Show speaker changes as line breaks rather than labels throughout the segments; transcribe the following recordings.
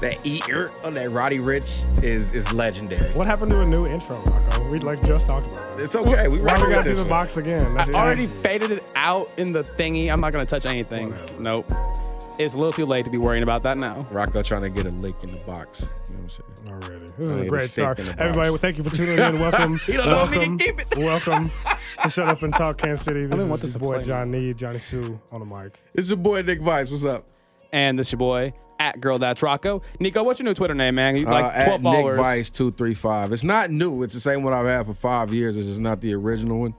That eater of that Roddy Rich is is legendary.
What happened to a new intro, Rocco? We like just talked about this.
It's okay. We
Why
rock
we
with
gotta do
this
the
one.
box again?
I
That's
already
terrible.
faded it out in the thingy. I'm not gonna touch anything. Nope. It's a little too late to be worrying about that now.
Rocco trying to get a lick in the box. You know what I'm saying?
Already. This is
I
a
need a
great start.
fifth in the
Everybody,
box.
well, thank you for tuning in. Welcome.
He don't know if he
welcome,
can keep it.
welcome to Shut Up and Talk Kansas City. This
didn't want
is
this
your
to
boy
play.
John Need, Johnny Sue on the mic.
It's your boy Nick Vice. What's up?
And this your boy at Girl That's Rocco. Nico, what's your new Twitter name, man? You
Uh,
like 12
at Nick
followers.
Vice two three five. It's not new. It's the same one I've had for five years. It's just not the original one.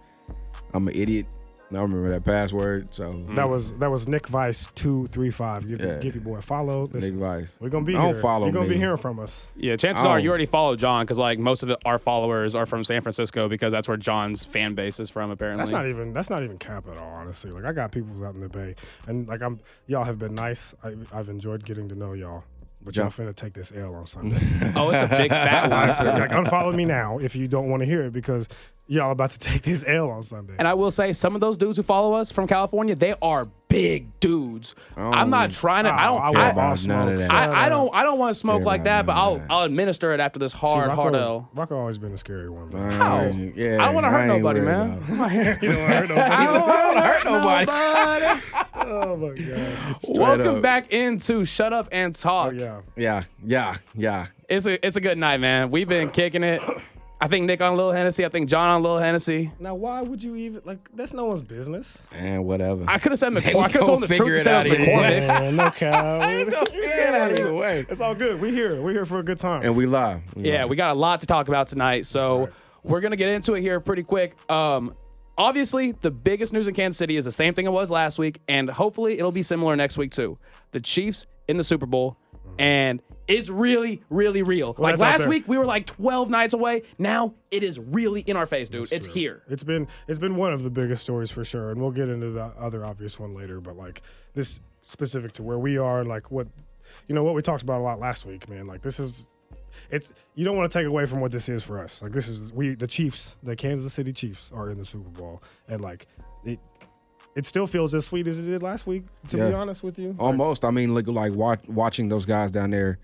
I'm an idiot. I don't remember that password. So
That was that was Nick Vice two three five. Give,
Mm. Yeah.
give your boy a follow.
Nick
Listen,
Vice.
we're gonna be
I don't
here.
follow
You're gonna
me.
be hearing from us.
Yeah, chances
Oh.
are you already follow John because like most of the, our followers are from San Francisco because that's where John's fan base is from. Apparently,
That's not even that's not even cap at all, honestly. Like I got people out in the bay, and like I'm y'all have been nice. I, I've enjoyed getting to know y'all, but y'all finna take this L on Sunday.
oh, it's a big fat one.
Honestly, like unfollow me now if you don't want to hear it because y'all about to take this L on Sunday.
And I will say, some of those dudes who follow us from California, they are big dudes. I'm not trying to. I
Oh,
don't.
want
I,
about
ball
none of
smoke.
that.
Shut
I, I
up.
don't. I don't want to smoke
Yeah,
like
nah,
that. But
nah,
I'll.
nah.
I'll administer it after this
See,
hard hard L.
Rocco always been a scary one. man.
How?
Yeah,
I don't want to hurt
ain't
nobody,
worried
man.
about it.
I'm not here-
You don't wanna hurt nobody.
I don't want to
nobody.
hurt nobody.
oh my god.
Welcome
up.
back into Shut Up and Talk.
Oh yeah.
Yeah, yeah, yeah.
It's a it's a good night, man. We've been kicking it. I think Nick on Lil Hennessy. I think John on Lil Hennessy.
Now why would you even like that's no one's business.
And whatever.
I could have said
They
McCormick. I
was
could have told
gonna
him the truth
figure
and
it
said it
out either.
was McCormick.
Man, no cow.
get out of the way.
it's all good. We here. We're here for a good time.
And we live.
Yeah, we got a lot to talk about tonight. So we're gonna get into it here pretty quick. Um obviously the biggest news in Kansas City is the same thing it was last week, and hopefully it'll be similar next week too. The Chiefs in the Super Bowl and it's really, really real. like
that's out
last
there.
week we were like 12 nights away. Now it is really in our face, dude. it's here.
It's been it's been one of the biggest stories for sure, and we'll get into the other obvious one later. But like this specific to where we are, and like what you know what we talked about a lot last week, man. Like this is it's you don't want to take away from what this is for us. Like this is we the Chiefs, the Kansas City Chiefs, are in the Super Bowl, and like it it still feels as sweet as it did last week. To be
Yeah. Oh,
honest with you,
Almost. I mean, look like watch, watching those guys down there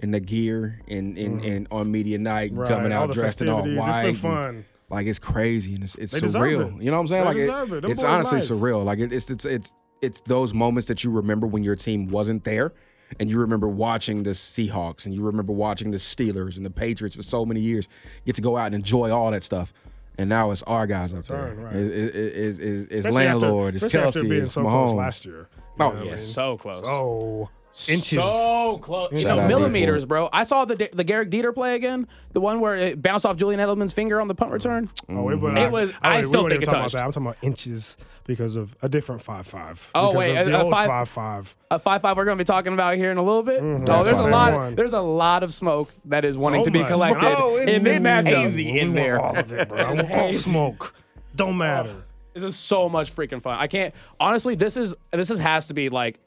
in the gear and and, and on media night
Mm-hmm. Right,
coming
all
out
the
dressed in all
festivities.
white.
It's been
and,
fun.
Like it's crazy and it's it's
They deserve
surreal.
it.
You know what I'm saying?
They
like
deserve it. Them
it's
boys
honestly
nice.
surreal. Like it, it's it's it's it's those moments that you remember when your team wasn't there. And you remember watching the Seahawks and you remember watching the Steelers and the Patriots for so many years. You get to go out and enjoy all that stuff. And now it's our guys up there.
turn, right.
It's, it's, it's, it's
Especially after-
Landlord, it's
especially after
Kelsey,
being
it's
so
Mahomes.
close last year.
Oh,
what I
yeah.
mean?
So close.
oh inches.
So close. You
Shout
know,
out
millimeters, bro. I saw the the Garrick Dieter play again, the one where it bounced off Julian Edelman's finger on the punt return.
Oh, it, but
It
I,
was-
I,
I
we
still
weren't even
think
talking
it
about
touched.
that. I'm talking about inches because of a different five five.
Oh,
because
wait,
of the
a- a
old
five-
five five.
A five five we're gonna be talking about here in a little bit. oh,
Mm-hmm. that's
there's a
fine.
lot.
One.
There's a lot of smoke that is wanting
So
to be
much.
collected
Oh, it's-
in this
it's
matchup.
hazy.
We
in
want
there.
all of it, bro. I want all smoke. Don't matter.
This is so much freaking fun. I can't honestly. This is this is has to be like,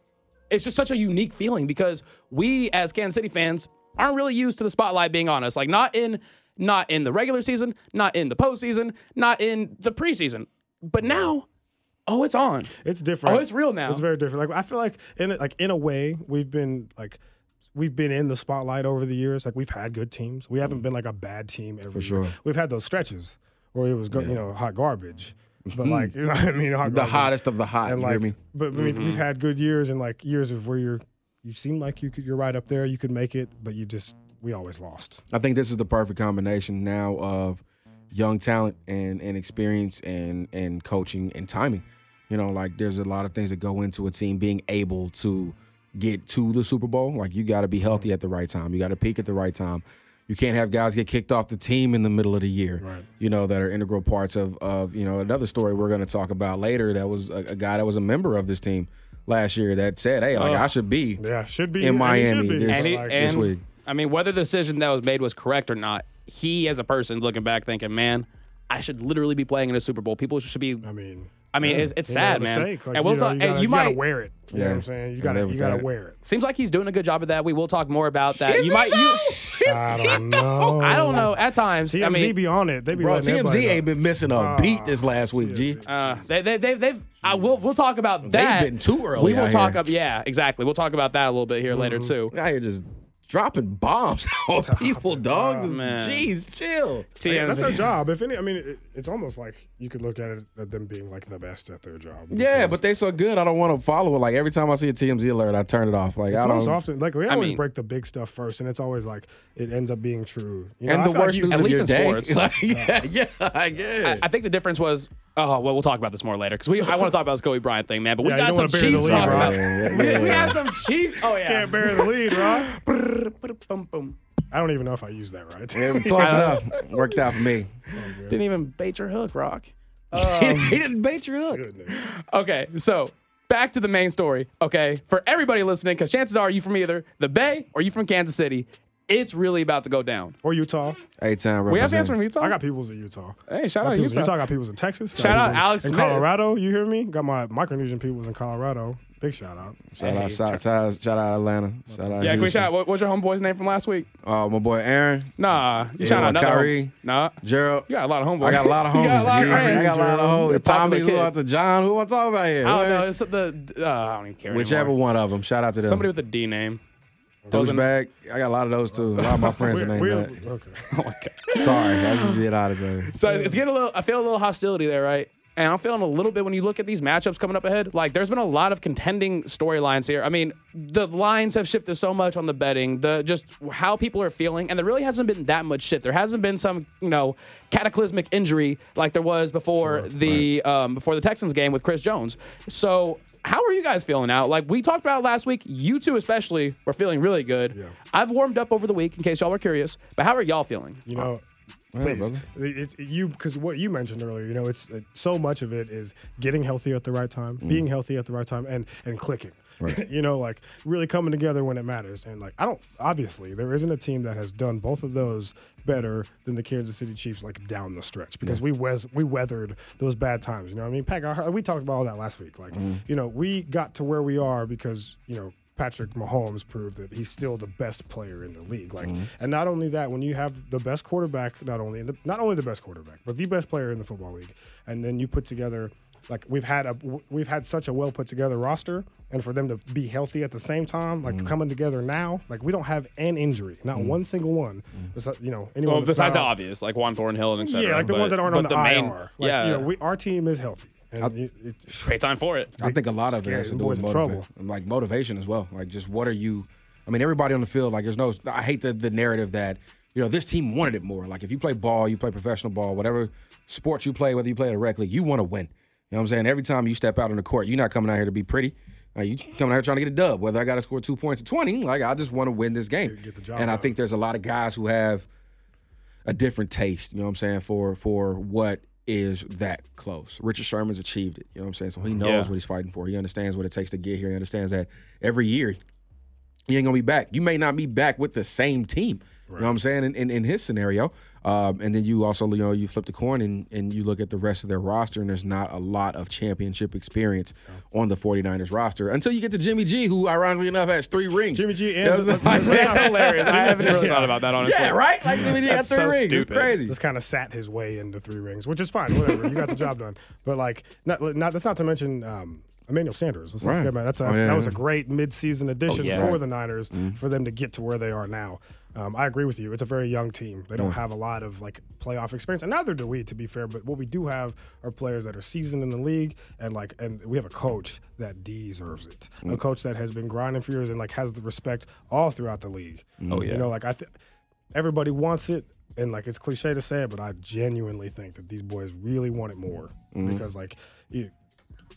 it's just such a unique feeling because we as Kansas City fans aren't really used to the spotlight being on us. Like not in not in the regular season, not in the postseason, not in the preseason, but now, oh, it's on.
It's different.
Oh, it's real now.
It's very different. Like I feel like in a- like in a way we've been like we've been in the spotlight over the years. Like we've had good teams. We haven't been like a bad team every For
sure.
We've had those stretches where it was go- you know hot garbage. But like you know what I mean, hot
the
garbage.
hottest of the hot.
and
you
like,
hear me?
but I mean,
Mm-hmm.
we've had good years and like years of where you're, you seem like you could, you're right up there, you could make it, but you just, we always lost.
I think this is the perfect combination now of young talent and, and experience and and coaching and timing. You know, like there's a lot of things that go into a team being able to get to the Super Bowl. Like you got to be healthy at the right time. You got to peak at the right time. You can't have guys get kicked off the team in the middle of the year.
Right.
You know that are integral parts of of you know another story we're going to talk about later. That was a, a guy that was a member of this team last year that said, "Hey, like I should be."
Oh. Yeah, should be
In
and it should
Miami,
be,
there's-
but,
and, he,
like
and
this week.
I mean, whether the decision that was made was correct or not, he as a person looking back thinking, man, I should literally be playing in a Super Bowl. People should be.
I mean,
I mean, it's, it's
you made a
sad, man.
mistake. Like,
and we'll
you, know,
talk.
you,
and
gotta,
you
you
might.
gotta wear it. You know
Yeah.
what I'm saying? You
I live
gotta, you
with
gotta
that.
wear it.
Seems like he's doing a good job of that. We will talk more about that. you might. You,
I don't know.
I don't know. At times,
TMZ
I mean,
be on it. They be
Bro,
letting
TMZ
everybody
ain't
know.
been missing a beat this last week, G.
Uh, they, they, they, they've. I will. We'll talk about that.
been too early
We will
out
talk
here.
Mm-hmm.
up. Yeah, exactly. We'll talk about that a little bit here later too.
Now you're just dropping bombs on people, dog.
Oh,
man.
Jeez, chill.
Yeah, that's their
TMZ.
job. If any, I mean, it, it's almost like you could look at it at them being like the best at their job.
Yeah,
because
but they so good. I don't want to follow it. Like every time I see a TMZ alert, I turn it off. Like I
it's
don't.
most often like they
I
always
mean-
break the big stuff first, and it's always like it ends up being true. You know,
and
I
the
feel like
worst
you-
news
at
of
least
your
in
day.
sports.
Like, yeah, yeah, I guess.
I think the difference was. Oh well, we'll talk about this more later because we. I want to talk about this Kobe Bryant thing, man. But we
Yeah, you
got
don't
some
wanna bury the
Chiefs
lead,
talk
bro.
about.
Yeah, yeah,
We, we
yeah.
got some Chiefs. Oh yeah.
can't bear the lead, right?
Bum, bum.
I don't even know if I use that right.
Yeah, Close enough. Worked out for me.
Didn't even bait your hook, Rock.
he didn't bait your hook.
Goodness.
Okay, so back to the main story. Okay, for everybody listening, because chances are you from either the Bay or you from Kansas City, it's really about to go down.
Or Utah.
Eight time
We have fans from Utah.
I got people's in Utah.
hey, shout
Got
out
peoples in
Utah.
Utah. Got peoples in Texas. got
Shout out
peoples in-
Alex
in
Smith.
Colorado. You hear me? Got my Micronesian peoples in Colorado. Big shout out.
Shout
Hey,
out, shout, shout out, shout out Atlanta. Shout out.
Yeah, can we
Houston.
shout out? What, what's your homeboy's name from last week?
Uh, my boy Aaron,
Nah, you shout
my
out another
Kyrie.
Home- nah,
Gerald.
you got a lot of homeboys.
I got a lot of homies.
you got a lot of
Yeah,
friends.
I got a lot of
You're a
homies. Tommy,
popular
who
kid.
else? John, who I'm talking about here?
I don't
What?
know. It's the uh, I don't even care.
Whichever
anymore.
one of them. Shout out to them.
Somebody with a D name.
Those back. I got a lot of those too. A lot of my friends are
We-
named
we-
that.
okay.
Oh my god.
Sorry, that's just being honest. Man.
So it's getting a little. I feel a little hostility there, right? And I'm feeling a little bit when you look at these matchups coming up ahead. Like, there's been a lot of contending storylines here. I mean, the lines have shifted so much on the betting, the just how people are feeling, and there really hasn't been that much shit. There hasn't been some, you know, cataclysmic injury like there was before the um, before the Texans game with Chris Jones. So, how are you guys feeling out? Like we talked about it last week. You two especially were feeling really good. I've warmed up over the week, in case y'all were curious. But how are y'all feeling?
You know,
ahead,
please, it, it- you because what you mentioned earlier, you know, it's it, so much of it is getting healthy at the right time, being healthy at the right time, and and clicking. Right. you know, like really coming together when it matters. And like, I don't obviously there isn't a team that has done both of those better than the Kansas City Chiefs like down the stretch because we wes- we weathered those bad times. You know, what I mean, Pack, I heard- we talked about all that last week. Like, you know, we got to where we are because you know Patrick Mahomes proved that he's still the best player in the league. Like, and not only that, when you have the best quarterback, not only the, not only the best quarterback, but the best player in the football league, and then you put together like we've had a we've had such a well put together roster, and for them to be healthy at the same time, like coming together now, like we don't have an injury, not one single one. Besi- you know, anyone
Well,
that's
besides the
not-
obvious, like Juan Thornhill and et cetera,
yeah, like the
but-
ones that aren't on
but
the,
main-
IR. Like,
yeah,
you know, we, our team is healthy. And it, it,
great time for it.
I think a lot of it
Scary.
has to
Them
do with
boys in
motivation, like motivation as well. Like just what are you? I mean, everybody on the field. Like there's no. I hate the the narrative that you know this team wanted it more. Like if you play ball, you play professional ball, whatever sport you play, whether you play at a rec league, you want to win. You know what I'm saying? Every time you step out on the court, you're not coming out here to be pretty. Like, you coming out here trying to get a dub. Whether I got to score two points or twenty, like I just want to win this game.
Get the job
and I
done.
think there's a lot of guys who have a different taste, you know what I'm saying, for for what is that close. Richard Sherman's achieved it, you know what I'm saying? So he knows
Yeah.
what he's fighting for. He understands what it takes to get here. He understands that every year you ain't gonna be back. You may not be back with the same team. You know what I'm saying? In, in, in his scenario, um, and then you also you know you flip the coin and, and you look at the rest of their roster, and there's not a lot of championship experience on the 49ers roster until you get to Jimmy G, who ironically enough has three rings.
Jimmy G
You know
and-
what I'm saying?
That's hilarious. I haven't really thought about that honestly.
yeah, right. Like Jimmy G has
That's
three
so
rings. It's
stupid.
crazy.
Just kind of sat his way into three rings, which is fine. Whatever, you got the job done. But like, not, not that's not to mention um, Emmanuel Sanders. Let's not
Right.
forget about that's,
Oh,
that's-
yeah,
that was
yeah.
a great midseason addition
Oh, yeah. Mm-hmm.
for the Niners for them to get to where they are now. Um, I agree with you. It's a very young team. They don't
Mm.
have a lot of like playoff experience, and neither do we, to be fair. But what we do have are players that are seasoned in the league, and like, and we have a coach that deserves it.
Mm.
A coach that has been grinding for years and like has the respect all throughout the league. Oh
Mm. yeah.
you know, like I think everybody wants it and like it's cliche to say it but i genuinely think that these boys really want it more
Mm-hmm.
because like you,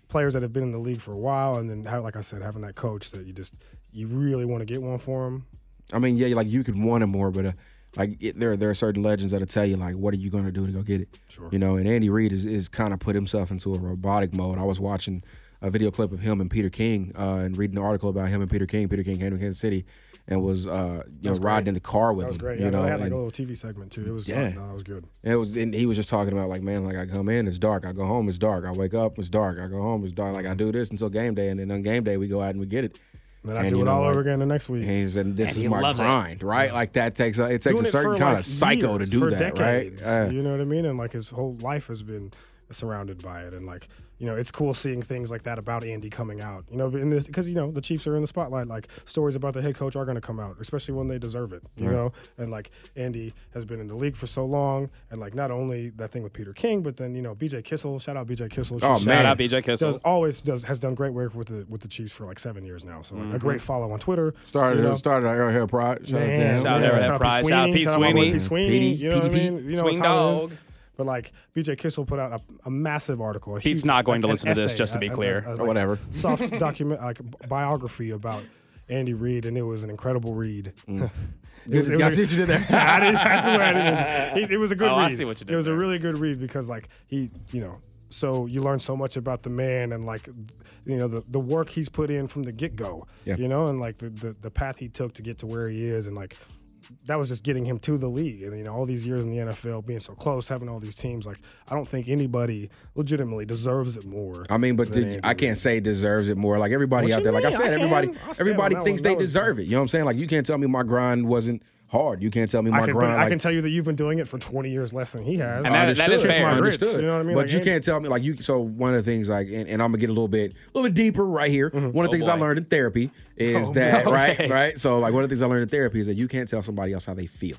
players that have been in the league for a while and then how, like i said having that coach that you just you really want to get one for them
I mean, yeah, like you could want it more, but uh, like it, there, there are certain legends that'll tell you like, what are you gonna do to go get it? Sure. You know, and Andy Reid is, is kind of put himself into a robotic mode. I was watching a video clip of him and Peter King, uh, and reading an article about him and Peter King. Peter King came to Kansas City and was uh, you know, riding in the car with
that was
him.
great
Mm, You
yeah,
know,
they had like
and-
a little tv segment too it was
Yeah.
yeah. no, that was good
and it was, and he was just talking about like, man, like I come in, it's dark. I go home, it's dark. I wake up, it's dark. I go home, it's dark. Like I do this until game day, and then on game day we go out and we get it.
and then i
And,
do
you
it
know,
all
like-
over again the next week
And he said, "This
And
is
he
my
loves it.
grind, right? Like that takes a, it takes
Doing
a
it
certain
for,
kind
like,
of psycho
years,
to do
for
that,
decades,
right? Uh,
you know what i mean and like his whole life has been surrounded by it. And like, you know, it's cool seeing things like that about Andy coming out. You know, in this because you know the Chiefs are in the spotlight. Like stories about the head coach are going to come out, especially when they deserve it. You know, and like Andy has been in the league for so long, and like not only that thing with Peter King, but then you know BJ Kissel. Shout out BJ Kissel.
Oh,
Shout
man.
Shout out BJ Kissel.
does always does has done great work with the with the Chiefs for like seven years now. So like, a great follow on Twitter.
Mm-hmm. Started
you know?
started our Arrowhead Pride. Shout out to
Man,
him.
Shout out
yeah.
Arrowhead
Shout out
Pride. Shout out Pete
Shout out my boy
Sweeney.
Pete Sweeney.
Petey,
you know what I
Petey,
mean? You know
Swing
what time it is.
dog.
But like BJ Kissel put out a, a massive article. a
Pete's
huge-
not going to
an
listen to this,
essay,
just to be
a- a-
clear.
a-
Or whatever.
Soft document like bi- biography about Andy Reid, and it was an incredible read.
Mm.
It was- it was
I
a-
see what you did there.
I, didn't, I swear I didn't. It, it was a good
Oh,
read.
I see what you did
It was a
there.
really good read because, like, he, you know, so you learn so much about the man and, like, th- you know, the, the work he's put in from the get go,
Yeah.
you know, and, like, the, the, the path he took to get to where he is. And, like, that was just getting him to the league. And, you know, all these years in the NFL, being so close, having all these teams, like, I don't think anybody legitimately deserves it more.
I mean, but
than
did,
Andy
I can't
Reid.
say deserves it more. Like everybody
What
out
you
there, like I
mean?
said,
I
everybody
can. I'll stand
everybody
on that
thinks
one.
they
That was-
deserve it. You know what I'm saying? Like you can't tell me my grind wasn't hard. You can't tell me my
I can, but
grind.
I
like,
can tell you that you've been doing it for 20 years less than he has.
And that- that is
Kiss
fair.
my grits,
Understood.
You know what I mean?
But
Like,
you
Andy-
can't tell me like you. So one of the things like, and, and I'm gonna get a little bit, a little bit deeper right here. One of the
Oh,
things I
boy.
learned in therapy is
Mm-hmm. Oh,
that
boy.
right,
Okay.
right. So like one of the things I learned in therapy is that you can't tell somebody else how they feel,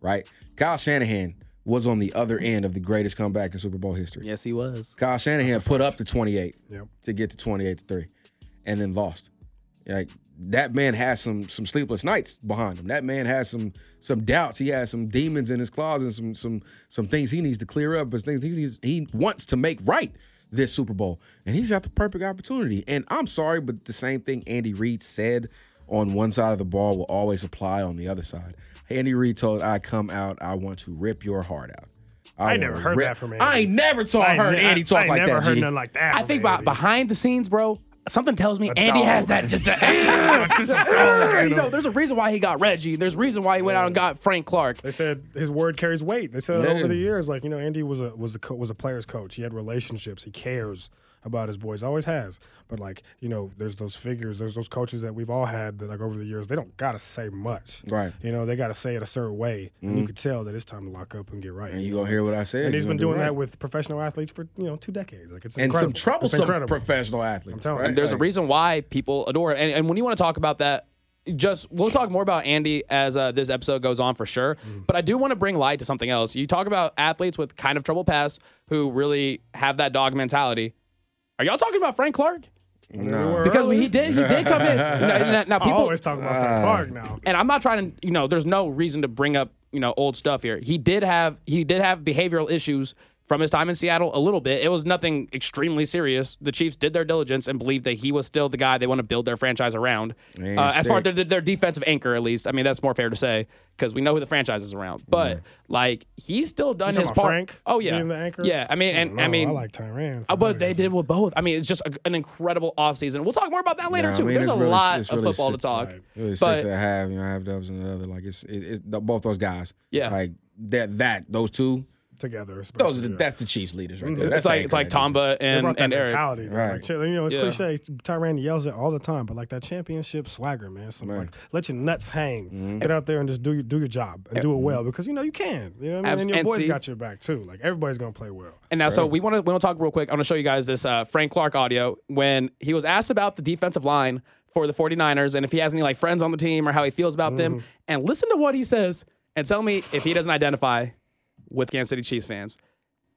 right? Kyle Shanahan was on the other end of the greatest comeback in Super Bowl history.
Yes, he was.
Kyle Shanahan put up to 28
Yep.
to get to 28 to 3 and then lost. Like that man has some some sleepless nights behind him. That man has some some doubts. He has some demons in his claws and some some some things he needs to clear up, but things he needs, he wants to make right this Super Bowl. And he's got the perfect opportunity. And I'm sorry, but the same thing Andy Reid said on one side of the ball will always apply on the other side. Andy Reid told I come out, I want to rip your heart out.
I
want
never
to
heard that from Andy.
I ain't never told
I
heard
ne-
Andy talk
I
like
never
that.
heard
G.
nothing like that.
I
from
think be-
Andy.
behind the scenes, bro, something tells me Andy
dog.
has that just that.
Just a dog in
you know,
him.
there's a reason why he got Reggie. There's a reason why he went out and got Frank Clark.
They said his word carries weight. They said that
Yeah.
over the years, like you know, Andy was a was a co- was a player's coach. He had relationships. He cares about his boys. Always has. But like you know, there's those figures. There's those coaches that we've all had that like over the years. They don't gotta say much.
Right.
You know, they gotta say it a certain way, and you could tell that it's time to lock up and get right.
And you gonna hear what I said?
And
you
he's
gonna
been
do
doing
right.
that with professional athletes for you know two decades. Like it's
and
incredible.
some
It's
troublesome
incredible.
professional athletes. I'm
telling you.
There's a reason why people adore it. And, and when you want to talk about that, just we'll talk more about Andy as uh, this episode goes on for sure.
Mm-hmm.
But I do want to bring light to something else. You talk about athletes with kind of trouble pass who really have that dog mentality. Are y'all talking about Frank Clark? Because he did, he did come in. Now, now- now
I
people,
always talk about Frank Clark now.
and I'm not trying to, you know, there's no reason to bring up, you know, old stuff here. He did have he did have behavioral issues from his time in Seattle a little bit. It was nothing extremely serious. The Chiefs did their diligence and believed that he was still the guy they want to build their franchise around.
Man,
Uh, as far as
stick.
their, their defensive anchor, at least, I mean, that's more fair to say because we know who the franchise is around. But like, he's still done
talking
his
about
part.
Frank
oh yeah,
being the anchor? Oh,
Yeah, I mean, and
No,
I mean,
I like Tyran.
uh, But they did with both. I mean, it's just a, an incredible offseason. We'll talk more about that later
Yeah, I
too.
mean,
There's a
it's really-
lot
it's
of
really
football
sick.
to talk.
Right.
It was
But-
six that have, you know, half dubs and the other. Like it's it, it's the, both those guys.
Yeah.
Like that that those two.
together.
Those are
especially,
the,
yeah. Mm-hmm.
that's the Chiefs leaders right there. That's
It's
the
like it's like
anchor right there.
Tomba
They
and
brought that
and Eric.
mentality. Right.
Right.
Like, you know, it's
Yeah.
cliche. Tyran yells it all the time, but like that championship swagger, man. So like, let your nuts hang.
Mm-hmm.
Get out there and just do your, do your job and do it well because you know you can. You know what I mean?
Abs-
and your
and
boys
see-
got your back too. Like everybody's gonna play well.
And now, so we want to we want to talk real quick. I'm going to show you guys this uh, Frank Clark audio when he was asked about the defensive line for the 49ers and if he has any like friends on the team or how he feels about
Mm.
them. And listen to what he says and tell me if he doesn't identify with Kansas City Chiefs fans.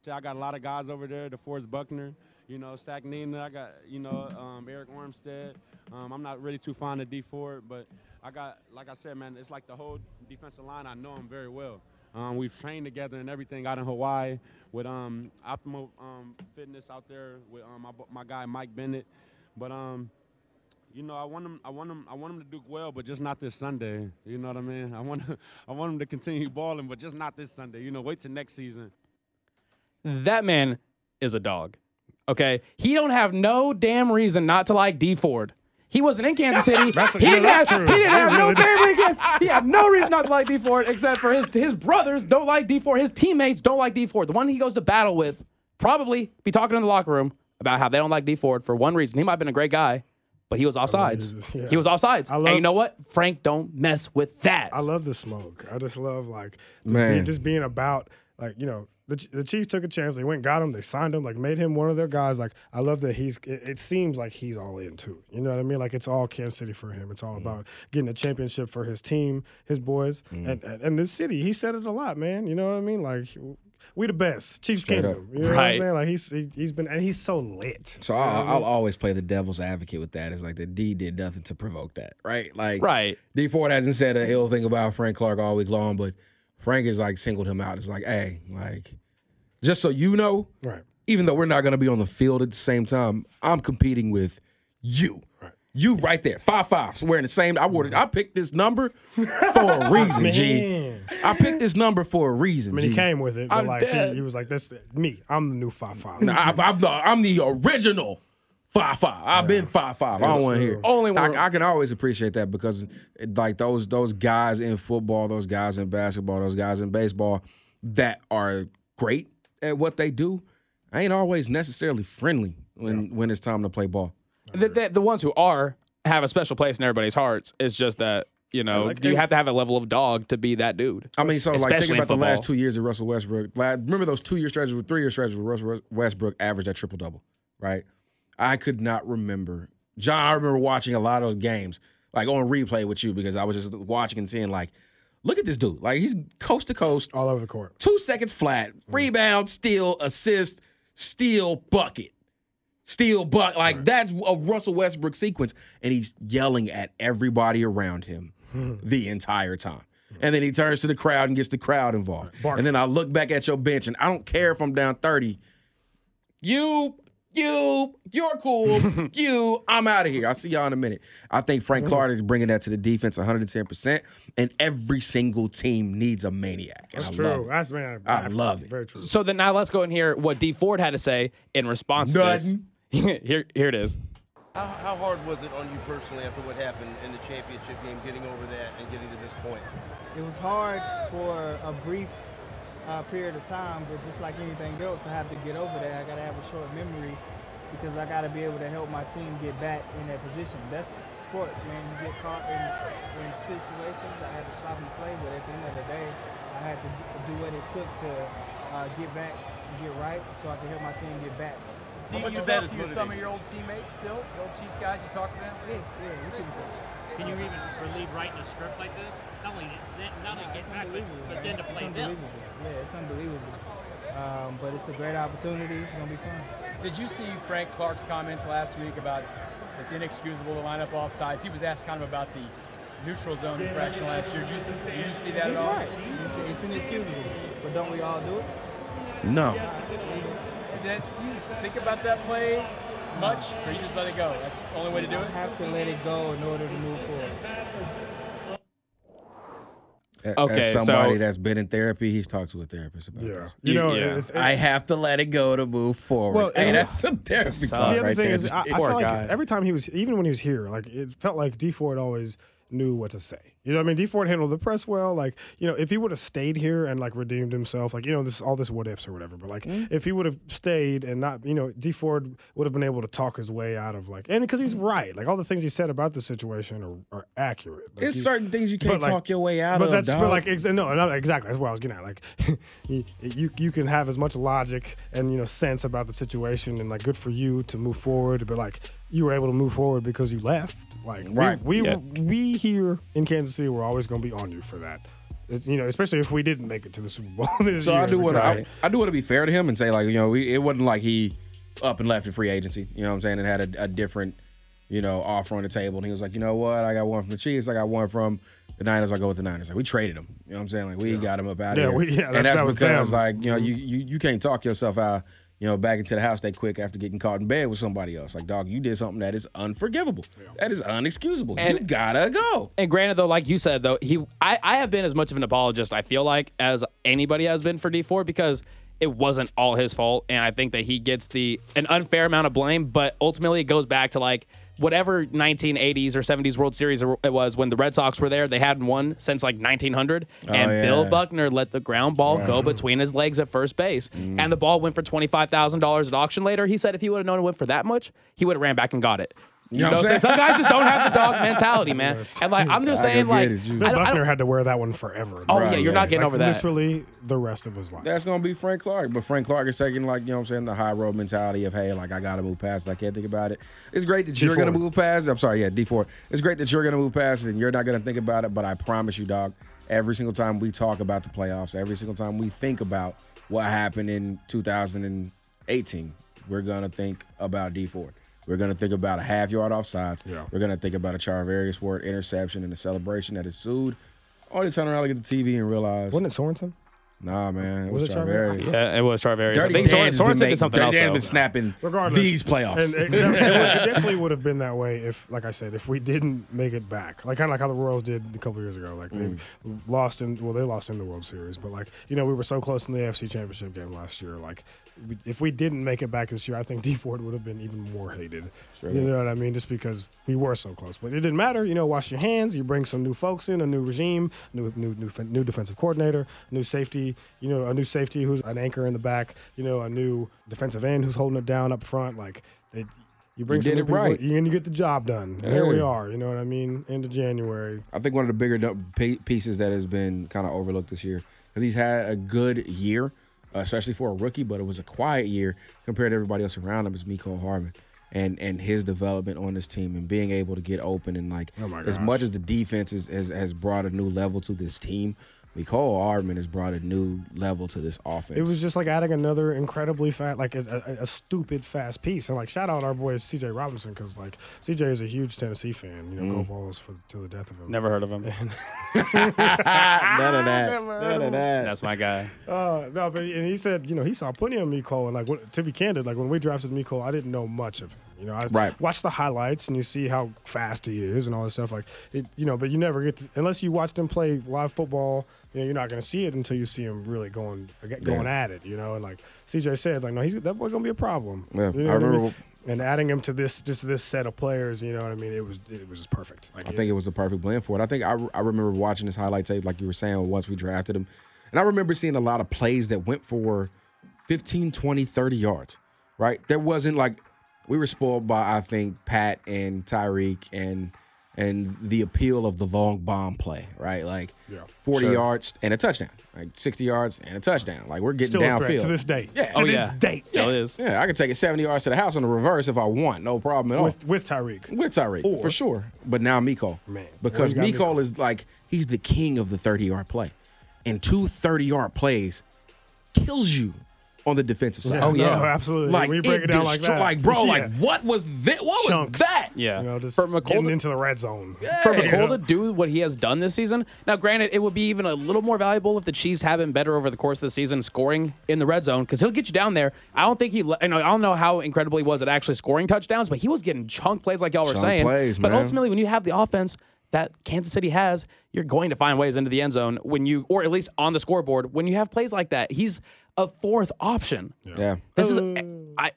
So I got a lot of guys over there, DeForest Buckner, you know, Sack Nina, I got, you know, um, Eric Armstead. Um, I'm not really too fond of D Ford, but I got, like I said, man, it's like the whole defensive line, I know them very well. Um, we've trained together and everything out in Hawaii with um, Optimal um, Fitness out there with um, my, bu- my guy Mike Bennett. But um, you know, I want him, I want him, I want him to do well, but just not this Sunday. You know what I mean? I want, I want him to continue balling, but just not this Sunday. You know, wait till next season.
That man is a dog. Okay, he don't have no damn reason not to like D Ford. He wasn't in Kansas City.
That's-
he,
yeah,
didn't
that's true.
have, he didn't
He
have no
really did.
favorite against. He had no reason not to like D Ford except for his his brothers don't like D Ford. His teammates don't like D Ford. The one he goes to battle with probably be talking in the locker room about how they don't like D Ford for one reason. He might have been a great guy, but he was off sides.
he's- yeah.
He was off sides.
I
and
love-
you know what? Frank don't mess with that.
I love the smoke. I just love like just
Man.
being, just being about like you know the, Ch- the Chiefs took a chance. They went, and got him. They signed him. Like made him one of their guys. Like I love that he's. It, it seems like he's all in too. You know what I mean? Like it's all Kansas City for him. It's all
Mm.
about getting a championship for his team, his boys,
Mm.
and, and and this city. He said it a lot, man. You know what I mean? Like we the best Chiefs
Straight up.
kingdom. You know what I'm
Right.
saying? Like he's he, he's been and he's so lit.
So I'll,
Mm-hmm.
I'll always play the devil's advocate with that. It's like the D did nothing to provoke that, right? Like
Right.
D Ford hasn't said an ill thing about Frank Clark all week long, but Frank has like singled him out. It's like, hey, like just so you know,
Right.
even though we're not gonna be on the field at the same time, I'm competing with you. You right there, five fives, wearing the same. I wore. I picked this number for a reason, G.
Man.
I picked this number for a reason.
I mean, he
G.
came with it, but
I'm
like he,
dead.
he was like, "That's the- me. I'm the new five five.
I, I'm, the, I'm the original five five. I've been five five. I don't want to hear.
Only one-
I, I can always appreciate that because like those those guys in football, those guys in basketball, those guys in baseball that are great at what they do, ain't always necessarily friendly when when it's time to play ball.
The, the, the ones who are have a special place in everybody's hearts. It's just that, you know,
like
do you
it.
have to have a level of dog to be that dude?
I mean, so like
Especially
think
in
about the last two
football.
years of Russell Westbrook. La- remember those two year stretches, three year stretches with Russell Westbrook averaged that triple double, right? I could not remember. John, I remember watching a lot of those games, like on replay with you, because I was just watching and seeing, like, look at this dude. Like he's coast to coast,
all over the court.
two seconds flat, rebound, steal, assist, steal, bucket. Steal buck like that's a Russell Westbrook sequence, and he's yelling at everybody around him
Hmm.
the entire time. And then he turns to the crowd and gets the crowd involved. And then I look back at your bench, and I don't care if I'm down thirty. You, you, you're cool. you, I'm out of here. I'll see y'all in a minute. I think Frank
Mm-hmm.
Clark is bringing that to the defense 110, percent and every single team needs a maniac. And
That's
I
true.
love it.
That's man.
I love it.
Very true.
So then now let's go and hear what D Ford had to say in response
Nothing.
to this. here, here it is.
How, how hard was it on you personally after what happened in the championship game, getting over that and getting to this point?
It was hard for a brief uh, period of time, but just like anything else, I have to get over that. I got to have a short memory because I got to be able to help my team get back in that position. That's sports, man. You get caught in, in situations. I had to stop and play, but at the end of the day, I had to do what it took to uh, get back, get right, so I could help my team get back.
How much of that is motivating?
old teammates still, the old Chiefs guys. You talk to them.
Yeah, yeah, we couldn't touch it.
Can you even believe writing a script like this? Not only then, not only get back, but, but then to
It's
play them.
unbelievable. Yeah, it's unbelievable. Um, but it's a great opportunity. It's gonna be fun.
Did you see Frank Clark's comments last week about it's inexcusable to line up offsides? He was asked kind of about the neutral zone infraction last year. Did you, see- did you see that
He's
at all?
right. It's, it's inexcusable. But don't we all do it?
No.
Did you think about that play much, or you just let it go? That's the only way to do
You
it.
have to let it go in order to move forward.
A-
Okay,
As
so-
somebody that's been in therapy, he's talked to a therapist about
Yeah.
this.
You
You-
know,
yeah.
it's, it-
I have to let it go to move forward.
Well,
hey,
and-
that's some therapy
Sucks.
talk
the other
right
thing
there.
is, I, I
It-
feel
Poor
like
guy.
every time he was, even when he was here, like it felt like D Ford always knew what to say. You know what I mean? D Ford handled the press well. Like, you know, if he would have stayed here and like redeemed himself, like, you know, this all this what ifs or whatever, but like
Mm-hmm.
if he would have stayed and not, you know, D Ford would have been able to talk his way out of like, and because he's right. Like all the things he said about the situation are, are accurate. Like,
It's
he-
certain things you can't
but, like-
talk your way out
but
of.
that's but
dog.
like exa- no, not exactly. That's where I was getting at. Like, you, you you can have as much logic and you know sense about the situation, and like good for you to move forward. But like, you were able to move forward because you left. Like,
Right.
We we,
Yeah.
we here in Kansas City, we're always going to be on you for that. It- you know, especially if we didn't make it to the Super Bowl. This
So I
year,
do want
because-
to I do want to be fair to him and say like you know we, it wasn't like he up and left in free agency. You know what I'm saying? And had a, a different you know offer on the table. And he was like, you know what? I got one from the Chiefs. I got one from the Niners. I go with the Niners. Like we traded him. You know what I'm saying? Like we got him up out
Yeah,
of here.
we- yeah, that's-
and that's
that was
because
them. Mm-hmm.
like you know you, you you can't talk yourself out. You know, back into the house that quick after getting caught in bed with somebody else. Like, dog, you did something that is unforgivable. That is unexcusable. you
And-
gotta go.
And granted, though, like you said, though, he I, I have been as much of an apologist, I feel like, as anybody has been for D Ford because it wasn't all his fault. And I think that he gets the an unfair amount of blame, but ultimately it goes back to like whatever 1980s or 70s World Series it was when the Red Sox were there. They hadn't won since like 1900. and
yeah.
Bill Buckner let the ground ball go between his legs at first base.
Mm.
And the ball went for $25,000 at auction later. He said if he would have known it went for that much, he would have ran back and got it. You
know
know,
what
what
I'm
I'm saying? some guys just don't have the dog mentality, man.
Yes.
And like I'm just
I
saying,
get
like
it, you-
Bill
I don't- I
Buckner
don't-
had to wear that one forever.
oh
Right,
yeah, you're
yeah.
not getting
Like,
over that.
Literally the rest of his life.
That's gonna be Frank Clark, but Frank Clark is taking like you know what I'm saying the high road mentality of hey like I gotta move past it. I can't think about it. It's great that you're
D4.
gonna move past. it. I'm sorry, yeah, D4. It's great that you're gonna move past it and you're not gonna think about it. But I promise you, dog. Every single time we talk about the playoffs, every single time we think about what happened in 2018, we're gonna think about D4. We're gonna think about a half yard offsides.
Yeah.
We're gonna think about a Charvarius Ward interception and a celebration that ensued. Or to turn around, look at the TV, and realize,
Wasn't it Sorensen?
nah, man, it was,
Was it Charvarius?
Charvarius.
Yeah, it was Charvarius. I
Dirty
think Soren-
Dan's been
Sorensen
making-
did something
Dirty
else.
Dan's
though.
been snapping
Regardless,
these playoffs.
And it, definitely, it definitely would have been that way if, like I said, if we didn't make it back, like kind of like how the Royals did a couple years ago. Like they
Mm.
lost in, well, they lost in the World Series, but like you know, we were so close in the AFC Championship game last year. Like we, if we didn't make it back this year, I think D Ford would have been even more hated. you know what I mean? Just because we were so close, but it didn't matter. You know, wash your hands. You bring some new folks in, a new regime, new new new fin- new defensive coordinator, new safety. You know, a new safety who's an anchor in the back. You know, a new defensive end who's holding it down up front. Like it, you bring
You
some
did
new
it
people
right.
and you get the job done. And Here we
Hey.
are. You know what I mean? End of January.
I think one of the bigger du- pi- pieces that has been kind of overlooked this year because he's had a good year, especially for a rookie, but it was a quiet year compared to everybody else around him. Is Miko Harmon and and his development on this team and being able to get open and like
Oh my
as
gosh.
much as the defense is, has has brought a new level to this team. Nicole Harmon has brought a new level to this offense.
It was just like adding another incredibly fat, like a, a, a stupid fast piece. And like shout out our boy C.J. Robinson because like C.J. is a huge Tennessee fan.
Mm.
You know, go Vols for till the death of him.
Never heard of him.
Ah, none of that. None of that.
That's my guy.
Uh, no, but and he said, you know, he saw plenty of Miko, and like when, to be candid, like when we drafted Miko, I didn't know much of him. You know, I
Right.
watched the highlights and you see how fast he is and all this stuff. Like, it, you know, but you never get to, unless you watch them play live football. You know, you're not going to see it until you see him really going going at it. You know, and like CJ said, like no, he's that boy going to be a problem.
Yeah,
You know
I
what mean?
remember-
And adding him to this just this set of players, you know what I mean? It was it was just perfect. Like,
I think it was the perfect blend for it. I think I, I remember watching his highlight tape, like you were saying, once we drafted him. And I remember seeing a lot of plays that went for 15, 20, 30 yards, right? There wasn't like, we were spoiled by, I think, Pat and Tyreek and and the appeal of the long bomb play, right? Like 40 yards and a touchdown, like 60 yards and a touchdown. Like we're getting
still a threat
downfield.
to this day.
Yeah.
to
Oh,
this
yeah.
day.
Still is.
yeah, I could take it 70 yards to the house on the reverse if I want, no problem at all
with with Tyreek.
with Tyreek
Or-
for sure. But now Miko,
Man,
because
well, you got
Miko is like he's the king of the thirty yard play, and two 30 yard plays kills you on the defensive side.
Yeah, Oh, yeah. no, absolutely.
Like
When you break it down like
destroy-
that.
like bro,
Yeah.
like what was that? What
Chunks.
was that?
Yeah.
You know, just
For McColl
getting
to-
into the red zone.
for
Hey.
McColl to do what he has done this season. Now, granted, it would be even a little more valuable if the Chiefs have him better over the course of the season, scoring in the red zone because he'll get you down there. I don't think he. You know, I don't know how incredible he was at actually scoring touchdowns, but he was getting chunk plays like y'all were
Chunk
saying.
plays,
but
man.
ultimately, when you have the offense that Kansas City has, you're going to find ways into the end zone when you, or at least on the scoreboard, when you have plays like that. He's a fourth option.
Yeah.
This is.
Oh.
I.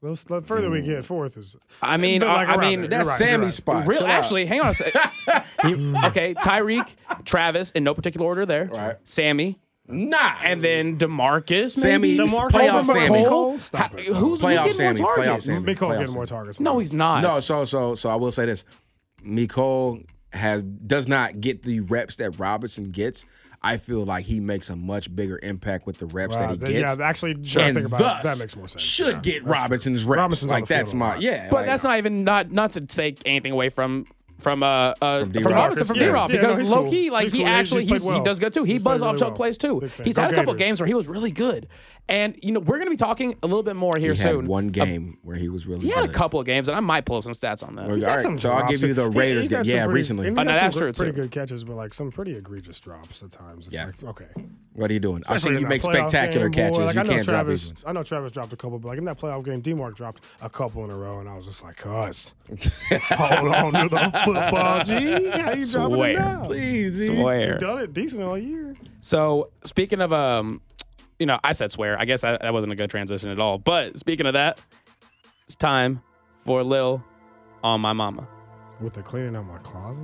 Let's- the further we get, fourth is.
I mean,
But,
I- I
around
mean,
there.
That's
You're right, you're
Sammy's
right.
spot.
Real,
Chill out.
actually, hang on a second. okay, Tyreek, Travis, in no particular order there.
Right.
Sammy,
nah.
and then Demarcus.
Sammy,
Maybe?
DeMarco playoff Sammy.
Cole?
Stop
How-
it.
Who's, who's
Playoff
getting
Sammy,
more
playoff
targets?
Sammy.
Miko
playoff
getting more
season.
targets.
No, he's not.
No, so so so I will say this. Nicole has does not get the reps that Robertson gets. I feel like he makes a much bigger impact with the reps
Wow,
that he
that-
gets.
yeah, actually, now that I
and
think about it,
thus
that makes more sense.
Should
Yeah,
get
that's
Robinson's
true.
reps.
Robinson's on
like
the field
that's
a
my
lot.
yeah.
but
like-
that's not even not not to take anything away from from uh, uh from,
D-Rob.
Robinson from
Yeah.
D Rob
Yeah, no,
because
he's
low
cool.
key like
He's
he
cool. He's-
actually
he's
he's,
played well.
he does good too. He
He's
buzz
played
off
really
chunk
well.
plays too.
Big fan.
He's
Go
had a couple
Gators.
games where he was really good, and you know we're gonna be talking a little bit more here
he had
soon.
one game where he was really.
He had a
good.
couple of games, and I might pull up some stats on that.
Okay.
He's had
All right,
some
so I'll
drops.
give you the
He-
Raiders
he's
game.
had some
yeah,
pretty,
recently.
and
Oh,
He
no,
had
that's
some
true,
pretty
too.
good catches, but like some pretty egregious drops at times. It's
Yeah.
like okay.
What are you doing? I've
Especially
seen you
in
make
that playoff
spectacular
game,
catches.
Boy, like,
you
I know
can't drop these
Travis,
ones.
I know Travis dropped a couple, but like in that playoff game, D Mark dropped a couple in a row, and I was just like, "Cuz, hold on to the football, G. How you dropping
Swear.
it now?
Please,
Swear.
You've done it decent all year.
So speaking of um, you know, I said swear. I guess that, that wasn't a good transition at all. But speaking of that, it's time for Lil on my mama.
With the cleaning out my closet.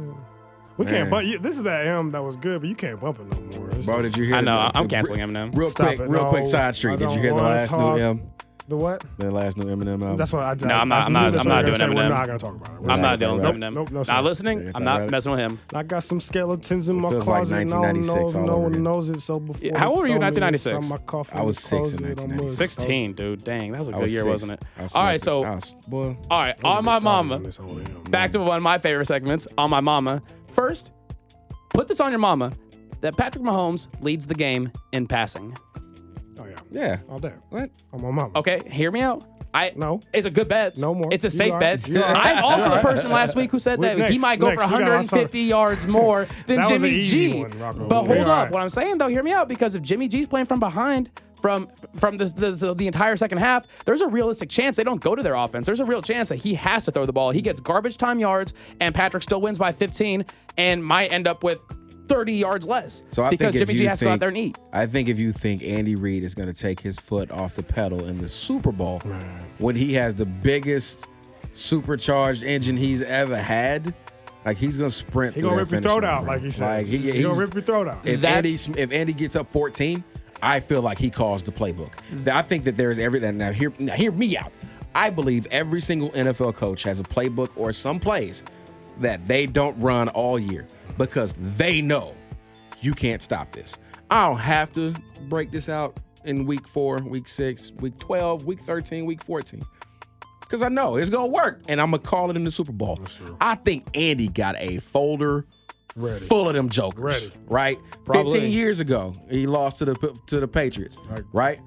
We
Man.
can't bump. You, this is that M that was good, but you can't bump it no more. It's
bro.
just-
Did you hear?
I know,
the-
I'm
the-
canceling Eminem.
Real
Stop
quick,
it.
real
No,
quick. Side
I
street. Did you
don't
hear the
wanna
last new
talk.
M?
The what?
The last new Eminem album.
That's what I.
No, I'm not- I'm not- I'm not doing
that. We're
Eminem.
not gonna talk about it. We're
I'm not
not
dealing with
talking
Eminem.
about it. Nope, nope, no, sir.
not listening.
Yeah,
I'm
talk about
not
it.
messing with him.
I got some skeletons in my
feels like
closet. and no one
1996
knows.
all
No
over
one
again.
knows it. So before
how old were you in
throw me
1996?
inside my coffin
I was six in
closet, I'm
1996.
gonna-
16, dude. Dang, that was a
I
good
was
year,
six.
was wasn't
I
it?
smoked
All right, so
I was- boy,
all right, on my
Started
mama.
on this whole damn-
Back to one of my favorite segments, on my mama. First, put this on your mama that Patrick Mahomes leads the game in passing.
Oh yeah.
yeah.
All day.
What?
On my mama.
Okay, hear me out. I
No.
It's a good bet.
No more.
It's a
You
safe
are-
bet.
you are-
I'm also the person last week who said
We-
that he
next,
might go
next,
for
we got lots of-
150 yards more
That
than
was
Jimmy
an easy
G.
one, Rocco.
but
We
hold
all
up.
right.
What I'm saying though, hear me out because if Jimmy G's playing from behind from from this, the, the the entire second half, there's a realistic chance they don't go to their offense. There's a real chance that he has to throw the ball. He gets garbage time yards, and Patrick still wins by 15 and might end up with 30 yards less
So I
because
think if
Jimmy G
you
has to
think,
go out there and eat.
I think if you think Andy Reid is going to take his foot off the pedal in the Super Bowl when he has the biggest supercharged engine he's ever had, like he's going to sprint.
He
through
gonna rip
that
your
finish
throat
line,
out,
bro.
like he said.
Like he,
he gonna
he's-
rip your throat out.
If Andy,
That's-
Sm- if Andy gets up 14, I feel like he calls the playbook. Th- I think that there is everything. Now hear, now hear me out. I believe every single NFL coach has a playbook or some plays that they don't run all year because they know you can't stop this. I don't have to break this out in week four, week six, week 12, week 13, week 14. Because I know it's going to work and I'm going to call it in the Super Bowl. I think Andy got a folder
Ready.
full of them jokers
Ready.
right?
Probably.
15 years ago, he lost to the to the Patriots,
Right.
right?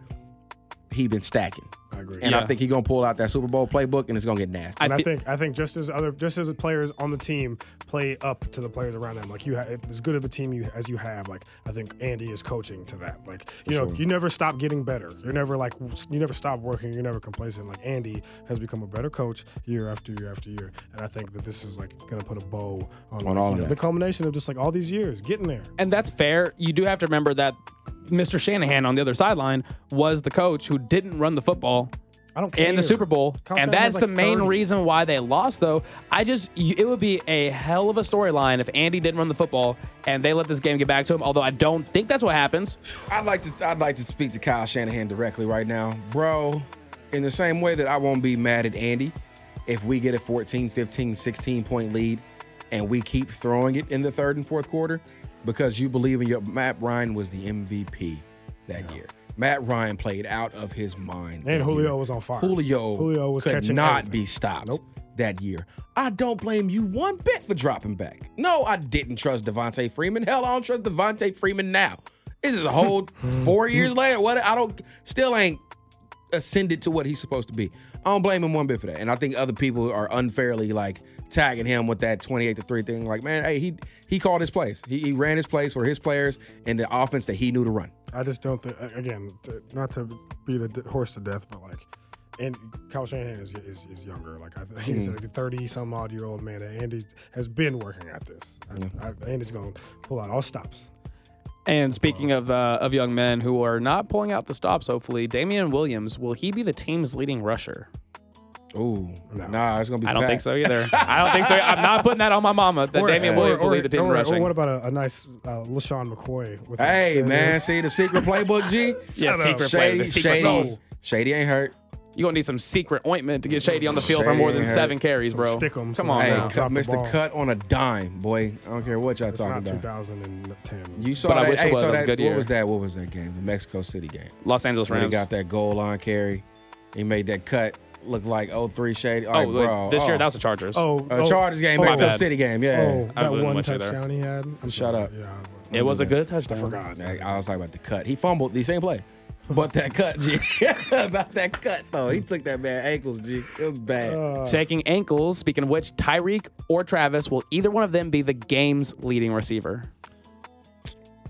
He been stacking,
I agree.
and I
Yeah.
think he gonna pull out that Super Bowl playbook, and it's gonna get nasty.
And I
thi-
think I think just as other just as the players on the team play up to the players around them, like you have as good of a team you, as you have, like I think Andy is coaching to that. Like you know, you never stop getting better. You're never like w- you never stop working. You're never complacent. Like Andy has become a better coach year after year after year, and I think that this is like gonna put a bow on,
On
like,
all
you
of
know,
that.
the culmination of just like all these years getting there.
and that's fair. You do have to remember that Mr. Shanahan on the other sideline was the coach who didn't run the football
I don't care
in the Super Bowl,
Kyle
and
Shanahan has,
that's the
like,
main
30.
reason why they lost. Though I just, you, it would be a hell of a storyline if Andy didn't run the football and they let this game get back to him. Although I don't think that's what happens.
I'd like to I'd like to speak to Kyle Shanahan directly right now, bro. In the same way that I won't be mad at Andy if we get a 14, 15, 16 point lead and we keep throwing it in the third and fourth quarter because you believe in your Matt Ryan was the MVP that year. Matt Ryan played out of his mind.
And
that
Julio
year.
was on fire.
Julio,
Julio was
could
catching
not
everything.
be stopped
Nope.
that year. I don't blame you one bit for dropping back. No, I didn't trust Devontae Freeman. Hell, I don't trust Devontae Freeman now. This is a whole four years later. What I don't still ain't ascended to what he's supposed to be. I don't blame him one bit for that. And I think other people are unfairly like tagging him with that 28 to 3 thing. Like, man, hey, he he called his plays. He, he ran his plays for his players and the offense that he knew to run.
I just don't think again, t- not to beat a d- horse to death, but like, and Kyle Shanahan is is, is younger. Like I, th- he's
Hmm.
like a thirty some odd year old man, and Andy has been working at this. I, I, Andy's going to pull out all stops.
And speaking of uh, of young men who are not pulling out the stops, hopefully Damian Williams will he be the team's leading rusher?
Ooh.
No.
Nah, it's gonna be
I don't
Pat.
think so either. I don't think so. I'm not putting that on my mama that Damian Williams will lead the team in
or- or
rushing.
Oh, what about a, a nice uh, LaShawn McCoy? With a-
Hey
uh,
man, see the secret playbook, G.
Yeah,
Shut up.
secret play,
Shady,
the secret sauce.
shady, shady ain't hurt.
You gonna need some secret ointment to get Shady on the field for
Shady
more than
ain't hurt.
seven carries,
Some
bro.
stickum,
Come
some-
on
Hey,
now.
Drop
cut,
the
Mr.
ball.
Cut on a dime, boy. I don't care what y'all
It's
talking
not
about.
2010.
You saw
But I
that.
wish it
hey,
was.
so
That was a good
what
year.
was that? What was that game? The Mexico City game.
Los Angeles
When he
Rams.
got that goal line carry, he made that cut look like 03 shady.
oh,
Like,
like,
bro,
this
oh.
year that was the Chargers.
oh,
a
oh,
Chargers game,
oh,
Mexico
bad.
City game. Yeah,
Oh,
I
that
wouldn't
one
much either.
touchdown he had. I'm
Shut
sorry.
up.
Yeah, I-
it was a good touchdown.
I forgot.
Like, I was like about the cut. He fumbled the same play, but that cut, G. about that cut though, he took that man ankles, G. It was bad.
Uh, Taking ankles. Speaking of which, Tyreek or Travis will either one of them be the game's leading receiver?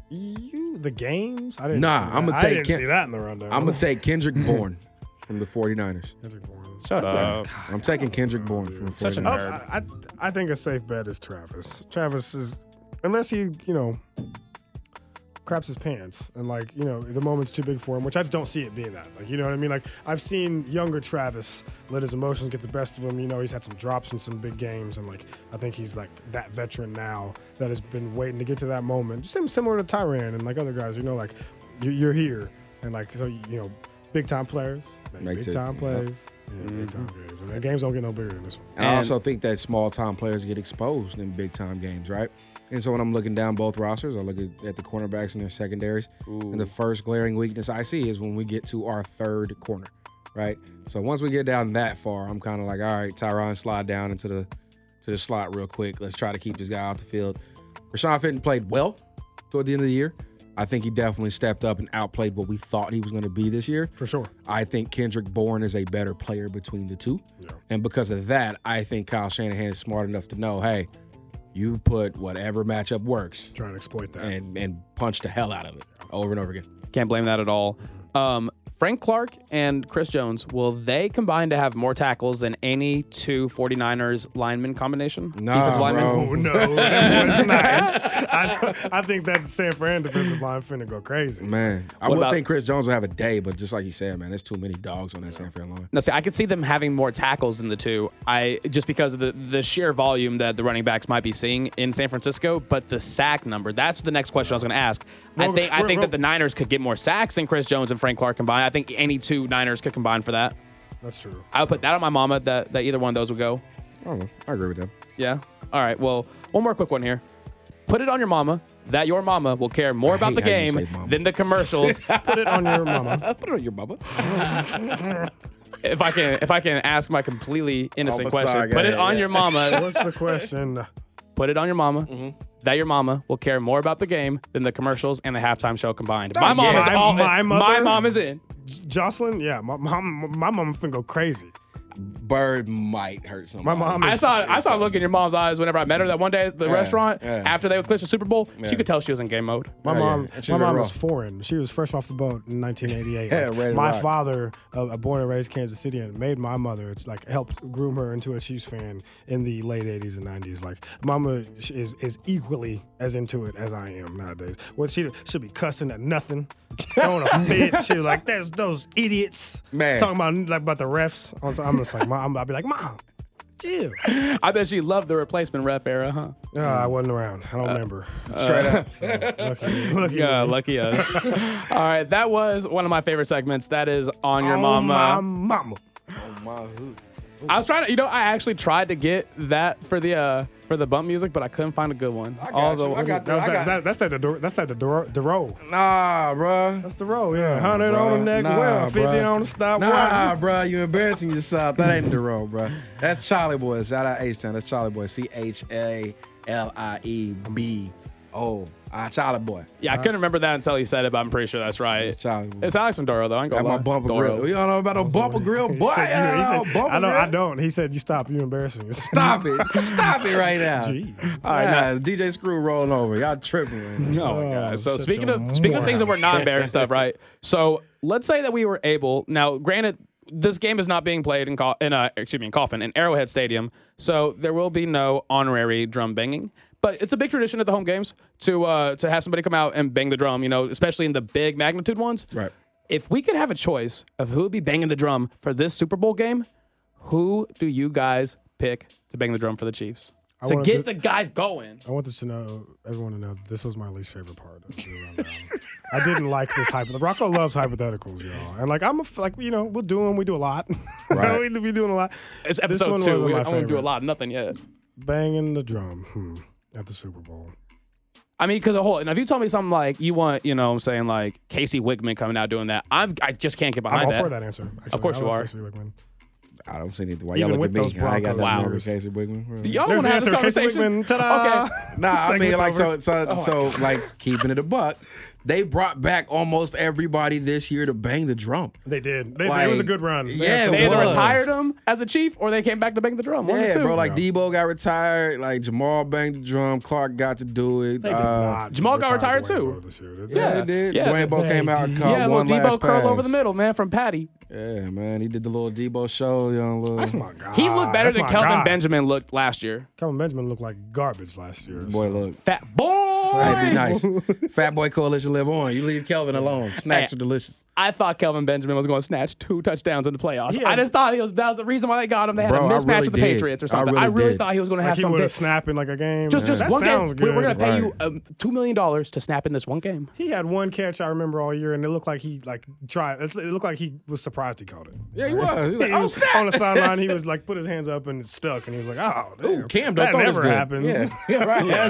You the games? I didn't.
Nah,
see that.
I'ma
I
take
didn't
Ken-
see that in the rundown.
I'm gonna take Kendrick Bourne from the 49ers.
Shut up.
I'm taking Kendrick Bourne from the 49ers.
Such a
Oh,
nerd.
I, I I think a safe bet is Travis. Travis is unless he you know craps his pants and like you know the moment's too big for him, which I just don't see it being that. Like you know what I mean? Like I've seen younger Travis let his emotions get the best of him. You know he's had some drops in some big games, and like I think he's like that veteran now that has been waiting to get to that moment. Just sim- similar to Tyran and like other guys. You know like you- you're here and like so you know Big time players make,
Make
big time
15,
plays. Yeah, big time games. And the games don't get no bigger than this one.
And I also think that small time players get exposed in big time games, right? And so when I'm looking down both rosters, I look at, at the cornerbacks and their secondaries. And the first glaring weakness I see is when we get to our third corner, right? So once we get down that far, I'm kind of like, all right, Tyron, slide down into the to the slot real quick. Let's try to keep this guy off the field. Rashawn Fenton played well toward the end of the year. I think he definitely stepped up and outplayed what we thought he was going to be this year.
For sure.
I think Kendrick Bourne is a better player between the two. And because of that, I think Kyle Shanahan is smart enough to know, hey, you put whatever matchup works
Try and exploit that.
and and punch the hell out of it over and over again.
Can't blame that at all. Um, Frank Clark and Chris Jones, will they combine to have more tackles than any two 49ers lineman combination?
Nah,
Oh no, that was nice. I, I think that San Fran defensive line finna go crazy.
Man, I would
What about-
think Chris Jones will have a day, but just like you said, man, there's too many dogs on that San Fran line.
No, see, I could see them having more tackles than the two. I just because of the, the sheer volume that the running backs might be seeing in San Francisco, but the sack number. That's the next question I was going to ask. I
Well,
think I
we're-
think
we're-
that the Niners could get more sacks than Chris Jones and Frank Clark combined. I think any two Niners could combine for that.
That's true.
I would put that on my mama that that either one of those would go.
I don't know. I agree with them.
Yeah. All right. Well, one more quick one here. Put it on your mama that your mama will care more about
hate
the
how you
game
say mama.
than the commercials.
Put it on your mama.
Put it on your bubba.
if I can, if I can ask my completely innocent
Mama
question,
saga,
put it
yeah,
on
yeah.
your mama.
What's the question?
put it on your mama.
Mm-hmm.
That your mama will care more about the game than the commercials and the halftime show combined. My mom
yeah.
is
My-
all. My,
my mother-
mom is in.
J- Jocelyn? Yeah, my mom. My mom finna go crazy.
Bird might hurt somebody.
My mom
I
is-
saw. I saw a look in your mom's eyes whenever I met her that one day at the restaurant
yeah.
after they clinched the Super Bowl.
Yeah.
She could tell she was in game mode.
My
Oh, yeah.
mom,
She's
my
ready
mom
to
was
roll.
foreign. She was fresh off the boat in 1988.
Yeah,
Like,
ready to
my
rock.
father, uh, born and raised Kansas City, and made my mother it's like helped groom her into a Chiefs fan in the late 80s and 90s. Like, mama sh- is is equally as into it as I am nowadays. Well, she should be cussing at nothing, throwing a fit. She was like those those idiots,
Man.
talking about like about the refs. I'm just like, mom, I'll be like, mom, chill.
I bet she loved the replacement ref era, huh?
No, I wasn't around. I don't
Uh,
remember.
straight up.
Lucky, lucky
Yeah,
me.
Uh, lucky us. All right, that was one of my favorite segments. That is on your
Oh,
mama.
my mama.
Oh,
Oh.
I was trying to, you know, I actually tried to get that for the uh for the bump music, but I couldn't find a good one.
I got
All the-
you. I got the.
That's
I
that,
got,
that, that's that the door, that's that the door, the row.
nah, bruh.
That's the row, yeah. Hundred on the neck,
Nah,
well, fifty
bruh.
on the stop.
Nah, bro, you embarrassing yourself. That ain't the road, bro. That's Charlie Boy. Shout out H Town. That's Charlie Boy. C H A L I E B O. Ah, Charlie Boy.
yeah, I couldn't remember that until you said it, but I'm pretty sure that's right.
It's Charlie Boy.
It's Alex and Doro though. I ain't
Got
gonna
my
lie.
bumper
Doro.
grill. You don't know about no bumper grill,
He
boy.
said,
I
you- he
don't
said,
know, bumper
I don't.
grill.
I don't. He said, "You stop. You embarrassing yourself."
Stop it. Stop it right now.
Jeez.
All right, now DJ Screw rolling over. Y'all tripping. Right now.
Oh my
Oh,
god. So
such
speaking
a
of speaking of things that were not embarrassed of, right? So let's say that we were able. Now, granted, this game is not being played in Cau- in uh, excuse me in Coffin in Arrowhead Stadium, so there will be no honorary drum banging. But it's a big tradition at the home games to uh, to have somebody come out and bang the drum. You know, especially in the big magnitude ones.
Right.
If we could have a choice of who would be banging the drum for this Super Bowl game, who do you guys pick to bang the drum for the Chiefs? to
wanna
get
do-
the guys going.
I want this to know, everyone to know, that this was my least favorite part. Of the rundown. I didn't like this hypo. Rocco loves hypotheticals, y'all, and like I'm a f- like you know we'll do them. We do a lot.
Right.
we, we doing a lot.
It's
This
episode
one
two.
wasn't
We,
my
I won't do a
favorite.
lot of nothing yet.
Banging the drum hmm, at the Super Bowl.
I mean, because a whole. And if you told me something like you want, you know, what I'm saying like Casey Wigman coming out doing that, I'm I just can't get
I'm
behind
all
that.
for that answer. Actually.
course
I
you
love
are.
Casey Wickman.
I don't see anything. Why
Even
y'all look
with
at me?
those
I ain't
Broncos
got nothing to do
numbers.
with Casey Wigman.
Y'all
There's
want to
the
Oh, have this
answer, Casey
conversation?
Wickman. Ta-da.
Okay.
Nah, I mean,
Segment's
like
over.
so, so, so, like keeping it a buck. They brought back almost everybody this year to bang the drum.
They did. They,
Like,
it was a good run. They had
yeah,
some
it
They
good
either
was.
runs.
retired him as a chief, or they came back to bang the drum. One or
Yeah,
two.
bro. Like Debo got retired. Like Jamal banged the drum. Clark got to do it.
They did
Uh,
not
Jamal got
retire
retired
Dwayne
too.
Bowe this year, did they?
yeah,
Yeah.
they did.
Yeah,
Dwayne Bowe
they
came out and
did.
caught
yeah, little
one
Debo
last
curl
pass. Ah,
over the middle, man, from Patty.
Yeah, man, he did the little Debo show. You know, little
That's Oh my god.
He looked better
That's
than
my
Kelvin
god.
Benjamin looked last year.
Kelvin Benjamin looked like garbage last year.
boy.
so.
Look,
Fat boy.
That'd be nice. Fat Boy Coalition live on. You leave Kelvin alone. Snacks
Hey.
are delicious.
I thought Kelvin Benjamin was going to snatch two touchdowns in the playoffs.
Yeah.
I just thought he was that was the reason why they got him. They had
Bro,
a
I
mismatch
really
with the
did. I
Patriots or something. I
really
really,
did.
thought he was going to
Like
have
he
some
would
big-
have snapped in like a game.
just just
that
one game.
sounds
We-
good.
We're going to pay you
Right.
um, two million dollars to snap in this one game.
He had one catch I remember all year, and it looked like he like tried. It looked like he was surprised he caught it.
Yeah, he was. He was like,
He
"Oh,
was
snap."
on the sideline. He was like, put his hands up and it stuck, and he was like, "Oh, damn,
Ooh, Cam don't
that
throw this
never
good.
happens."
Yeah, Yeah,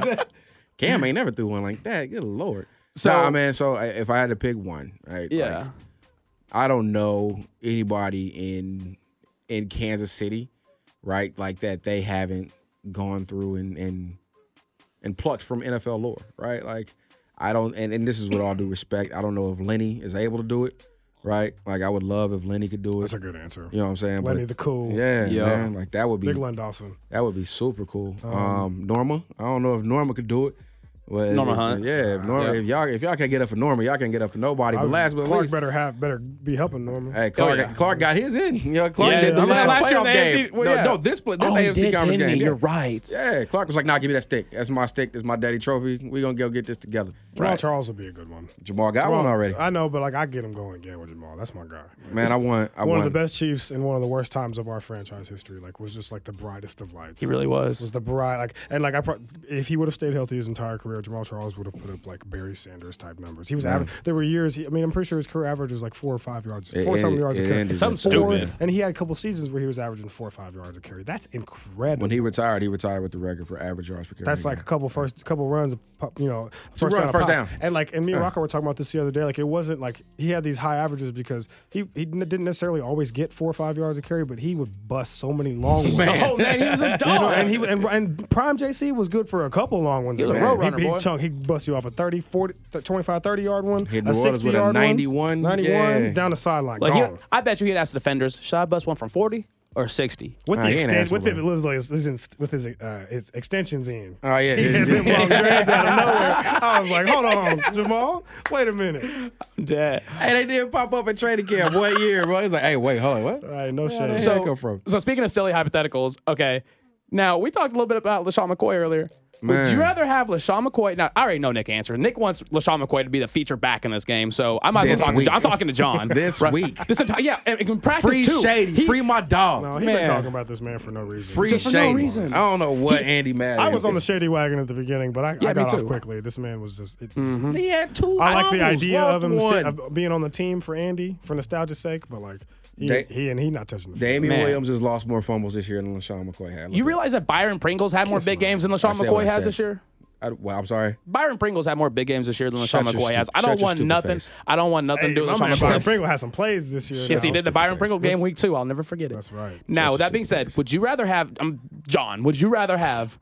right. Cam ain't never threw one like that. Good lord. So, nah, man. So I- if I had to pick one, right? like, I don't know anybody in in Kansas City, right? Like that they haven't gone through and and and plucked from NFL lore, right? Like I don't and, and this is with all due respect, I don't know if Lenny is able to do it, right? Like I would love if Lenny could do it.
That's a good answer.
you know what I'm saying?
Lenny
But-
the cool,
yeah,
Yeah.
man. Like that would be
big Len Dawson.
that would be super cool. Um, Norma, I don't know if Norma could do it. Well,
Norma
if-
Hunt.
Yeah, if Norma,
Yeah.
if y'all if y'all can't get up for Norma, y'all can't get up for nobody.
I
But
would-
last but
Clark
least,
better have better be helping Norman.
hey, Clark,
Oh, yeah.
Clark got his in. You know, Clark
Yeah,
did the
yeah,
last,
last
playoff
year in the
game.
AFC well,
no,
yeah.
no, this pla- this
Oh, he
AFC
did,
conference
didn't
game.
he?
yeah.
You're right.
Yeah, Clark was like, "Nah, give me that stick. That's my stick. That's my daddy trophy. We gonna go get this together."
Jamal Charles would be a good one.
Jamal got
Jamal-
one already.
I know, but like I get him going again with Jamal. That's my guy.
Man, I want. I
one
want
of the best Chiefs in one of the worst times of our franchise history. Like was just like the brightest of lights.
He really was.
was the bright like and like I pro- if he would have stayed healthy his entire career, Jamal Charles would have put up like Barry Sanders type numbers. He was aver- there were years. He, I mean, I'm pretty sure his career average was like four or five yards,
It
four something
ended-
yards
it
a carry.
ended
Something
Four-
stupid.
And he had a couple seasons where he was averaging four or five yards a carry. That's incredible.
When he retired, he retired with the record for average yards per carry.
That's like a couple first couple runs, pu- you know, first
runs,
down,
first
pop.
down.
And like, and me and Rocco were talking about this the other day. Like, it wasn't like he had these high averages because he he n- didn't necessarily always get four or five yards of carry, but he would bust so many long ones.
Oh man, he was a dog.
You know, and he and, and prime JC was good for a couple long ones.
He was a
man.
road runner,
he,
boy.
he chunk, he bust you off a 30, 40, th- 25, 30 yard one,
Hit
a
New Orleans with a
60 yard one,
91.
91
Yeah.
down the sideline,
like he,
gone.
I bet you he'd ask the defenders, should I bust one from forty or sixty?
with
Nah,
the
he ain't
extent,
asking
with, Uh,
for
it,
it.
it was like his, his, inst- with his, uh, his extensions in.
oh yeah,
He hit them
yeah.
long dreads out of nowhere. I was like, hold on, Jamal, wait a minute.
Yeah.
Hey, they did pop up at training camp. What year, bro? It's like, hey, wait, hold on, what?
All right, no shade.
So- that come from?
So speaking of silly hypotheticals, okay. Now we talked a little bit about LaShawn McCoy earlier. Would
Man.
you rather have LaShawn McCoy? Now I already know Nick answer. Nick wants LaShawn McCoy to be the feature back in this game, so I might
This
as well talk to
week.
John. I'm talking to John
This
Right.
week.
This entire yeah, and, and practice
Free
too.
Shady,
He-
free my dog.
no, Uh, he
Man.
been talking about this man for no reason.
free
Just for no
Shady.
reason.
I don't know what Andy Madden.
I was on the shady wagon at the beginning, but I,
Yeah,
I
me
got off
too.
quickly. This man was just. It,
Mm-hmm.
He had two.
I like the
fumbles,
idea
lost
of him sit,
One.
of being on the team for Andy for nostalgia's sake, but like he,
Da-
he and he not touching the field.
Damian
Man.
Williams has lost more fumbles this year than LaShawn McCoy had. Look
You
at-
realize that Byron Pringles had more big games than
I
LaShawn
said what
McCoy
I
has
said.
this year?
I, well, I'm sorry.
Byron Pringles had more big games this year than LaShawn
Shut your
McCoy
stu-
has. I
shut
don't
your
want
stupid
nothing.
face.
I don't want
Hey,
nothing to do with
my
LaShawn
man Byron
McCoy.
Pringle had some plays this year.
Yes, he
now.
did the Byron
face.
Pringle game week two. I'll never forget it.
That's right.
Now,
Such a
that being
stupid
said, would you rather have um, John? Would you rather have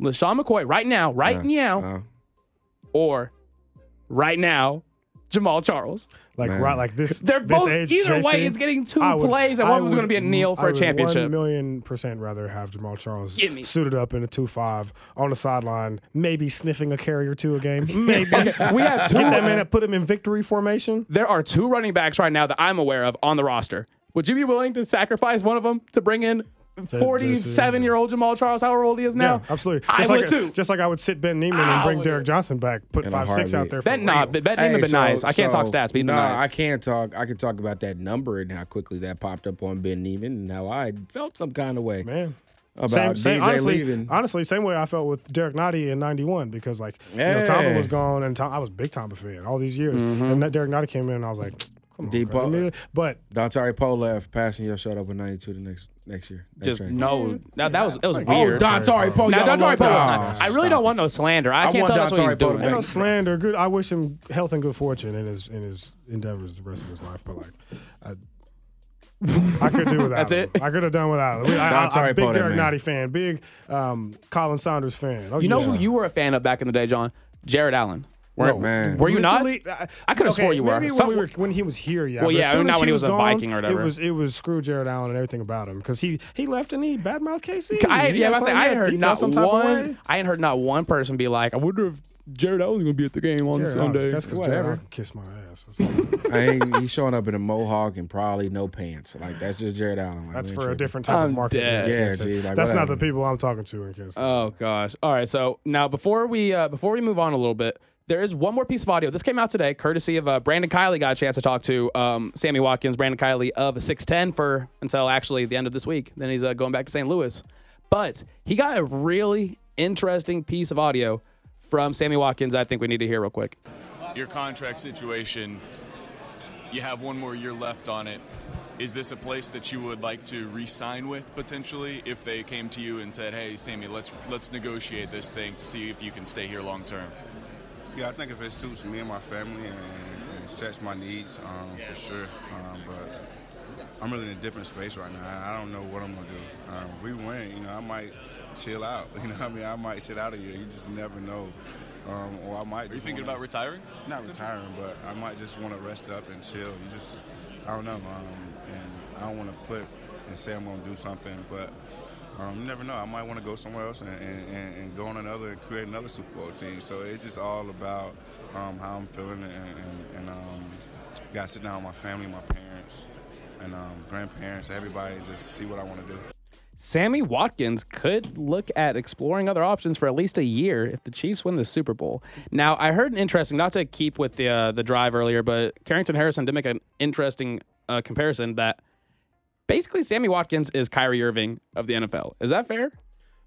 LaShawn McCoy right now, right now,
uh.
Uh-huh.
or right now, Jamal Charles?
Like
Man.
right, like this.
They're
this
both-
age,
either way,
JC,
it's getting two
I
plays, and
I
one was gonna be a kneel for
I
a
would
championship.
One million percent rather have Jamal Charles
Give me-
suited up in a two-five on the sideline, maybe sniffing a carry or two a game. Maybe
We have two.
get that man and put him in victory formation.
There are two running backs right now that I'm aware of on the roster. Would you be willing to sacrifice one of them to bring in 47 year old Jamal Charles, however old he is now?
yeah, absolutely.
I
Just
would
like a-
too.
Just like I would sit Ben Neiman
I
and bring
would.
Derek Johnson back, put
In a
five six
heartbeat.
out there. for
That nah,
real.
but that name
Hey,
would been
so-
nice. I can't talk
so-
stats, but he'd
no,
been nice.
I can talk. I can talk about that number and how quickly that popped up on Ben Neiman and how I felt some kind of way
man.
about
Same, same,
DJ
honestly,
leaving.
honestly, same way I felt with Derek Nottie in '91 because like you know Tomba
Yeah. Mm-hmm.
was gone and Tom, I was a big Tomba fan all these years, and that Derek Nottie came in and I was like, come on,
Deep
bro.
ball.
Immediately- but
Dontari Poe left, passing your shot up with 92 the next next year. Next
Just
training camp.
no. Now that was it was
Oh,
weird.
Dontari Poe.
Now,
y'all
Don Torrey
love
Poe was
Don-
nice. I really don't want no slander. I,
I
can't
want
tell
Don
that's what
Torrey
he's
Poe
doing.
back.
you know,
Thanks, bro.
slander. Good. I wish him health and good fortune in his in his endeavors the rest of his life. But like, I, I could do without.
That's
him.
it?
I could have done without. Him. I,
Don
I, I,
Torrey
am big
Poe, that
Derek
man.
Nottie fan. Big um, Colin Saunders fan. Oh,
You know
yeah.
who you were a fan of back in the day, John? Jared Allen.
Weren't- man.
Were you not?
Literally, uh,
I could have swore you were.
Maybe
Some-
when, we were, when he was here, yeah.
Well,
but as
yeah,
soon
not
as
when he was a
gone,
Viking or whatever.
It was it was screw Jared Allen and everything about him because he he left and he badmouthed KC.
I,
He
yeah,
got
I, was
some-
like, I
yeah,
ain't
he
heard
felt
not
some type of way.
one. I ain't heard not one person be like, I wonder if Jared Allen's gonna be at the game on
Jared Allen,
Sunday.
That's because Jared
Whatever.
Allen kissed my ass. That's,
I ain't, he's showing up in a mohawk and probably no pants. Like that's just Jared Allen. Like,
that's
we
for
ain't
a
tripping.
different type
I'm
of market.
dead.
in
Yeah,
Kansas.
geez, like,
that's not
whatever.
the people I'm talking to in Kansas.
Oh gosh. All right. So now before we uh, before we move on a little bit, there is one more piece of audio. This came out today, courtesy of uh, Brandon Kiley. Got a chance to talk to um, Sammy Watkins, Brandon Kiley of Six Ten for until actually the end of this week. Then he's uh, going back to St. Louis, but he got a really interesting piece of audio from Sammy Watkins. I think we need to hear real quick.
your contract situation, you have one more year left on it. Is this a place that you would like to re-sign with potentially if they came to you and said, "Hey, Sammy, let's let's negotiate this thing to see if you can stay here long term"?
Yeah, I think if it suits me and my family and, and sets my needs, um, for sure. Um, but I'm really in a different space right now. I- I don't know what I'm gonna do. Um, if we win, you know, I might chill out. You know, what I mean, I might sit out of here. You just never know. Um, or I might.
Are you thinking about retiring?
Not retiring, but I might just want to rest up and chill. You just, I don't know. Um, and I don't want to put and say I'm going to do something, but um, you never know. I might want to go somewhere else and, and, and, and go on another and create another Super Bowl team. So it's just all about um, how I'm feeling and, and, and um, got to sit down with my family, my parents, and um, grandparents, everybody, and just see what I want to do.
Sammy Watkins could look at exploring other options for at least a year if the Chiefs win the Super Bowl. Now, I heard an interesting, not to keep with the uh, the drive earlier, but Carrington Harrison did make an interesting uh, comparison that basically Sammy Watkins is Kyrie Irving of the NFL. Is that fair?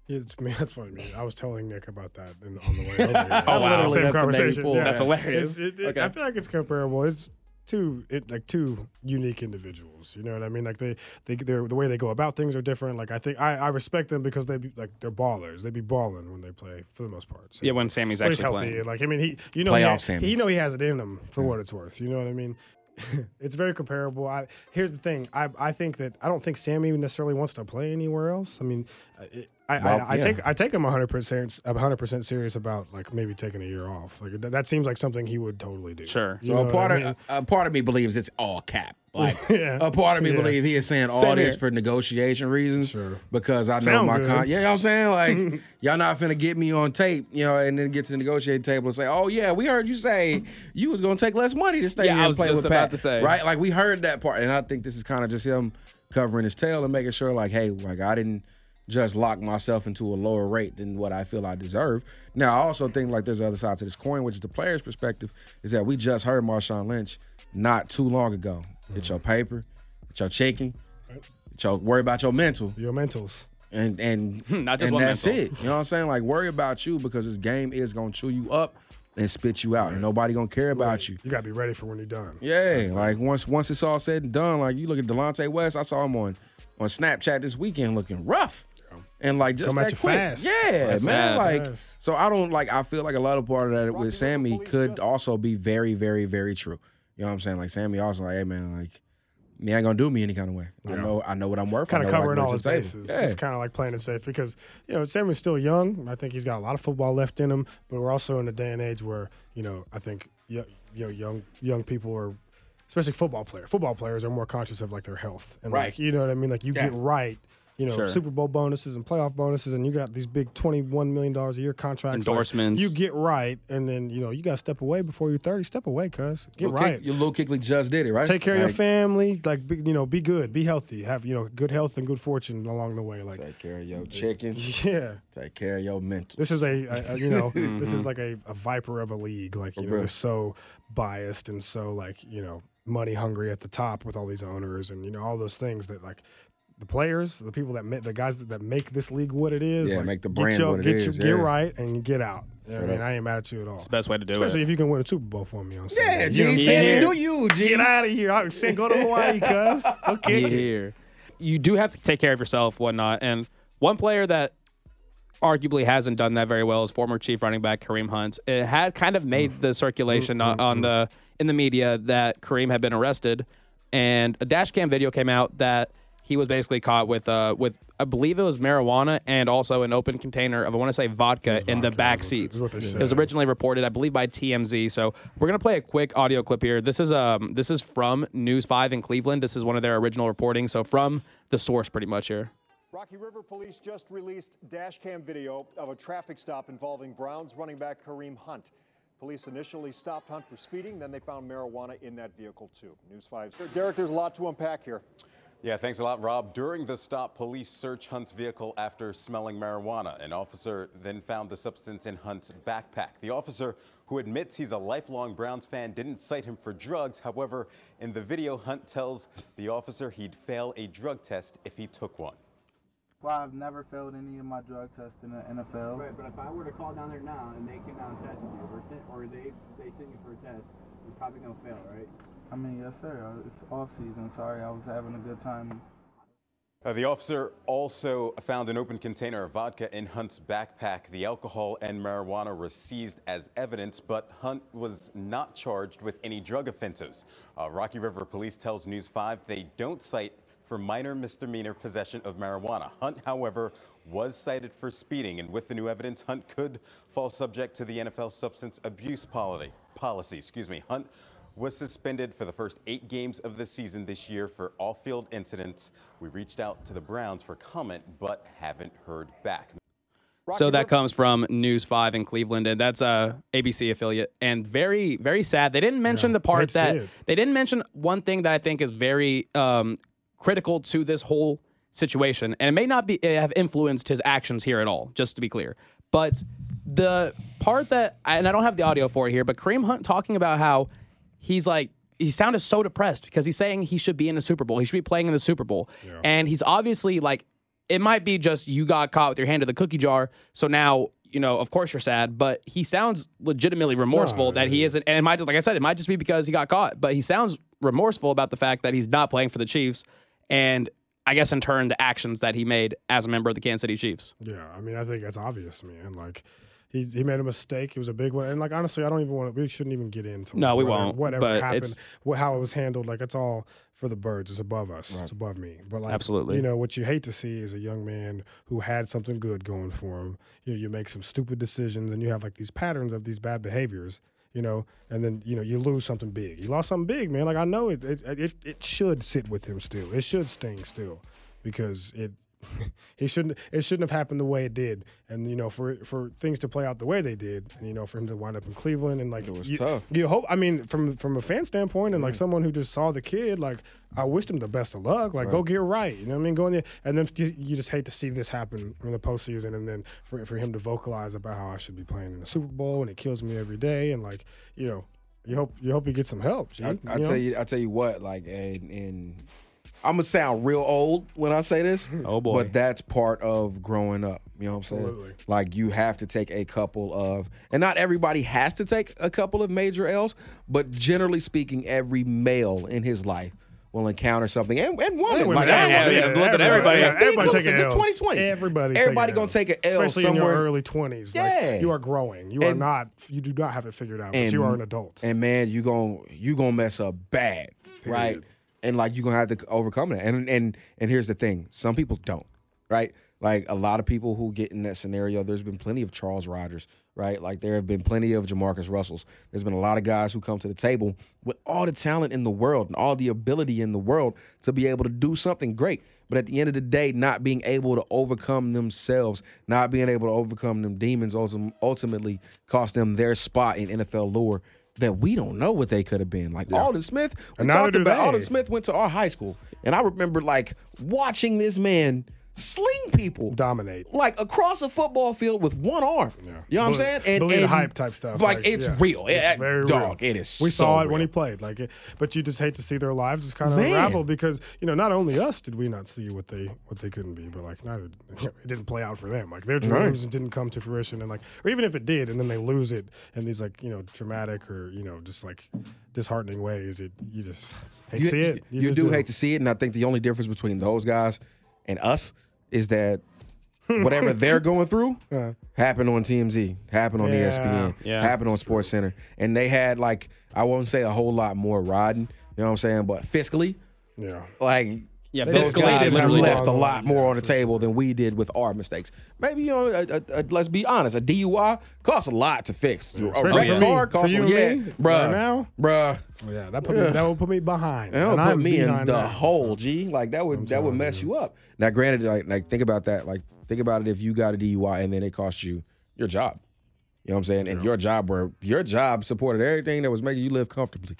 It's me. That's funny. Man. I was telling Nick about that in, on the way over. Here.
Oh, wow.
Literally,
That's
Same
the
conversation.
name pool.
Yeah.
That's
hilarious.
It's- it- it- I
Okay.
feel like it's comparable. It's two it, like two unique individuals. You know what I mean? Like they they they're, the way they go about things are different. Like I think I, I respect them because they be, like they're ballers. They be balling when they play for the most part. So
Yeah, when Sammy's
when he's
actually
healthy.
playing.
Like I mean, he you know
Playoff
he,
Sammy.
he, you know he has it in him for what it's worth. You know what I mean? it's very comparable. I, here's the thing. I, I think that I don't think Sammy necessarily wants to play anywhere else. I mean, I- it, I,
Well,
I, I
yeah.
take I take him 100 percent 100 percent serious about like maybe taking a year off. Like that, that seems like something he would totally do.
Sure.
You
So uh,
know
a
what
part
I
of
mean?
a, a part of me believes it's all cap. Like
Yeah.
a part of me
Yeah.
believes he is saying all
Same
this
here.
for negotiation reasons.
Sure.
Because I know
Sound
my
good.
con- yeah, you know what I'm saying? Like y'all not finna get me on tape, you know, and then get to the negotiating table and say, Oh yeah, we heard you say you was gonna take less money to stay
Yeah,
here
I
and
was
play
just
with
about
Pat.
to say.
Right? Like we heard that part. And I think this is kind of just him covering his tail and making sure like, hey, like I didn't just lock myself into a lower rate than what I feel I deserve. Now, I also think like there's the other side to this coin, which is the player's perspective, is that we just heard Marshawn Lynch not too long ago. It's your paper, it's your chicken, it's your worry about your mental,
Your mentals.
and and
Not just
and
one
that's
mental.
it. You know what I'm saying? Like worry about you because this game is gonna chew you up and spit you out, and nobody gonna care about you.
You gotta be ready for when you're done.
Yeah, like once once it's all said and done, like you look at Delonte West, I saw him on on Snapchat this weekend looking rough. And like just
Come at
that
you
quick.
fast.
Yeah,
That's
man.
fast.
Like
Fast.
so I don't like I feel like a lot of part of that with Sammy could also be very, very, very true. You know what I'm saying? Like Sammy also like, hey man, like me ain't gonna do me any kind of way. I know I know what I'm worth. I
Kind of
know what I
covering
can
all
bring
his
to the table.
bases.
Yeah.
He's kind of like playing it safe because you know Sammy's still young. I think he's got a lot of football left in him. But we're also in a day and age where you know I think yo- you know young young people are, especially football players. Football players are more conscious of like their health and
Right.
like you know what I mean. Like you
Yeah.
get right. You know,
Sure.
Super Bowl bonuses and playoff bonuses, and you got these big twenty-one million dollars a year contracts. Like,
Endorsements.
you get right, and then you know you got to step away before you're thirty. Step away, cuz get
Lil' Kick-
right.
your little Kickley just did it, right?
Take care of
Like,
your family. Like, be, you know, be good, be healthy, have you know, good health and good fortune along the way. Like,
Take care of your chicken.
yeah,
take care of your mental.
this is a, a, a- you know,
Mm-hmm.
this is like a, a viper of a league. Like, you know,
real.
they're so biased and so like, you know, money hungry at the top with all these owners and you know all those things that like. The players, the people that make the guys that, that make this league what it is,
Yeah,
like,
make the
get
brand
your-
what it
get
is,
your- get
yeah.
right and get out. You know what I
Straight
mean,
up.
I ain't mad at you at all.
Best way to do
Especially
it.
if you can win a Super Bowl for me on Sunday. You know
Yeah,
what
G.
I mean?
Sammy,
Yeah.
do you, G?
Get out of here. I was saying go to Hawaii, cuz. Okay.
here. You do have to take care of yourself, whatnot. And one player that arguably hasn't done that very well is former chief running back Kareem Hunt. It had kind of made the circulation on, on the in the media that Kareem had been arrested, and a dash cam video came out that he was basically caught with uh with I believe it was marijuana and also an open container of I want to say vodka, in the back seats.
what they
It was
said.
originally reported, I believe, by TMZ. So we're gonna play a quick audio clip here. This is um this is from News Five in Cleveland. This is one of their original reporting. So from the source, pretty much here.
Rocky River Police just released dash cam video of a traffic stop involving Browns running back Kareem Hunt. Police initially stopped Hunt for speeding, then they found marijuana in that vehicle too. News 5's Derek, there's a lot to unpack here.
Yeah, thanks a lot, Rob. During the stop, police search Hunt's vehicle after smelling marijuana. An officer then found the substance in Hunt's backpack. The officer, who admits he's a lifelong Browns fan, didn't cite him for drugs. However, in the video, Hunt tells the officer he'd fail a drug test if he took one.
Well, I've never failed any of my drug tests in the NFL.
Right, but if I were to call down there now and they came down and tested you, or, sent, or they they sent you for a test, you're probably gonna fail, right?
I mean, yes, sir. It's off season. Sorry, I was having a good time.
Uh, the officer also found an open container of vodka in Hunt's backpack. The alcohol and marijuana were seized as evidence, but Hunt was not charged with any drug offenses. Uh, Rocky River Police tells News 5 they don't cite for minor misdemeanor possession of marijuana. Hunt, however, was cited for speeding, and with the new evidence, Hunt could fall subject to the NFL substance abuse policy. Policy, excuse me. Hunt was suspended for the first eight games of the season this year for all field incidents. We reached out to the Browns for comment, but haven't heard back.
so that comes from News Five in Cleveland, and that's uh, a ABC affiliate. And very, very sad. They didn't mention the part
that's
that
it.
they didn't mention one thing that I think is very um, critical to this whole situation, and it may not be eh, have influenced his actions here at all. Just to be clear, but the part that and I don't have the audio for it here, but Kareem Hunt talking about how he's like he sounded so depressed because he's saying he should be in the Super Bowl, he should be playing in the Super Bowl, and he's obviously like it might be just you got caught with your hand in the cookie jar, so now. You know, of course you're sad, but he sounds legitimately remorseful that he isn't. And it might, just, like I said, it might just be because he got caught, but he sounds remorseful about the fact that he's not playing for the Chiefs. And I guess in turn, the actions that he made as a member of the Kansas City Chiefs.
Yeah, I mean, I think that's obvious, man. Like, he, he made a mistake. It was a big one. And, like, honestly, I don't even want to, we shouldn't even get into
No,
like,
we
whether-
won't,
Whatever
but
happened,
it's-
wh- how it was handled, like, it's all for the birds. It's above us, it's above me. But, like,
Absolutely.
You know, what you hate to see is a young man who had something good going for him. You know, you make some stupid decisions and you have, like, these patterns of these bad behaviors. You know, and then you know you lose something big. You lost something big, man. Like I know it, it, it, it should sit with him still. It should sting still, because it he shouldn't it shouldn't have happened the way it did and you know for for things to play out the way they did and you know for him to wind up in cleveland and like it
was
you,
tough.
you hope i mean from from a fan standpoint and like someone who just saw the kid like i wished him the best of luck like go
Right.
get right you know what i mean go in there and then you, you just hate to see this happen in the postseason and then for, for him to vocalize about how i should be playing in the super bowl and it kills me every day and like you know you hope you hope he gets some help G,
I, I
know?
tell you, I tell you what, like, and, and I'm gonna sound real old when I say this.
Oh boy!
But that's part of growing up. You know what I'm saying?
Absolutely.
Like you have to take a couple of, and not everybody has to take a couple of major L's, but generally speaking, every male in his life will encounter something, and, and woman.
Everyone- everyone-
like, everyone-
yeah,
everyone-
everybody- yeah,
let's be
everybody take
inclusive, It's
L's.
2020.
Everybody, take
everybody
an
gonna
L.
take an L
especially
somewhere.
in your early twenties.
Yeah.
like, you are growing. You are
And-
not. You do not have it figured out, but you are an adult.
And man, you gon' you gonna mess up bad, right? And like you gonna have to overcome that. And and and here's the thing: some people don't, right? Like a lot of people who get in that scenario. There's been plenty of Charles Rogers, right? Like there have been plenty of Jamarcus Russells. There's been a lot of guys who come to the table with all the talent in the world and all the ability in the world to be able to do something great. But at the end of the day, not being able to overcome themselves, not being able to overcome them demons, ultim- ultimately cost them their spot in NFL lore that we don't know what they could have been. Like Alden Smith, we
And neither
talked
do
about
they.
Alden Smith went to our high school, and I remember like watching this man sling people,
dominate,
like across a football field with one arm. You know what I'm
Believe-
saying? And,
believe the
and,
hype type stuff.
Like, it's
yeah.
real.
It's
It-
very
dog,
real.
it is.
We
so
saw it
real.
when he played. Like, it, but you just hate to see their lives just kind of
Man.
unravel because you know not only us did we not see what they what they couldn't be, but like neither it didn't play out for them. Like their
Right.
dreams didn't come to fruition, and like or even if it did, and then they lose it in these like you know traumatic or you know just like disheartening ways. It you just hate
you,
to see it.
You,
just
do, hate to see it, and I think the only difference between those guys and us is that whatever they're going through
Yeah.
happened on TMZ, happened on
Uh.
E
Yeah.
ESPN,
Yeah.
happened on Sports Center, and they had like I won't say a whole lot more riding. You know what I'm saying? But fiscally,
Yeah.
like
Yeah,
Those
fiscally,
guys
they
have
literally
left
did.
a lot more on the table than we did with our mistakes. Maybe you know, a, a, a, let's be honest, a DUI costs a lot to fix. A
Especially
wrecked
for me.
car
For
costs,
you
a-
and
yeah,
me,
bruh,
right now?
bruh.
Yeah, that put me, that will put me behind.
That'll
and
put
I'm
me in the
behind that.
hole, G. Like that would that would mess you up. Now, granted, like, like think about that. Like think about it if you got a DUI and then it cost you your job. You know what I'm saying? And your job where your job supported everything that was making you live comfortably.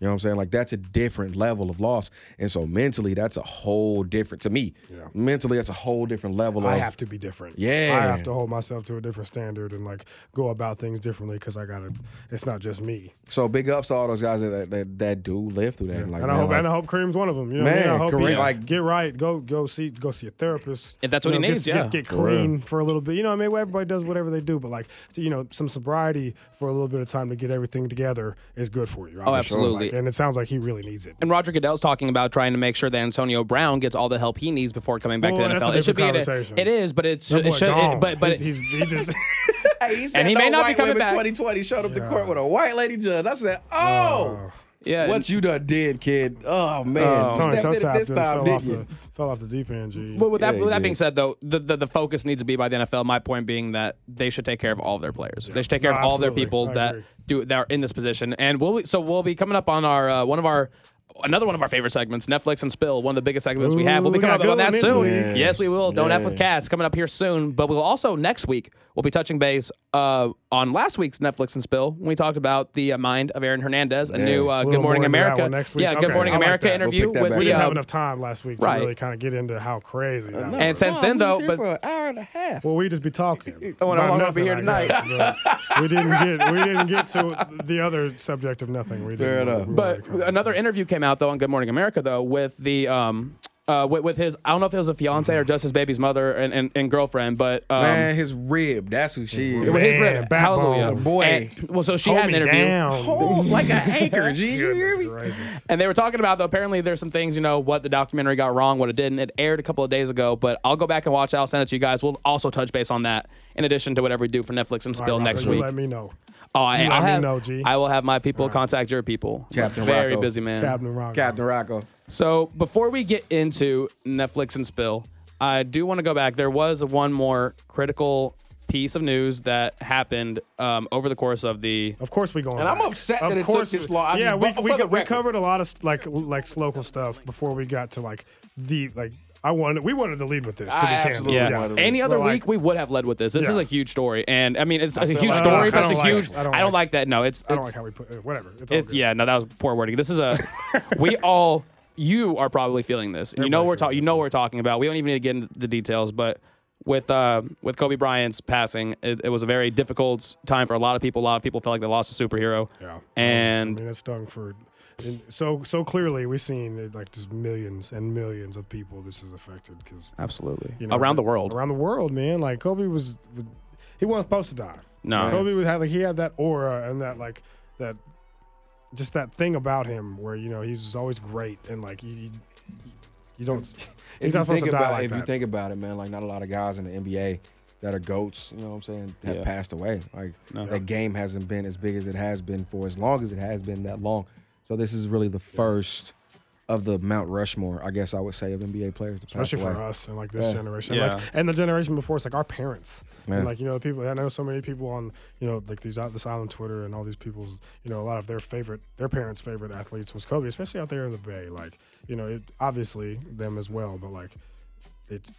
You know what I'm saying? Like that's a different level of loss. And so mentally, that's a whole different to me.
Yeah.
Mentally, that's a whole different level
I
of
have to be different.
Yeah.
I have to hold myself to a different standard and like go about things differently because I gotta. It's not just me.
So big ups to all those guys that that, that do live through that. Like,
and I
man,
hope
like-
and I hope Kareem's one of them. You know, what I mean?
Man,
I hope
Kareem,
he,
like-
get right, go go see go see a therapist.
If that's what
you
he
know,
needs,
get,
yeah.
get, get
For real.
clean for a little bit. You know, what I mean, Well, everybody does whatever they do, but like so, you know, some sobriety for a little bit of time to get everything together is good for you. obviously.
Oh, absolutely.
Like, and it sounds like he really needs it.
And Roger Goodell's talking about trying to make sure that Antonio Brown gets all the help he needs before coming back
Well,
to the
that's
NFL.
a
It should be
different
in it.
conversation.
It is, but it's
That
it
boy
should.
gone.
It, but but
He's- he's, he just.
Hey, he said
he
no
may not be
white
coming
women
back.
2020 showed up to court with a white lady judge. I said, oh.
yeah.
What you done did, kid? Oh man, You
Tony
stepped in
Toe
it
Tap
this
just
time,
fell off
didn't
the
you?
fell off the deep end. G.
But with that,
Yeah,
with
he
that
did.
being said, though, the, the the focus needs to be by the NFL. My point being that they should take care of all of their players. They should take care
No,
of all their
absolutely.
people
I
that
agree.
do that are in this position. And we'll be- so we'll be coming up on our uh, one of our another one of our favorite segments, Netflix and Spill. One of the biggest segments we have. We'll be
Ooh, we
coming up
got
on
good
that
one this
soon.
week.
Yes, we will. Don't f with
Yeah.
cats coming up here soon. But we'll also next week we'll be touching base uh, on last week's Netflix and Spill when we talked about the uh, mind of Aaron Hernandez, a
Yeah.
new uh,
A
Good
little
Morning
more into that
America.
one next week.
Yeah, Good
Okay,
Morning
I like
America
that. We'll
interview
pick that
with
back
we
the,
didn't
uh,
have enough time last week to
right.
really kind of get into how crazy. That was.
and since then
we was here
though, but Um,
for an hour and a half.
Well, we just be talking.
I wanna- I
about
wanna be
nothing,
here
I guess, but we didn't get we didn't get to the other subject of nothing. We
Fair
didn't.
enough.
we
But uh, another interview came out though on Good Morning America though with the um uh with, with his I don't know if it was a fiance or just his baby's mother and and, and girlfriend, but um
man, his rib. That's who she
it was
is.
his
Man,
rib-
backbone.
hallelujah,
Boy.
And- well, so she
Hold
had an
me
interview,
down.
Oh, like an anchor, G. You hear me?
Crazy.
and they were talking about though. Apparently, there's some things you know what the documentary got wrong, what it didn't. It aired a couple of days ago, but I'll go back and watch. it. I'll send it to you guys. We'll also touch base on that in addition to whatever we do for Netflix and Spill
All right,
next
Rocco, you
week.
Let me know,
oh,
you
I, I'll
let me
have,
know, G.
I will have my people contact your people. I'm a
Captain
very
Rocco.
busy man.
Captain Rock.
Captain Rocco.
So before we get into Netflix and Spill, I do want to go back. There was one more critical piece of news that happened um, over the course of the.
Of course we going.
And I'm
back.
upset
Of
that it took
course
this
we-
long. I
yeah,
just-
we,
but for
we,
the
we
record.
covered a lot of st- like l- like local stuff before we got to like the like I wanted we wanted to lead with this. To
I
be candid.
absolutely
Yeah.
wanted to-
Any other
We're like-
week, we would have led with this. This is
Yeah.
a huge story, and I mean, it's a
feel
huge
like-
story,
Ugh,
but
I
it's a
don't like
huge.
it.
I
I
don't,
don't
like that. No, it's.
I don't
it's-
like how we put uh, whatever. It's, all
it's
good.
yeah no that was poor wording this is a we all you are probably feeling this and you know
Everybody
we're talking
feels
you
this
know we're talking about we don't even need to get into the details but with uh with kobe bryant's passing it, it was a very difficult time for a lot of people a lot of people felt like they lost a superhero
Yeah. I
and
mean, it stung for and so so clearly. We've seen it, like just millions and millions of people. This is affected because
absolutely
you know,
around the world
around the world, man. Like Kobe was, he wasn't supposed to die.
No.
Kobe was had like he had that aura and that like that, just that thing about him where you know he's just always great and like you, you, you don't.
If
He's
you
not supposed
think
to die
about
like
if you
that.
think about it, man, like not a lot of guys in the NBA that are goats. You know what I'm saying? Have
Yeah.
passed away. Like that game hasn't been as big as it has been for as long as it has been that long. So this is really the first of the Mount Rushmore, I guess I would say, of NBA players to pass
especially
away.
for us and like this
Yeah.
generation,
Yeah.
like and the generation before. It's like our parents,
Yeah.
and like you know the people. I know so many people on you know like these out this island Twitter and all these people's you know a lot of their favorite their parents' favorite athletes was Kobe, especially out there in the Bay. Like you know it obviously them as well, but like it's.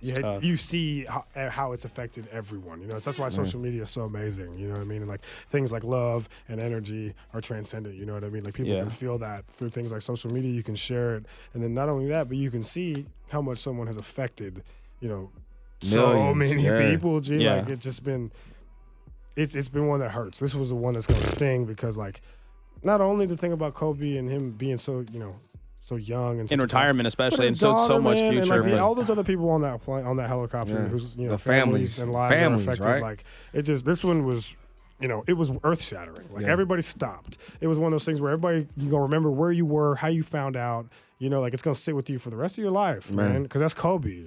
You, had-
tough.
you see how, eh, how it's affected everyone. You know that's why social media is so amazing. You know what I mean? And like things like love and energy are transcendent. You know what I mean? Like people
Yeah.
can feel that through things like social media. You can share it, and then not only that, but you can see how much someone has affected. You know, so
Millions,
many
yeah.
people. G,
Yeah.
like it's just been, it's it's been one that hurts. This was the one that's gonna sting because like, not only the thing about Kobe and him being so you know, so young and
in
such a-
retirement
but
especially
his
and so so
daughter,
much
man, and,
future
like,
but-
all those other people on that plane, on that helicopter,
Yeah.
whose you know
The
families,
families.
and lives
Families,
are affected.
right?
Like it just this one was, you know, it was earth shattering. Like
Yeah.
everybody stopped. It was one of those things where everybody you gonna remember where you were, how you found out. You know, like it's gonna sit with you for the rest of your life, man. Because that's Kobe.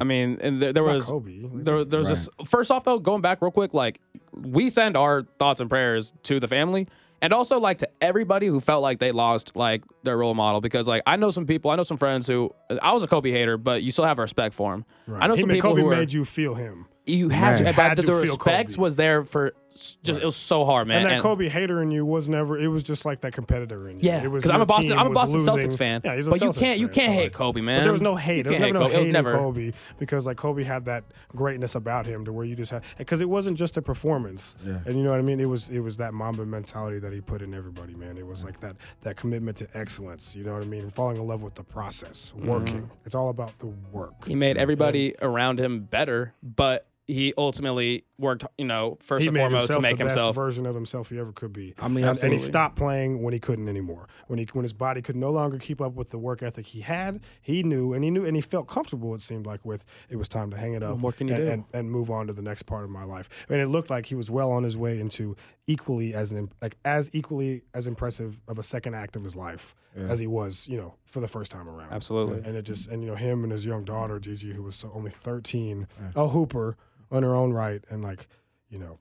I mean, and there, there
Not
was
Kobe.
there, there was this. First off, though, going back real quick, like we send our thoughts and prayers to the family, And also like to everybody who felt like they lost like their role model because like I know some people, I know some friends who I was a Kobe hater, but you still have respect for him. I know
he
some
made,
people
Kobe
who are,
made you feel him.
you had to,
You
but
had
the,
to
the
feel
respect was there for s- just it was so hard, man.
and that
And-
Kobe hater in you was never. It was just like that competitor in you.
yeah,
it was.
because I'm
your
a Boston,
team
I'm a
was
Boston
losing.
Celtics fan.
Yeah, he's a
but you
Celtics
can't, you
fan,
can't
so,
hate
like-
Kobe,
but
man.
there was no
You
hate. There was
can't
never no
Kobe. It
hate
was
in
never.
Kobe because like Kobe had that greatness about him to where you just had because it wasn't just a performance.
Yeah.
And you know what I mean? It was it was that Mamba mentality that he put in everybody, man. It was like that that commitment to excellence. You know what I mean? And falling in love with the process, working.
Mhm.
It's all about the work.
He made everybody around him better, but he ultimately worked, you know, first
he
and
made
foremost to
himself
make
the
himself.
best version of himself he ever could be.
I
and,
mean,
and
absolutely.
he stopped playing when he couldn't anymore. When he when his body could no longer keep up with the work ethic he had, he knew and he knew and he felt comfortable. It seemed like with it was time to hang it up.
Well, what can you
and,
do?
And, and move on to the next part of my life. And it looked like he was well on his way into equally as an like as equally as impressive of a second act of his life
Yeah.
as he was, you know, for the first time around.
Absolutely.
And it just and you know him and his young daughter Gigi, who was so only thirteen, a hooper on her own right, and like you know,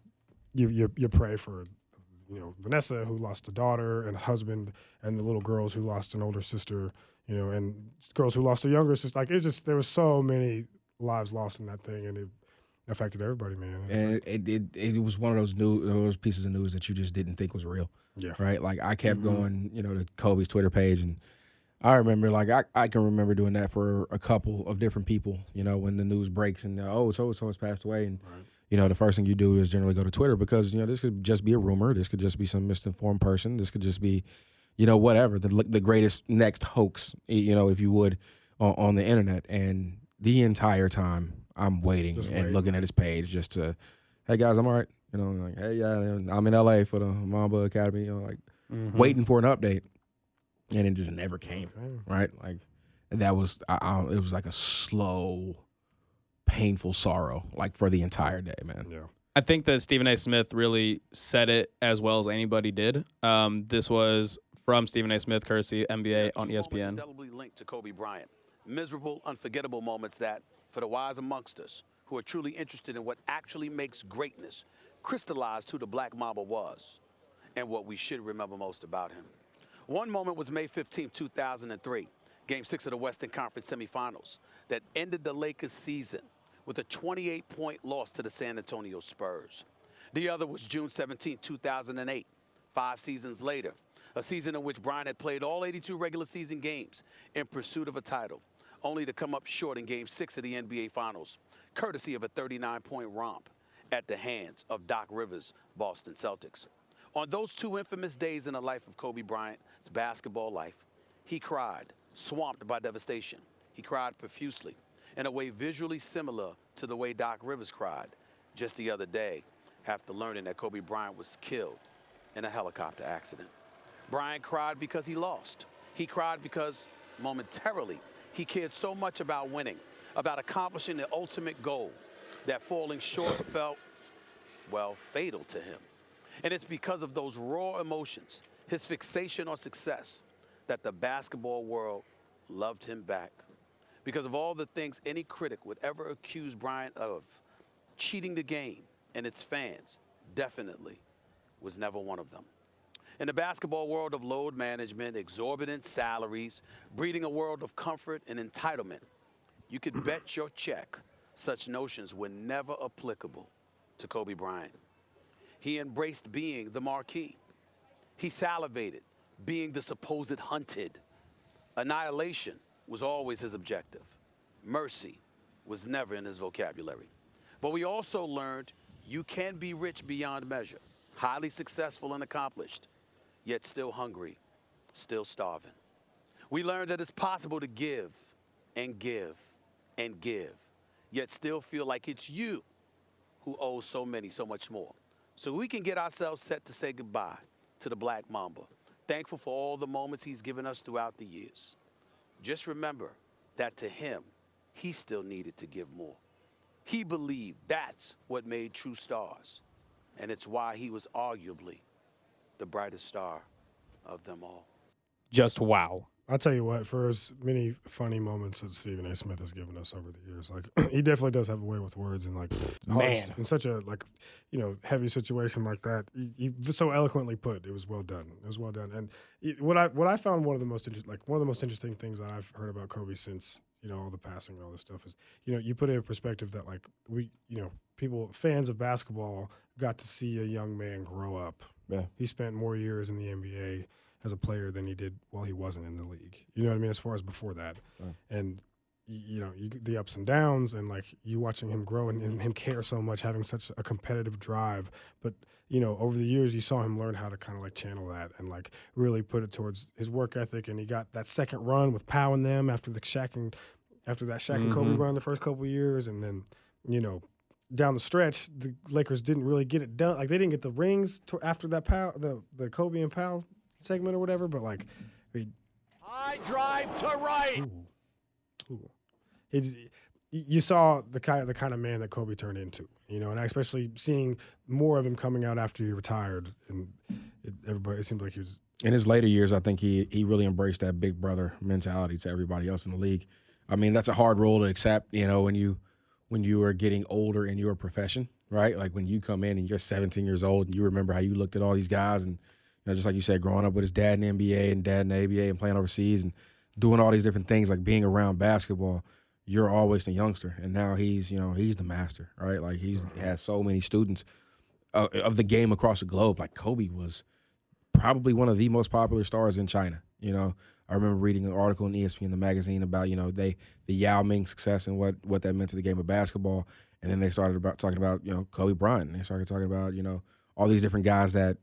you you you pray for you know Vanessa who lost a daughter and a husband, and the little girls who lost an older sister, you know, and girls who lost a younger sister. Like it's just there was so many lives lost in that thing, and it affected everybody, man.
and it, it it was one of those new those pieces of news that you just didn't think was real.
Yeah.
Right. Like I kept
Mhm.
going, you know, to Kobe's Twitter page, and I remember like I, I can remember doing that for a couple of different people. You know, when the news breaks and uh, oh so and so has passed away, and you know the first thing you do is generally go to Twitter because you know this could just be a rumor, this could just be some misinformed person, this could just be, you know, whatever the the greatest next hoax, y- you know, if you would, on, on the internet. And the entire time I'm waiting
Just
and
waiting.
looking at his page just to, hey guys, I'm all right. You know, like hey yeah, I'm in LA for the Mamba Academy. You know, like
Mm-hmm.
Mhm.
waiting for an update, and it just never came. Right, like that was I, I, it was like a slow, painful sorrow, like for the entire day, man.
Yeah.
I think that Stephen A. Smith really said it as well as anybody did. Um, this was from Stephen A. Smith, courtesy NBA on E ESPN.
indelibly linked to Kobe Bryant. Miserable, unforgettable moments that, for the wise amongst us, who are truly interested in what actually makes greatness, crystallized who the Black Mamba was and what we should remember most about him. One moment was May 15, 2003, Game 6 of the Western Conference semifinals, that ended the Lakers' season with a 28 point loss to the San Antonio Spurs. The other was June 17, 2008, five seasons later, a season in which Bryant had played all 82 regular season games in pursuit of a title, only to come up short in Game 6 of the NBA Finals, courtesy of a 39 point romp at the hands of Doc Rivers' Boston Celtics. On those two infamous days in the life of Kobe Bryant's basketball life, he cried, swamped by devastation. He cried profusely in a way visually similar to the way Doc Rivers cried just the other day after learning that Kobe Bryant was killed in a helicopter accident. Bryant cried because he lost. He cried because momentarily he cared so much about winning, about accomplishing the ultimate goal, that falling short felt, well, fatal to him. And it's because of those raw emotions, his fixation on success, that the basketball world loved him back. Because of all the things any critic would ever accuse Bryant of, cheating the game and its fans definitely was never one of them. In the basketball world of load management, exorbitant salaries, breeding a world of comfort and entitlement, you could bet your check such notions were never applicable to Kobe Bryant. He embraced being the marquee. He salivated being the supposed hunted. Annihilation was always his objective. Mercy was never in his vocabulary. But we also learned you can be rich beyond measure, highly successful and accomplished, yet still hungry, still starving. We learned that it's possible to give and give and give, yet still feel like it's you who owes so many so much more. So we can get ourselves set to say goodbye to the Black Mamba, thankful for all the moments he's given us throughout the years. Just remember that to him, he still needed to give more. He believed that's what made true stars, and it's why he was arguably the brightest star of them all.
Just wow.
I'll tell you what, for as many funny moments that Stephen A. Smith has given us over the years, like he definitely does have a way with words and like how it's-
Man.
in such a like you know heavy situation like that, he, he so eloquently put. It was well done. It was well done. And it, what I what I found one of the most inter- like one of the most interesting things that I've heard about Kobe since you know all the passing and all this stuff is you know you put it in perspective that like we you know people fans of basketball got to see a young man grow up.
Yeah.
He spent more years in the NBA as a player than he did while he wasn't in the league. You know what I mean? As far as before that,
Right.
and y- you know you, the ups and downs, and like you watching him grow and, and him care so much, having such a competitive drive. But you know, over the years, you saw him learn how to kind of like channel that and like really put it towards his work ethic. And he got that second run with Powell and them after the Shaq and after that Shaq and Kobe
Mhm.
run the first couple years, and then you know down the stretch, the Lakers didn't really get it done. Like they didn't get the rings to, after that Powell, the the Kobe and Powell segment or whatever. But like, he,
High drive to right.
ooh, he just- y- you saw the kind the kind of man that Kobe turned into, you know, and especially seeing more of him coming out after he retired, and it, everybody it seemed like he was
in his later years, I think he he really embraced that big brother mentality to everybody else in the league. I mean, that's a hard role to accept, you know, when you when you are getting older in your profession, right? Like when you come in and you're 17 years old and you remember how you looked at all these guys and you know, just like you said, growing up with his dad in the NBA and dad in the ABA and playing overseas and doing all these different things, like being around basketball, you're always the youngster. And now he's, you know, he's the master, right? Like he's has so many students uh, of the game across the globe. Like Kobe was probably one of the most popular stars in China. You know, I remember reading an article in E ESPN the magazine about you know they the Yao Ming success and what what that meant to the game of basketball, and then they started about talking about you know Kobe Bryant. And they started talking about you know all these different guys that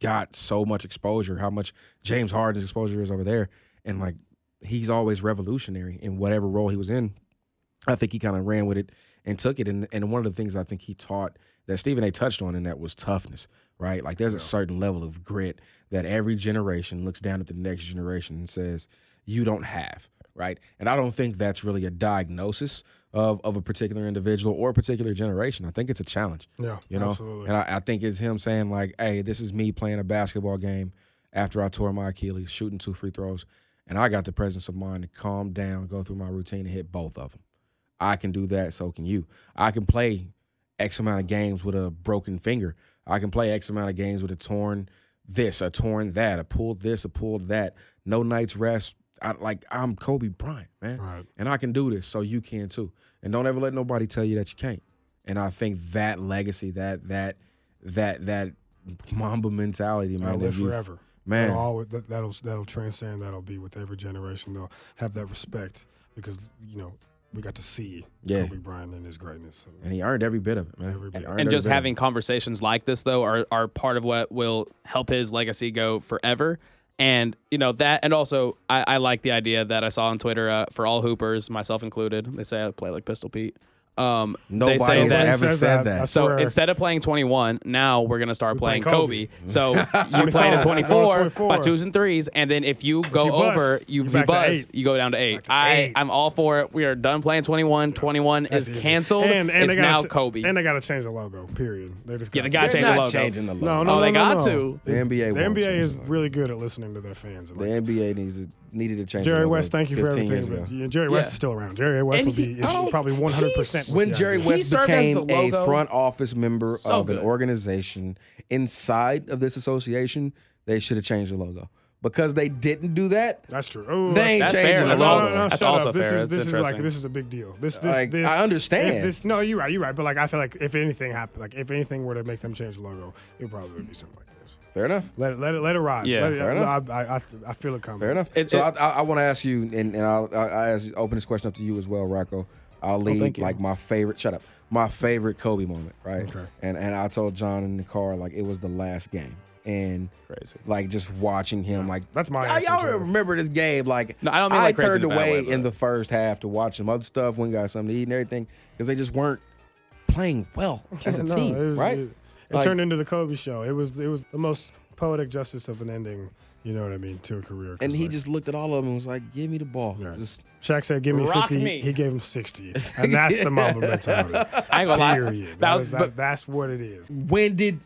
got so much exposure, how much James Harden's exposure is over there, and like he's always revolutionary in whatever role he was in. I think he kind of ran with it and took it. And, and one of the things I think he taught that Stephen A touched on, and that was toughness, right? Like there's a certain level of grit that every generation looks down at the next generation and says, you don't have, right? And I don't think that's really a diagnosis of, of a particular individual or a particular generation. I think it's a challenge.
Yeah,
You know?
absolutely.
And I, I think it's him saying, like, hey, this is me playing a basketball game after I tore my Achilles, shooting two free throws. And I got the presence of mind to calm down, go through my routine, and hit both of them. I can do that, so can you. I can play X amount of games with a broken finger. I can play X amount of games with a torn this, a torn that, a pulled this, a pulled that. No night's rest. I, like I'm Kobe Bryant, man, and I can do this, so you can too. And don't ever let nobody tell you that you can't. And I think that legacy, that that that that Mamba mentality, man,
That'll live
if you-
forever.
man.
That'll, always, that, that'll that'll transcend. That'll be with every generation. They'll have that respect because you know we got to see
Yeah.
Kobe Bryant and his greatness.
And he earned every bit of it, man. He earned
and
every
just
bit of it.
having conversations like this though are, are part of what will help his legacy go forever and you know that and also i, I like the idea that i saw on twitter uh, for all hoopers myself included they say i play like pistol pete um,
Nobody
they say
has
that,
ever Says said that, that. I
So
swear.
instead of playing 21, now we're gonna start playing
Kobe.
Kobe. So you
25.
play
I
to
go
24 by
24.
twos and threes, and then if you go
you bust,
over, you,
you're
you
back to
buzz,
eight.
you go down to eight. I I'm all for it. We are done playing 21. 21 is
easy.
canceled.
And, and
it's
they gotta
now
ch-
Kobe.
And they got to change the logo. Period. They just
Yeah, they
gotta
gotta change the They're not logo. changing the
No,
logo.
no,
Oh, they
no, no,
got
no.
to.
The NBA
The
won't
NBA
change
is really good at listening to their fans.
The NBA needs to, needed to change. the
Jerry
logo
West, thank you for
15 years
everything.
ago.
But yeah, Jerry West
Yeah.
is still around. Jerry West
And
will be
he-
is
oh,
Probably 100. percent
When Jerry West became a front office member
So
of an
good.
organization inside of this association, they should have changed the logo. Because they didn't do that,
that's true. Oh,
they ain't
that's
changing
fair.
the
No,
logo.
No, no, no, shut up. This is this is like this is a big deal. This this
Like,
this.
I understand.
if This no, you're right. You're right. But like I feel like if anything happened, like if anything were to make them change the logo, it probably would be something like this.
Fair enough.
Let it let it let it ride.
Yeah.
Let it-
Fair enough.
I, I, I- I feel it coming.
Fair enough. so I, I, I want to ask you, and, and I'll, I, I ask, open this question up to you as well, Rocco. I'll leave
thank you.
like my favorite. Shut up. My favorite Kobe moment, right?
Okay.
And and I told John in the car like it was the last game, and crazy. Like just watching him, like
that's my.
I, y'all remember this game? Like
I don't mean like crazy
turned
in a bad
away
way, but-
in the first half to watch some other stuff. When got something to eat and everything because they just weren't playing well as a
Yeah, no,
team,
it was-
right?
It, it
Like-
turned into the Kobe show. It was it was the most poetic justice of an ending. You know what I mean to a career. 'cause,
And he
like,
just looked at all of them and was like, "Give me the ball." Just
Shaq said, "Give me
Rock
50.
me.
He gave him sixty, and that's the Mamba mentality.
I ain't gonna lie.
Period.
That
That
was-
was,
but-
that's what it is.
When did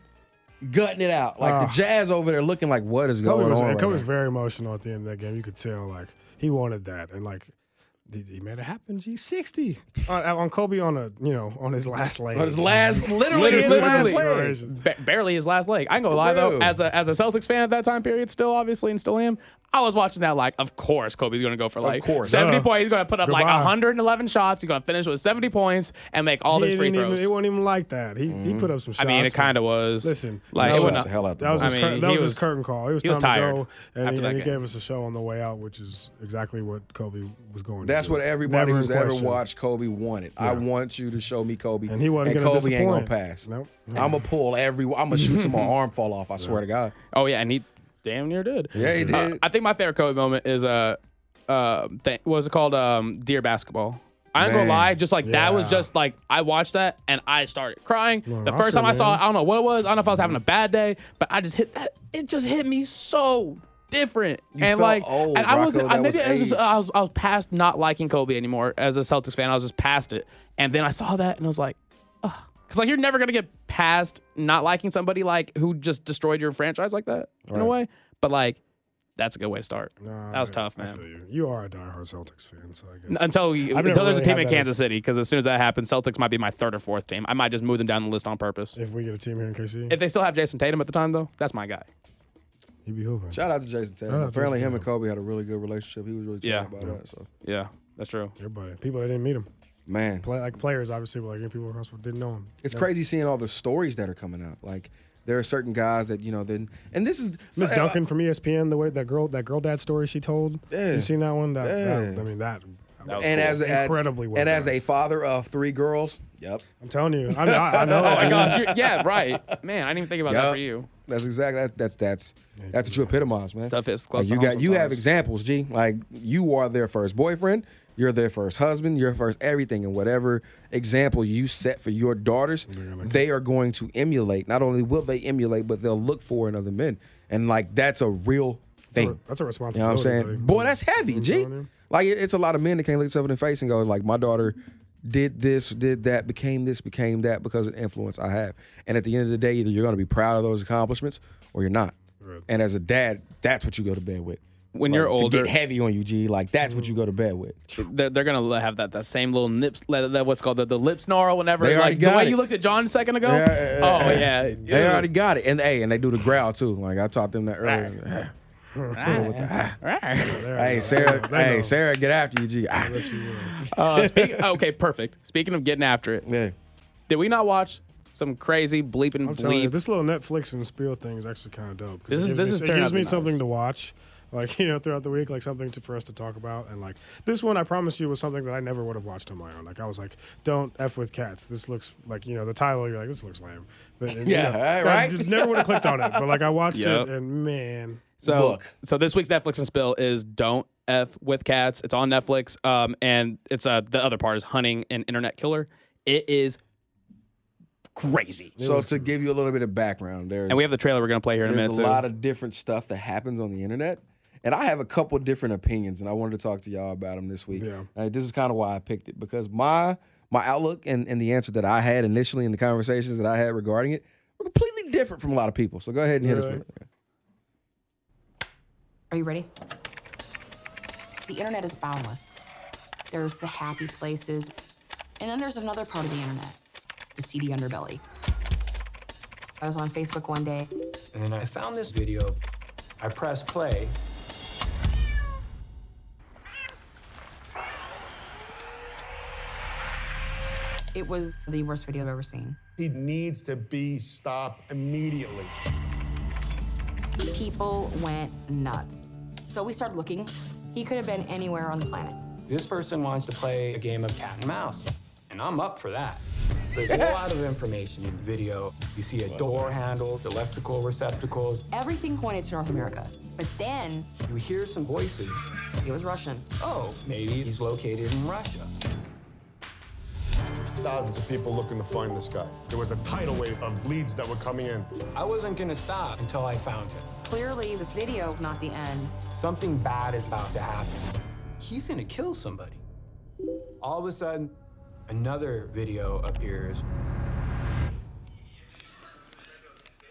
gutting it out. Like
Ah.
the Jazz over there looking like what is going
Kobe was,
on.
and
right
Kobe was
now?
very emotional at the end of that game. You could tell, like he wanted that, and like he, he made it happen. G sixty on, on Kobe on a you know on his last leg.
On his last- literally his last leg. barely his last leg. I ain't gonna
For
lie though,
real.
as a as a Celtics fan at that time period, still obviously and still am. I was watching that like, of course Kobe's gonna go for like
course.
seventy
Duh.
points. He's gonna put up like
Goodbye.
111 shots. He's gonna finish with 70 points and make all
He
his free
didn't
throws. Mm.
Even, it wasn't even like that. He he put up some shots.
I mean, it
but-
kind of was.
Listen,
like
that
it
was-
wasn't
That was, his, cur- that was his curtain call. It was
he
time
was tired
to go, and,
after
he,
that
and he
game.
gave us a show on the way out, which is exactly what Kobe was going.
That's
to do.
what everybody
Never in
who's ever
question.
watched Kobe wanted. I
Yeah.
want you to show me Kobe.
And he wasn't gonna
Kobe ain't gonna
disappoint.
pass.
Nope.
I'm gonna pull every. I'm gonna shoot till my arm fall off. I swear to God.
Oh yeah, and he damn near did.
Yeah, he
Uh,
did.
I think my favorite Kobe moment is uh, uh, th- what was it called? Um, Dear Basketball. I ain't gonna
Man.
lie, just like that was
Yeah.
just like I watched that and I started crying.
Well,
the
Oscar,
first time I saw it,
man.
I don't know what it was. I don't know if I was having a bad day, but I just hit that. It just hit me so different.
You
and
felt
like,
old,
and I
Rocco,
wasn't. I,
that
maybe
was
it was just, uh,
age.
I was I was past not liking Kobe anymore as a Celtics fan. I was just past it, and then I saw that and I was like, because like you're never gonna get past not liking somebody like who just destroyed your franchise like that in a
Right.
way. But like, that's a good way to start.
Nah,
that was
I-
tough,
I
man.
feel you. You are a diehard Celtics fan, so I guess
N- Until
I've
you,
never
until there's a
really
team
had
in
that as-
Kansas City, because as soon as that happens, Celtics might be my third or fourth team. I might just move them down the list on purpose.
If we get a team here in KC,
If they still have Jason Tatum at the time, though, that's my guy.
he'd be hooping.
Shout out to Jason Tatum.
Shout out to
Apparently,
Oh, Jason
him and Kobe had a really good relationship. He was really talking
Yeah.
about
Yeah.
that. So
yeah, that's true.
Everybody, people that didn't meet him,
man,
play like players, obviously, but like people across the- didn't know him.
it's
Yeah.
crazy seeing all the stories that are coming out. Like there are certain guys that you know. Then and this is
Miss
so-
Duncan from E ESPN, the way that girl, that girl dad story she told.
Yeah.
You seen that one? That, that-
Yeah.
I mean, that.
and as a,
incredibly well
and
done.
as a father of three girls. Yep.
I'm telling you, I, I, I know.
oh my gosh, you yeah, right, man. I didn't even think
Oh,
about that
Yup.
for you.
That's exactly that's that's that's that's what you epitomize, man.
Stuff is
Like,
close to
you
home
got you have
sometimes.
examples, G. Like you are their first boyfriend, you're their first husband, you're first everything, and whatever example you set for your daughters, they are going to emulate. Not only will they emulate, but they'll look for in other men, and like that's a real thing.
That's a
You know what I'm
responsibility.
saying?
buddy.
Boy, that's heavy, G. Like it- it's a lot of men that can't look themselves in the face and go, like, my daughter did this, did that, became this, became that because of the influence I have. And at the end of the day, either you're gonna be proud of those accomplishments or you're not. And as a dad, that's what you go to bed with.
When
Like,
you're
to
older-
get heavy on you, G. Like that's what you go to bed with.
They're, they're gonna have that that same little nips, that, that what's called the, the lip snarl. Whenever
They already
like the
got
way
it.
you looked at John a second ago. oh yeah,
they already got it. And hey, and they do the growl too. Like I taught them that earlier.
Oh,
hey Sarah,
They know.
hey Sarah, get after you, G. Ah.
Uh, speak, okay, perfect. Speaking of getting after it,
yeah.
did we not watch some crazy bleeping
I'm telling you,
bleep?
this little Netflix and Spiel thing is actually kind of dope. 'cause
This
it
is-
gives
this
me,
is
it
turning out
gives
to
me
be nice.
something to watch, like you know, throughout the week, like something to, for us to talk about, and like this one, I promise you, was something that I never would have watched on my own. Like I was like, "Don't f with cats." This looks like you know the title. You're like, "This looks lame," but and, you
Yeah,
know,
right,
I
right?
just never would have clicked on it. But like I watched
Yep.
it, and man,
So, so this week's Netflix and spill is "Don't F with Cats." It's on Netflix, um, and it's uh the other part is "Hunting an Internet Killer." It is crazy.
So to give you a little bit of background, there's
and we have the trailer we're gonna play here in a
There's
minute.
a
too.
lot of different stuff that happens on the internet, and I have a couple different opinions, and I wanted to talk to y'all about them this week.
Yeah.
Like, this is kind of why I picked it because my my outlook and, and the answer that I had initially in the conversations that I had regarding it were completely different from a lot of people. So go ahead and hit us
Right.
with it.
Are you ready? The internet is boundless. There's the happy places, and then there's another part of the internet the seedy underbelly. I was on Facebook one day.
And I found this video. I press play.
It was the worst video I've ever seen.
He needs to be stopped immediately.
People went nuts. So we started looking. He could have been anywhere on the planet.
This person wants to play a game of cat and mouse, and I'm up for that. There's a lot of information in the video. You see a door handle, electrical receptacles.
Everything pointed to North America. But then
You hear some voices.
it was Russian.
Oh, maybe he's located in Russia.
Thousands of people looking to find this guy. There was a tidal wave of leads that were coming in.
I wasn't gonna stop until I found him.
Clearly, this video is not the end.
Something bad is about to happen. He's gonna kill somebody. All of a sudden, another video appears.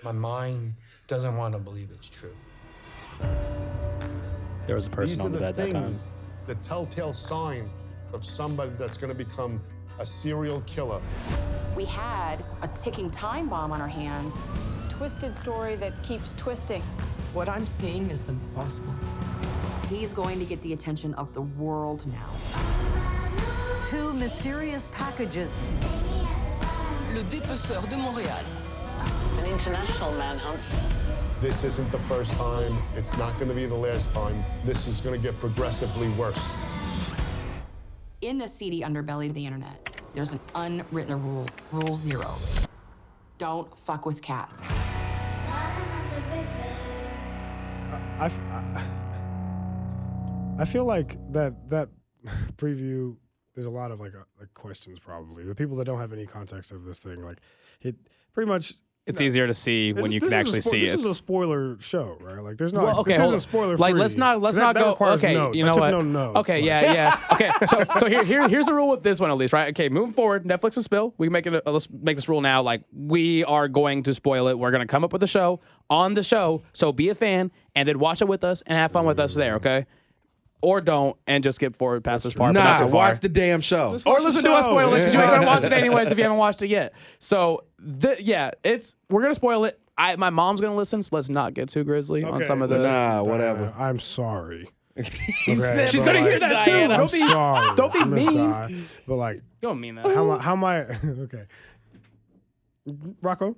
My mind doesn't want to believe it's true.
There was a person
These
on
are
the
the
bed that time.
things, the telltale sign of somebody that's going to become a serial killer.
We had a ticking time bomb on our hands.
Twisted story that keeps twisting.
What I'm seeing is impossible. He's going to get the attention of the world now.
Two mysterious packages.
Le dépeceur de Montréal.
An international manhunt.
This isn't the first time. It's not going to be the last time. This is going to get progressively worse.
In the seedy underbelly of the internet, there's an unwritten rule, rule zero. Don't fuck with cats.
I, f- I- I feel like that that preview. There's a lot of like uh, like questions probably. The people that don't have any context of this thing, like it pretty much.
It's easier to see when
This-
you can
this is a
actually
spo-
see
This
it.
is a spoiler show, right? Like, there's not.
Well, okay,
this isn't
hold on.
spoiler
Like, let's not let's not go. Okay, you know what?
No notes.
okay,
Like-
yeah, yeah. Okay, so so here here here's the rule with this one at least, right? Okay, moving forward, Netflix and spill. We can make it. A, let's make this rule now. Like, we are going to spoil it. We're gonna come up with a show on the show. So be a fan and then watch it with us and have fun with us there. Okay. Or don't and just skip forward past this part. but not
Nah,
too far.
watch the damn show.
Or listen to us spoil it because you ain't gonna watch it anyways if you
have
haven't watched it yet. So th- yeah, it's we're gonna spoil it. I, my mom's gonna listen, so let's not get too grisly on some of the.
Nah, whatever.
I'm sorry.
said-
She's gonna
but,
hear that too.
I'm
Don't be-
sorry.
don't be
I missed
mean.
that. But like,
Don't mean that.
How am I? How am I okay. Rocco,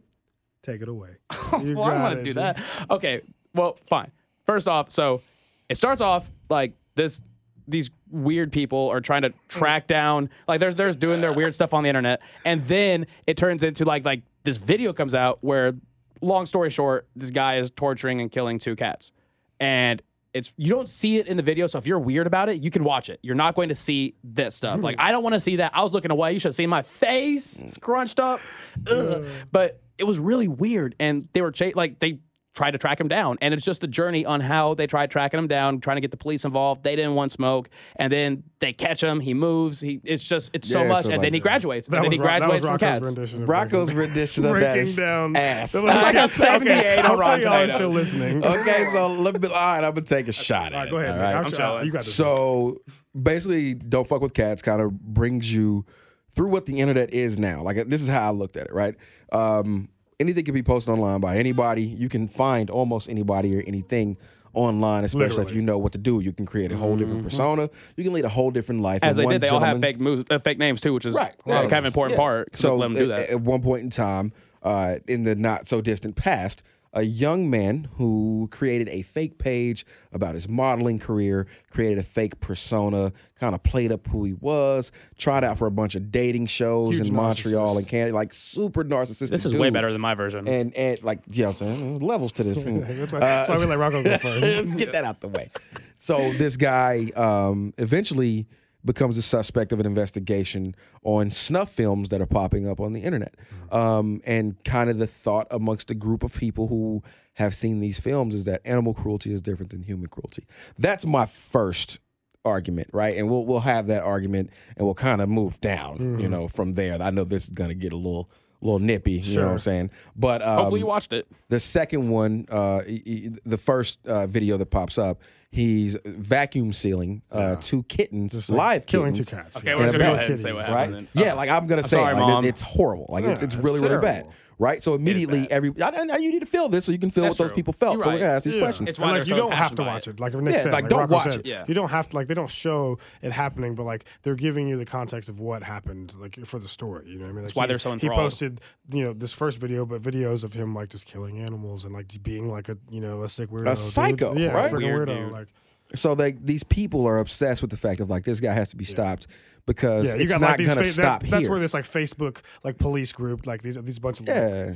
take it away. You
well, I
got
want
it,
to do
G.
that. Okay. Well, fine. First off, so it starts off like this. These weird people are trying to track down, like they're they're doing their weird stuff on the internet, and then it turns into like like this video comes out where, long story short, this guy is torturing and killing two cats, and it's you don't see it in the video. So if you're weird about it, you can watch it. You're not going to see this stuff. Like I don't want to see that. I was looking away. You should have seen my
Mm.
face scrunched up. Ugh. But it was really weird, and they were cha- like they tried to track him down, and it's just the journey on how they tried tracking him down, trying to get the police involved. They didn't want smoke, and then they catch him. He moves. He it's just it's so
Yeah,
much,
so
and
like-
then he graduates.
That
and then
was
he
Ro- that
graduates
was
from
Rocco's
cats.
rendition of Rocco's Breaking- rendition of that
breaking
is
down
ass.
That was
It's like a
78 on Rotten
Hopefully y'all are
Tomatoes.
still listening.
okay, so let me. All right, I'm gonna take a shot. All
right,
at
go ahead,
It, all
man. I'm trying. You got this,
So basically, don't fuck with cats. Kind of brings you through what the internet is now. Like this is how I looked at it. Right. Um, anything can be posted online by anybody. You can find almost anybody or anything online, especially if
Literally.
you know what to do. You can create a whole different
Mm-hmm.
Mhm.
persona. You can lead a whole different life.
As
And
they
one
did, they all have
gentleman-
fake moves, uh, fake names too, which is
Right.
uh, kind
Yeah.
of an important
Yeah.
part.
So
So let them do
at-
that.
At one point in time, uh, in the not so distant past, a young man who created a fake page about his modeling career, created a fake persona, kind of played up who he was, tried out for a bunch of dating shows
Huge
in Montreal and Canada, like super narcissistic.
This is way
dude.
better than my version.
And and like yeah, I'm saying, there's levels to this. uh,
That's why- that's why we let Rocco go first.
Let's get that out the way. So this guy um, eventually becomes a suspect of an investigation on snuff films that are popping up on the internet, um, and kind of the thought amongst a group of people who have seen these films is that animal cruelty is different than human cruelty. That's my first argument, right? And we'll we'll have that argument and we'll kind of move down, you
Mhm.
know, from there. I know this is gonna get a little little nippy, you know what I'm
Sure.
saying? But um,
Hopefully you watched it.
The second one, uh, e- e- the first uh, video that pops up, he's vacuum sealing uh, two kittens,
like
live
killing two
kittens
cats.
Okay,
in
we're
a
just gonna go
bed.
ahead and say what
Right?
happened then.
Yeah,
Oh.
like I'm gonna
I'm
say,
sorry,
like, it-
Mom.
it's horrible. Like it's
Yeah,
it's
that's
really really bad.
terrible.
Right, so immediately every I, I, you need to feel this so you can feel
That's
what those
true.
people felt.
You're
so we're gonna
right.
ask these
Yeah.
questions.
It's why And, like, they're you so don't have to impassioned by watch it. it. Like, Nick
yeah,
said,
like,
like,
don't
Rocco
watch
said,
it.
You don't have to like they don't show it happening, but like they're giving you the context of what happened, like for the story. You know what I mean? Like,
That's why
he-
they're so
He
enthralled.
posted, you know, this first video, but videos of him like just killing animals and like being like a you know a sick weirdo,
a
dude.
psycho,
yeah,
right?
freaking weirdo. Like,
so they these people are obsessed with the fact of like this guy has to be stopped because
yeah, you
it's
got
not
like these.
gonna
fa- that-
stop
That's
here.
where this like Facebook like police group like these these bunch of
Yeah.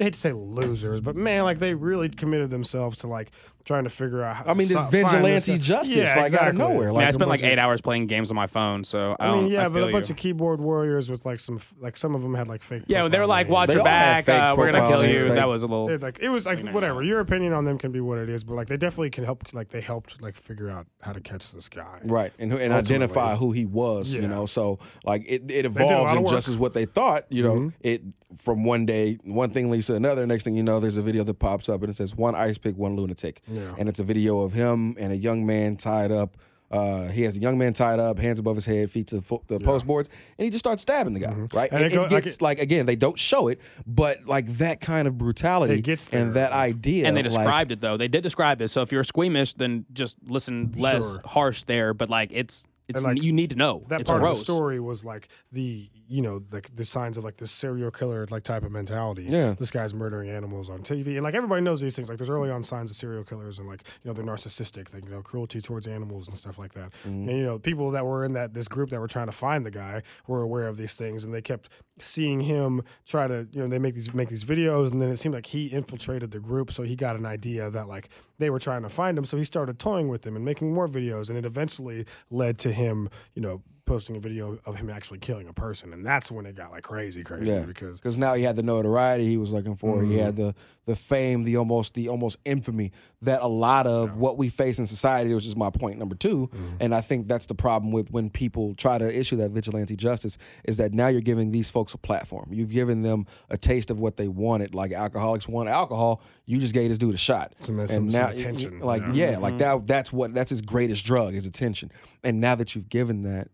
I hate to say losers, but man, like they really committed themselves to like trying to figure out. How
I mean,
so-
there's
find this
vigilante
guy.
justice,
Yeah,
like, out of
exactly.
nowhere,
Yeah, I spent like eight hours playing games on my phone, so I,
I mean,
don't-
yeah,
I
but
feel
a bunch
you.
of keyboard warriors with like some, like some of them had like fake.
Yeah, when they were
profile
like,
names.
"Watch They your all had back, fake uh, we're gonna
kill you," that was a little-
It, like it was like whatever. Your opinion on them can be what it is, but like they definitely can help. Like they helped like figure out how to catch this guy.
Right, and who- and
Ultimately.
identify who he was,
Yeah.
you know. So like it, it
did a lot
evolves
of
and
work. Mm-hmm.
just as what they thought, you know. It from one day, one thing leads to another. Next thing you know, there's a video that pops up and it says one ice pick, one lunatic,
Yeah.
and it's a video of him and a young man tied up. Uh, he has a young man tied up, hands above his head, feet to the, fo- the post boards, and he just starts stabbing the guy. Right,
Mm-hmm. And
and,
it
it,
go- like
gets like, again, they don't show it, but like that kind of brutality
It gets
and that idea,
and they
like,
described it though. They did describe it. So if you're squeamish, then just listen less
Sure.
harsh there. But like it's it's
like,
you need to know.
that
it's
part
gross.
of the story was like the you know like the signs of like this serial killer like type of mentality.
Yeah.
this guy's murdering animals on TV, and like everybody knows these things. Like there's early on signs of serial killers, and like you know they're narcissistic, they, you know cruelty towards animals and stuff like that.
Mhm.
And you know people that were in that this group that were trying to find the guy were aware of these things, and they kept seeing him try to you know they make these make these videos, and then it seemed like he infiltrated the group, so he got an idea that like they were trying to find him, so he started toying with them and making more videos, and it eventually led to him you know posting a video of him actually killing a person, and that's when it got like crazy, crazy
Yeah,
because
because now he had the notoriety he was looking for. He had the the fame, the almost the almost infamy that a lot of what we face in society, which is my point number 2 and I think that's the problem with when people try to issue that vigilante justice is that now you're giving these folks a platform. You've given them a taste of what they wanted. Like alcoholics want alcohol, you just gave this dude a shot,
Some- some- some attention,
Like
yeah.
yeah, like
Mhm.
Mm-hmm.
that. That's what that's his greatest drug is attention. And now that you've given that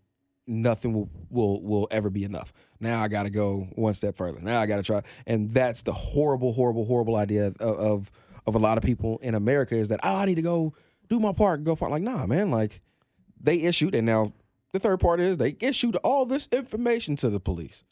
nothing will, will will ever be enough. Now I got to go one step further. Now I got to try, and that's the horrible, horrible, horrible idea of, of of a lot of people in America is that oh, I need to go do my part, go far. Like nah, man. Like they issued, and now the third part is they issued all this information to the police,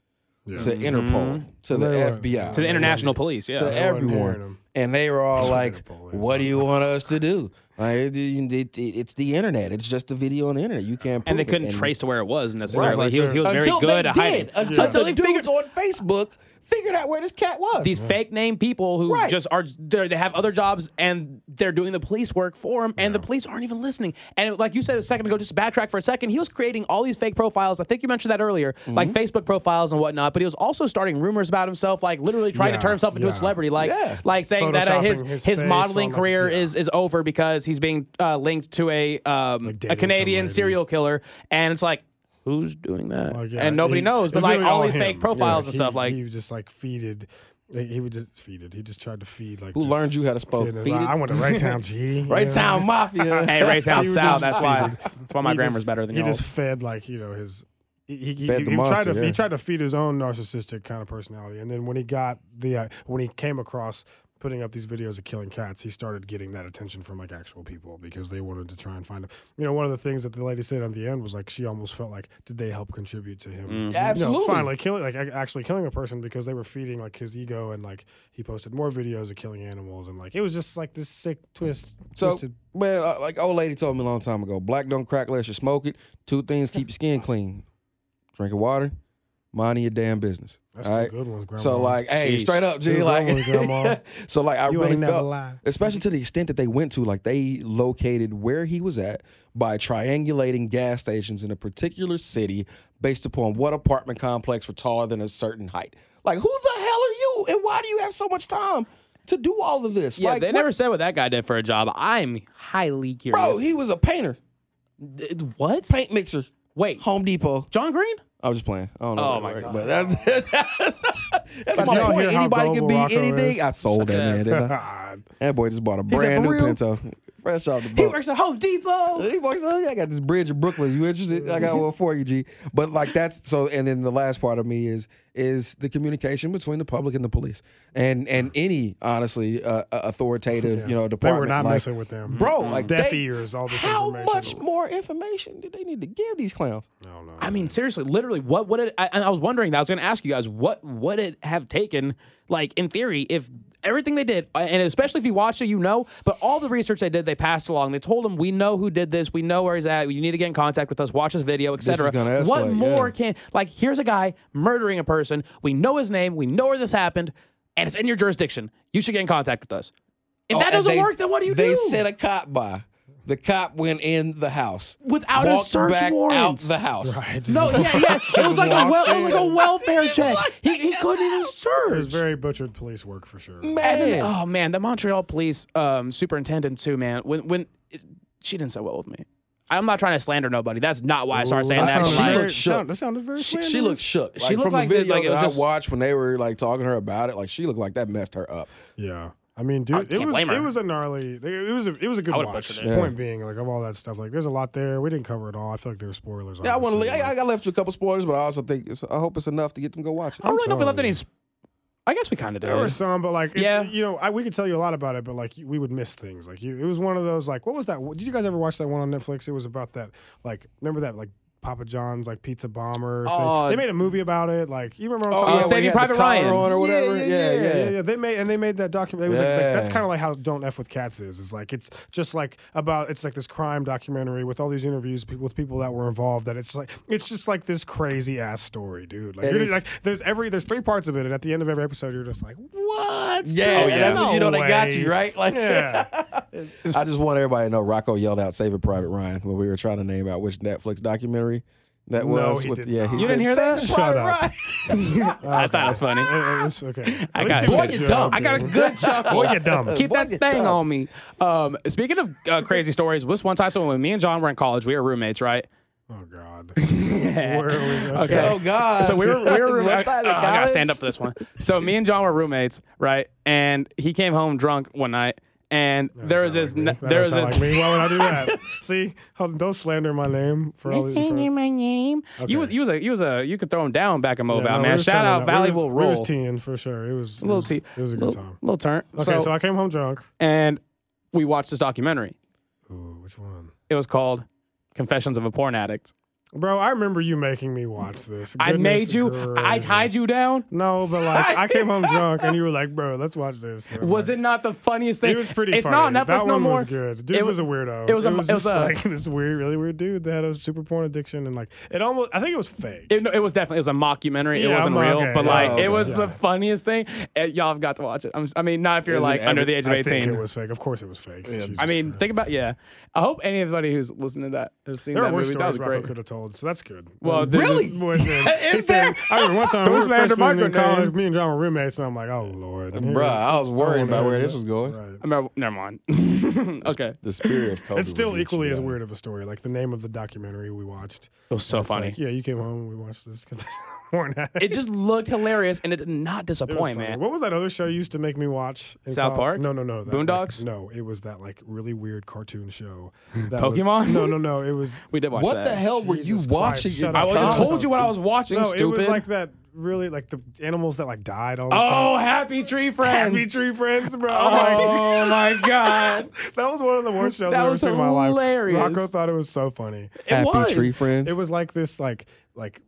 to Interpol, to the
They were-
FBI,
Mm-hmm. To the international police, yeah. They
to
weren't hearing
everyone, and they were all like, "What do you want us to do?" Like, it- it- it- it's the internet. It's just a video on the internet. You can't.
and they
prove it.
couldn't trace to where it was necessarily.
Right.
he was he was
Until
very good
they
at hiding.
did. Until
Until
the
they
dudes
figured
on Facebook figured out where this cat was.
these fake name people who
Right.
just are they're- they have other jobs and they're doing the police work for them and the police aren't even listening and it- like you said a second ago just to backtrack for a second he was creating all these fake profiles i think you mentioned that earlier like
Mm-hmm.
facebook profiles and whatnot but he was also starting rumors about himself like literally trying
Yeah,
to turn himself into
yeah.
a celebrity like
Yeah.
like saying that uh, his
Photoshopping his
his,
face
modeling
on, like,
career is is over because he's being uh, linked to a um, a
dating
canadian
some
serial killer and it's like who's doing that
Yeah,
and nobody
he-
knows
it was
but like
literally
all these
him.
fake profiles
Yeah,
and
he-
stuff like
he was just like feeded. Like, he would just feed it. He just tried to feed like.
Who
this
learned you how to spoke?
kid. And
Feed
like,
it?
I went to Raytown G.
Right Town Mafia.
Hey, Ray Town
He would just
South. That's why.
feed it.
That's why my
He
grammar's
just-
better than
He
yours.
just fed like you know his. He, he, he,
Fed the
he tried to
monster,
he
yeah.
tried to feed his own narcissistic kind of personality, and then when he got the uh, when he came across putting up these videos of killing cats, he started getting that attention from like actual people because they wanted to try and find him. You know, one of the things that the lady said on the end was like she almost felt like did they help contribute to
Mm-hmm.
him? You know,
Absolutely.
finally killing like ac- actually killing a person because they were feeding like his ego, and like he posted more videos of killing animals, and like it was just like this sick twist.
So,
twisted
man, uh, like old lady told me a long time ago, black don't crack unless you smoke it. Two things keep your skin clean: drinking water, minding your damn business.
That's
all
two
right?
good ones, Grandma.
So, like, hey,
Jeez.
straight up, G,
Two good
like,
ones, Grandma.
so like, I
You
really
ain't never
felt,
lie.
especially to the extent that they went to, like, they located where he was at by triangulating gas stations in a particular city based upon what apartment complex were taller than a certain height. Like, who the hell are you, and why do you have so much time to do all of this?
yeah,
like,
they
what-
never said what that guy did for a job. I'm highly curious.
Bro, he was a painter.
what?
Paint mixer.
Wait.
Home Depot.
John Green?
I was just playing. I don't know.
Oh
what-
my
right,
God.
But that's that's
Did y'all
my point.
hear how
Anybody can
gullible
be
Rocco
anything.
is?
I sold that man. Didn't I?
God.
That boy just bought a
that
brand
for
new
real?
Pinto, fresh off the
He
boat.
works at Home Depot.
He works. I got this bridge in Brooklyn. You interested? I got one for you, G. But like that's so. And then the last part of me is is the communication between the public and the police, and and any honestly uh, uh, authoritative you know
They
department.
were not
like,
messing with them,
bro.
Mm-hmm.
Like
deaf
they,
ears, all this
how
information.
much more information do they need to give these clowns?
I mean, seriously, literally, what would it? I, and I was wondering that. I was going to ask you guys what would it have taken, like in theory, if everything they did, uh, and especially if you watched it, you know. But all the research they did, they passed along. They told him, "We know who did this. We know where he's at. You need to get in contact with us. Watch this video,
This is
etc."
gonna
What
escalate,
more
yeah.
can like? Here's a guy murdering a person. We know his name. We know where this happened, and it's in your jurisdiction. You should get in contact with us. If that doesn't
Oh, and they-
work, then what do you
they
do?
sent a cop by. The cop went in the house
Without a
walked
search
back
warrant.
out the house. Right.
No, yeah, yeah. It was like a well, it was like a welfare check. He, he couldn't even
It was
search.
very butchered police work for sure.
And then- oh man, the Montreal police um, superintendent too, man. When when it, she didn't sit well with me. I'm not trying to slander nobody. That's not why I started saying that.
She
but like-
looked shook. She, she looked shook.
She
Like,
looked
from
like
the
the-
video
like, it
that
was just-
I watched when they were like talking to her about it, like she looked like that messed her up.
Yeah. I mean, dude, it was it was a gnarly. It was a it was a good
I would've
watch.
butchered it.
Point being, like of all that stuff, like there's a lot there. We didn't cover it all. I feel like there were spoilers.
Yeah, I want
obviously,
to. I,
like-
I left you a couple spoilers, but I also think it's, I hope it's enough to get them to go watch it.
I don't really know if we left
any. I guess we kind of did.
There were some, but like, it's,
Yeah.
you know, I, we could tell you a lot about it, but like, we would miss things. Like, you, it was one of those, like, what was that? Did you guys ever watch that one on Netflix? It was about that, like, remember that, like, Papa John's, like, pizza bomber
Oh.
thing? They made a movie about it. Like, you remember what I'm
Uh,
Oh,
talking
yeah,
about?
when he had the collar on or whatever.
Yeah,
Yeah,
yeah, yeah.
yeah.
yeah, yeah. They made, and they made that document. It was like, like,
Yeah.
that's kind of like how Don't F with Cats is. It's like, it's just like about, it's like this crime documentary with all these interviews people, with people that were involved that it's like, it's just like this crazy ass story, dude. Like,
And
you're
it's-
like, there's every, there's three parts of it. And at the end of every episode, you're just like, what?
Yeah,
Oh,
and that's when you know they got
way.
you right. Like,
yeah.
I just want everybody to know Rocco yelled out "Saving Private Ryan" when we were trying to name out which Netflix documentary that
No,
was.
he
with,
did
yeah,
not.
he
You
said,
didn't hear that?
"Saving
Shut
Private
up.
Ryan."
I thought it was funny.
okay.
I
At least it
got
was a Boy, you joke, dumb.
I got a
dude.
good chuckle.
Boy, you dumb.
Keep
Boy,
that
you
thing on me. Um, speaking of uh, crazy stories, this one time, so when me and John were in college, we were roommates, right?
Oh, Where are we going?
Okay.
Oh, God.
So we were we were
Is one
roommates.
time in
I gotta
college?
stand up for this one. So me and John were roommates, right? And he came home drunk one night, and there was this ne-
That
there
don't
was
sound
this.
like me. Why would I do that? See, hold- don't slander my name for all these. For,
my name. You was you was a you was a you could throw him down back in Mobile,
Yeah, no, we
man.
was
Shout
trying to
out
not-
Valley
we
will
was,
roll.
We was teeing for sure. It was
little
It
tea.
was, it was a good
little,
time.
Little turn.
Okay, so, I came home drunk.
and we watched this documentary.
Ooh, which one?
It was called Confessions of a Porn Addict.
Bro, I remember you making me watch this.
I made
Goodness
you. I
gracious.
tied you down.
No, but like I came home drunk and you were like, "Bro, let's watch this." And I'm
Was it not the funniest thing?
It was pretty
It's
funny.
not on Netflix
that
no
one
more.
was good. Dude
It
was,
was-
a weirdo.
it was a- it was
just,
a-
like this weird, really weird dude that had a super porn addiction and like it almost. I think it was fake.
It, no, it was definitely it was a mockumentary. it
Yeah,
wasn't
I'm-
real,
okay,
but
yeah.
like
Oh,
it
okay.
was
Yeah.
the funniest thing. Eh, y'all have got to watch it. I'm, si mean, not if you're
Isn't
like under
every-
the age of
I think
18.
it was fake. Of course, it was fake. Jesus.
I mean, think about yeah. I hope anybody who's listening to that has seen
there are
that
worse
movie. That was
stories Rocco
great.
could have told, so that's good.
Well,
Um, this-
Really?
this boy said- he
Is
said- I remember one time we were
Don't slander my
freshmen in
good name.
college. Me and John were roommates, and I'm like, "Oh Lord, here-
Bruh, I was worried
wanna
about where
hear
this
that.
was going.
I remember, never mind. okay.
The spirit of Kobe.
It's still
was-
equally as weird of a story. Like the name of the documentary we watched.
It was so
It's
funny.
like, yeah, you came home. We watched this.
it just looked hilarious and it did not
It was
disappoint,
funny.
man.
What was that other show you used to make me watch? in
South
col-
Park?
No, no, no. that,
Boondocks? Hmm.
Like, no, it was that like really weird cartoon show. was-
Pokemon?
no, no, no. It was.
We did watch
What
that. Oh,
the hell were you
Jesus Christ,
watching?
shut
in
up.
college?
I just told you what I was watching,
no, it was
stupid.
like that. Really, like the animals that like died all the time.
oh, Happy Tree Friends.
Happy Tree Friends, bro.
Oh my god.
Oh.
that was one of the worst shows
That
I've ever
was
seen in my life.
hilarious.
Rocco thought it was so funny.
It Happy was. Tree Friends?
It was like this, like like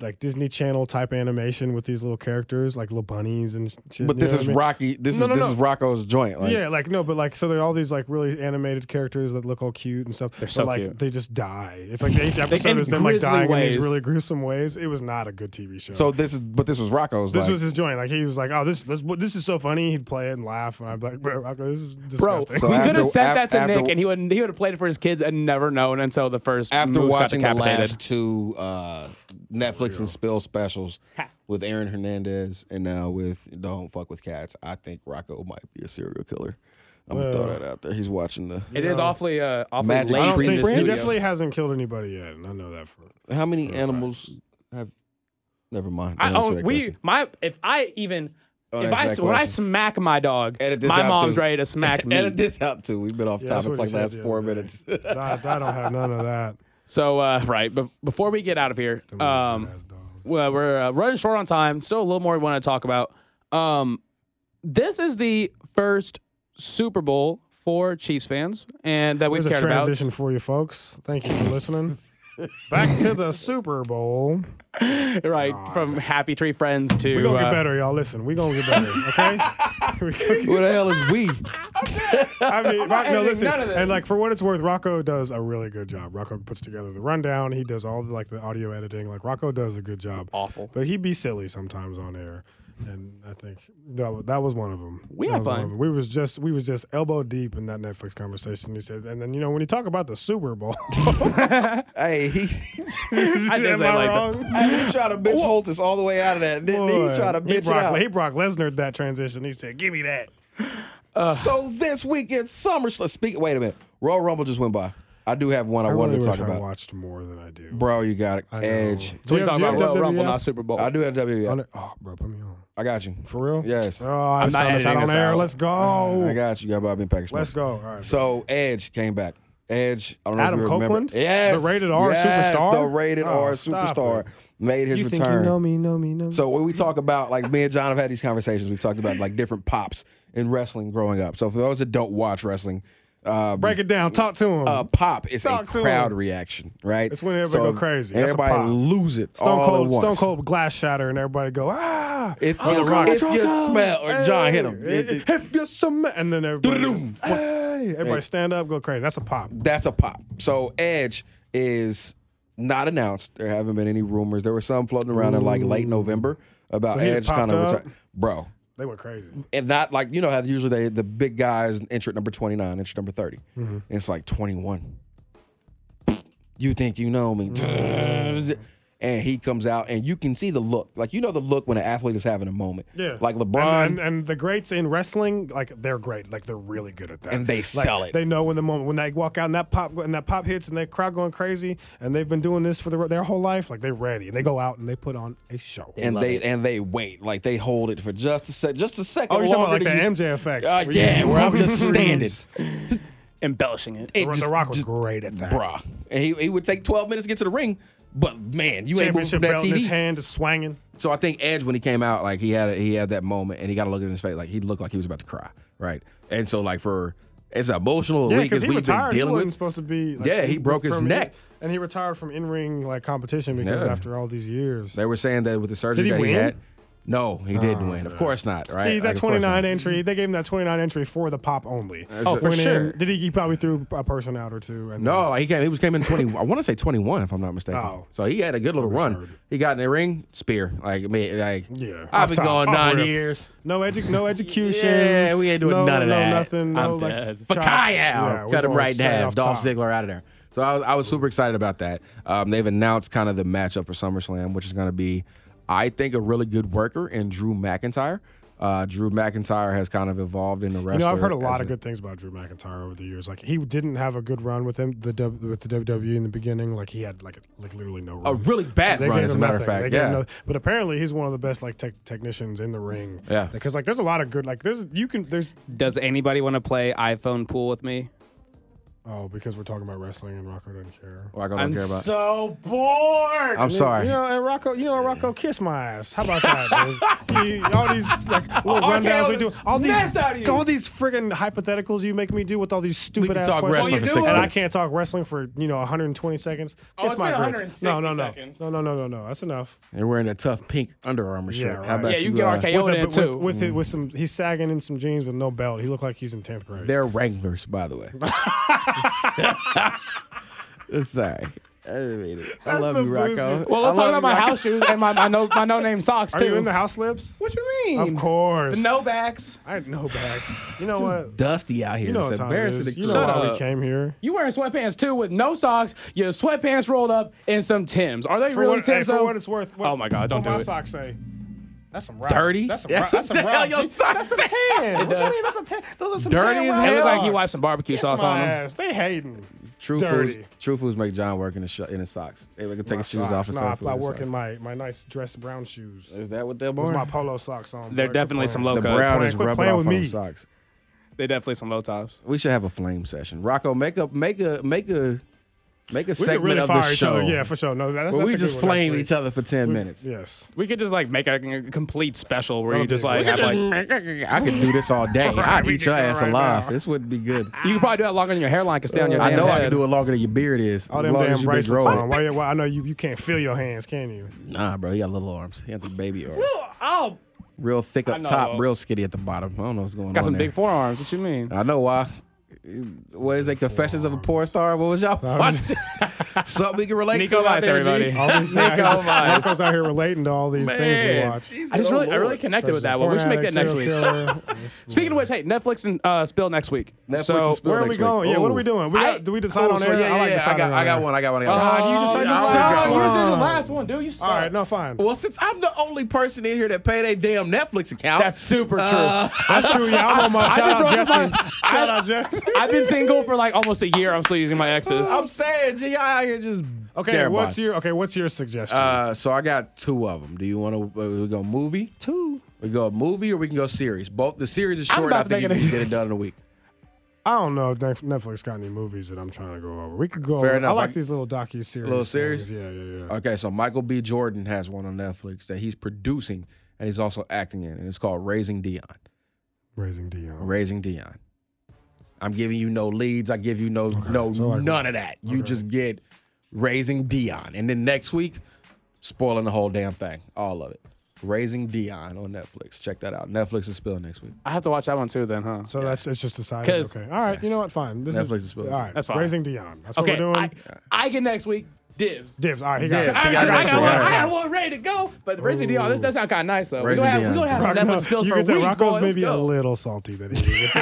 like Disney Channel type animation with these little characters, like little bunnies and shit.
But
you
this
know what I
is
mean?
Rocky. This
No,
is
no,
this
no.
is Rocco's joint. Like,
yeah, like no, but like so there are all these like really animated characters that look all cute and stuff. They're
so
like
cute.
they just die. It's like each
They
episode
end
is them like
grisly
dying in
ways.
these really gruesome ways. It was not a good TV show.
So this is, but this was Rocco's.
this
like,
was his joint. Like he was like, "Oh, this this, this is so funny." He'd play it and laugh, and I'd be like, "Bro, Rocco, this is
Bro,
disgusting."
we could have sent
af-
that to
after-
Nick, and he would he would have played it for his kids and never known until the first
after
moose
watching
got
the
decapitated.
last two uh, Netflix and Spill specials with Aaron Hernandez and now with Don't Fuck with Cats, I think Rocco might be a serial killer. I'm gonna throw
Well.
that out there. He's watching the.
It is awfully uh, awfully
Magic
late.
I don't
Tree
think-
Friends.
he definitely hasn't killed anybody yet, and I know that for.
How many animals have? Never mind.
I
Don't answer
own
that
we
question. Oh,
my if I even
Don't
if
answer
I
that
when I
question.
smack my dog,
Edit this
my
out,
mom's
too.
ready to smack me.
Edit this out too. We've been off
Yeah, that's what
topic like
he said
last
the
four
other day.
minutes.
I, I don't have none of that.
So uh, right, but before we get out of here, um, well, we're uh, running short on time. Still a little more we want to talk about. Um, this is the first Super Bowl for Chiefs fans, and that we've
There's a
cared about.
transition for you folks. Thank you for listening. Back to the Super Bowl.
right from Happy Tree Friends to
We gonna get
uh,
better, y'all. Listen, we gonna get better. Okay.
what the hell is we?
I mean, Rock, no,
editing
listen,
none of this.
and like for what it's worth, Rocco does a really good job. Rocco puts together the rundown. He does all the like the audio editing. Like Rocco does a good job.
Awful,
but he'd be silly sometimes on air. and I think that that was one of them.
We
That
had
was one
fun.
of 'em. We was just we was just elbow deep in that Netflix conversation. He said, and then you know when you talk about the Super Bowl,
hey, he,
I didn't say like that.
Hey, he tried to bitch Holtis all the way out of that. Didn't he? he tried to bitch
he
it
Brock,
out.
he Brock Lesnar that transition. He said, "Give me that."
so this weekend, SummerSlam. Speak. Wait a minute. Royal Rumble just went by. I do have one I,
I
wanted
really
to talk
wish I
about.
watched more than I do.
Bro, you got it.
I know.
Edge.
So
uh,
we Do you talking have- do you about have Royal WWF? Rumble, not
Super Bowl.
I do have WWE.
Oh, bro, put me on.
I got you.
For real?
Yes.
Oh, I just found this out on air. Let's go.
I got you. Got Bobby Pack
Let's go. All right.
So Edge came back. Edge, I don't know
Adam
if you remember.
Copeland?
Yes,
The rated R
yes,
superstar?
the rated
Oh,
R
stop
superstar,
it.
made his
You think
return.
you know me, know me, know me.
So when we talk about like me and John have had these conversations, we've talked about like different pops in wrestling growing up. So for those that don't watch wrestling, um,
Break it down. Talk to him.
Uh, pop is
Talk to
a
'em.
crowd reaction, right?
It's when everybody go crazy. That's a
Everybody
pop.
lose it.
Stone
all
Cold,
at once.
Stone Cold glass shatter, and everybody go ah.
If
I'm
you-
the Rock."
if you smell- or John hit him.
Hey, If you smell, and then everybody, hey, everybody
Hey.
stand up, go crazy. That's a pop.
That's a pop. So Edge is not announced. There haven't been any rumors. There were some floating around in like late November about
So he
Edge
just
kind of
popped up?
return. Bro,
They went crazy.
and not like you know how usually they, the big guys enter at number 29 enter at number 30
Mhm.
and it's like 21 you think you know me
Mm-hmm.
and he comes out and you can see the look like you know the look when an athlete is having a moment
Yeah,
like lebron
and, and, and the greats in wrestling, like they're great, like they're really good at that,
And they
Like,
sell it.
They know when the moment when they walk out and that pop and that pop hits and that crowd going crazy, and they've been doing this for the, their whole life. Like they're ready, and they go out and they put on a show.
and they and they wait like they hold it for just a sec, just a second.
Oh, you're talking about
longer
like the
than
MJ
you-
effect.
Uh, yeah, where I'm just standing.
embellishing it.
The, the Rock was great at that.
Bruh. And he, he would take 12 minutes to get to the ring, but man, you ain't moving
Championship
from that
belt in
TV.
his hand, just swanging.
So I think Edge when he came out, like he had a, he had that moment, and he got a look in his face, like he looked like he was about to cry, right? And so like for as emotional a
Yeah,
week
because
as
he
we've
retired.
been dealing
he wasn't
with,
supposed to be.
Yeah, he broke his
from-
neck.
and he retired from in-ring like competition because
Yeah.
after all these years.
they were saying that with the surgery
Did he
that he
win? Oh,
had. No, he didn't win. Of course not. Right?
See that
Like, of course
29
not.
entry, they gave him that 29 entry for the pop only.
That's Oh, a- for
Went in,
sure.
Did he, he probably threw a person out or two? And
No, like he came. He was came in twenty. I want to say twenty one, if I'm not mistaken.
Oh.
So he had a good little run. He got in the ring, spear. Like me, like
Yeah,
I've
off
been
top,
going
off
nine
rip.
years.
No, edu- no education.
Yeah, we ain't doing
no,
none of
no
that.
Nothing. No,
I'm
like,
dead.
chops.
Fakayo.
Yeah, we're
Cut him
going
right in
straight
half.
off
Dolph
top.
Ziggler out of there. So I was, I was super excited about that. Um, they've announced kind of the matchup for SummerSlam, which is going to be, I think, a really good worker in Drew McIntyre. Uh, Drew McIntyre has kind of evolved in the
You
wrestler.
know, I've heard a
as
lot of good things about Drew McIntyre over the years. Like he didn't have a good run with him the w, with the WWE in the beginning. Like he had like like literally no
A
run.
really bad
They
Oh, run,
gave
as a
him
matter of
nothing. They
fact.
gave
Yeah.
him nothing. but apparently he's one of the best like tech, technicians in the ring.
Yeah.
because like there's a lot of good like there's you can there's
Does anybody want to play iPhone pool with me?
oh because we're talking about wrestling and Rocco doesn't care.
Rocco
I'm so
bored.
I'm sorry.
You know, and Rocco, you know, and Rocco, kiss my ass. How about that, dude? You- all these like little
Okay,
rundowns we
I'll
do, all these,
mess out of you.
all these friggin' hypotheticals you make me do with all these stupid ass
talk
questions,
wrestling for six
and I
minutes.
can't talk wrestling for you know 120 seconds. Kiss
Oh, it's
my
been
grits. No, no,
160
no,
seconds.
no, no, no, no, no. That's enough.
And wearing a tough pink Under Armour shirt. How about you, uh,
with a- with, With, it, with some, he's sagging in some jeans with no belt. He looked like he's in 10th grade.
They're Wranglers, by the way. Sorry. I didn't mean it. I
That's
love
the
you, Rocco.
booziest-
Well, let's
I
talk
love
about
you,
my
Rocco.
house shoes and my, my no my no name socks
Are
too.
you in the house lips?
What you mean?
Of course.
The no backs.
I had no backs. You know
Just
what?
dusty out here.
You know
it's
what time it
embarrassing.
is.
to
You know
Shut
why
up.
we came here.
You wearing sweatpants too with no socks, your sweatpants rolled up in some Tims. Are they
For
really
what- hey,
Tims?
for
though?
what it's worth, what-
oh my god, don't
what my
do it.
socks say? That's some Ralph.
Dirty?
That's some
That's
Ralph. That's
what
some
the hell
Ralph.
your sock
That's some
says.
tan.
It
What you
does.
mean? That's some tan. Those are some
Dirty
tan
as
Ralph
hell.
It looked like he
socks.
wiped some barbecue
Kiss
sauce
my
on him.
ass. They hating.
True
Dirty.
foods. True foods make John work in his, sh- in his socks. They can take
My
his shoes
socks.
off and
No,
sell
I,
food
I
in
work
socks.
in my, my nice dress brown shoes.
Is that what they're
With
wearing?
my polo socks on. bro.
They're
Quit
definitely some
playing.
low
the
cuts.
brown
Quit
is
playing- quit
rubbing
playing
off
with
on
me.
the socks.
They definitely some low tops.
We should have a flame session. Rocco, make a make a make a make a
We could
segment
really
of
fire
the
each
show.
other. Yeah, for sure. No, that's,
Where
that's
we
a good
just
one next
flame
week.
each other for ten
We-
minutes.
Yes.
We could just like make a, a complete special where
That'll
you just
be
like
good.
have like
I could do this all day. I'd
We
eat
could
your
go
ass
right
alive.
now.
This would be good.
you could probably do that longer than your hairline can stay on your.
I
damn
know I
head.
can do it longer than your beard is.
All
as
them
long
damn
as you been
bracelets
rolling.
on. Why, why, I know you, you can't feel your hands, can you?
Nah, bro, he got little arms. He got the baby arms.
Oh,
Real thick
I
up
know.
top, real skinny at the bottom. I don't know what's going on.
got some
there.
big forearms. What you mean?
I know why. what is it? Confessions of a Porn Star. What was y'all watching? Something we can relate
Nico
to Oh, out
Weiss,
there,
everybody.
G.
All these Nico things. Weiss.
Nico's out here relating to all these things we
Man,
watch.
Jesus,
I just
oh
really, I really
Lord.
connected with
Treasure
that one. We should make that
porn
next week.
addict, serial killer.
Speaking of which, hey, Netflix and uh, Spill next week.
Netflix
so
and Spill
Where are we
next
going?
week.
Yeah, what are
Ooh.
we doing? We got, do we decide on
so
air?
yeah, yeah,
I like
yeah. I
deciding
got,
on
I got
air.
one. I got one. I got one.
God, you decided
I always
to
got
one.
one.
You did the last one, dude. You suck.
All right, no, fine.
Well, since I'm the only person in here that paid a damn Netflix account,
That's super true.
Uh,
That's true. Yeah, I'm on my
I
shout out
just wrote
Jesse.
about-
Shout out Jesse.
I've been single for like almost a year. I'm still using my exes.
I'm saying, G, I out here just
Okay,
There,
what's
bye.
your okay? What's your suggestion?
Uh, so I got two of them. Do you want to? Uh, we go movie. Two. We go movie or we can go series. Both the series is
I'm
short.
about
I
to
think you
make
can
it-
get it done in a week.
I don't know. if Nef- Netflix got any movies that I'm trying to go over? We could go.
Fair
over.
enough.
I like
I-
these little docu series.
Little series?
Yeah, yeah, yeah.
Okay, so Michael B. Jordan has one on Netflix that he's producing and he's also acting in, and it's called Raising Dion.
Raising Dion.
Raising Dion. I'm giving you no leads. I give you no no
so like-
none of that. You just get Raising Dion, and then next week, spoiling the whole damn thing, all of it. Raising Dion on Netflix. Check that out. Netflix is spill next week.
I have to watch that one too, then, huh?
So that's it's just decided.
'Cause-
Okay. All right. You know what? Fine. This
Netflix
is,
is built.
all right.
That's fine.
Raising Dion. That's
Okay,
what we're doing.
I, I get next week. Dibs.
Dibs. All right. He got
Dibs.
it.
He
I,
got
got, I,
next week.
got one,
All right.
I got one ready to go, but Raising Dion, this does sound kind of nice though. We're
Raising
gonna have,
Dion's
we're gonna have some
Rock, no,
Netflix spills
Oh. you
for
get that
weeks.
Rocco's
boy. Let's
maybe a
go.
little salty that he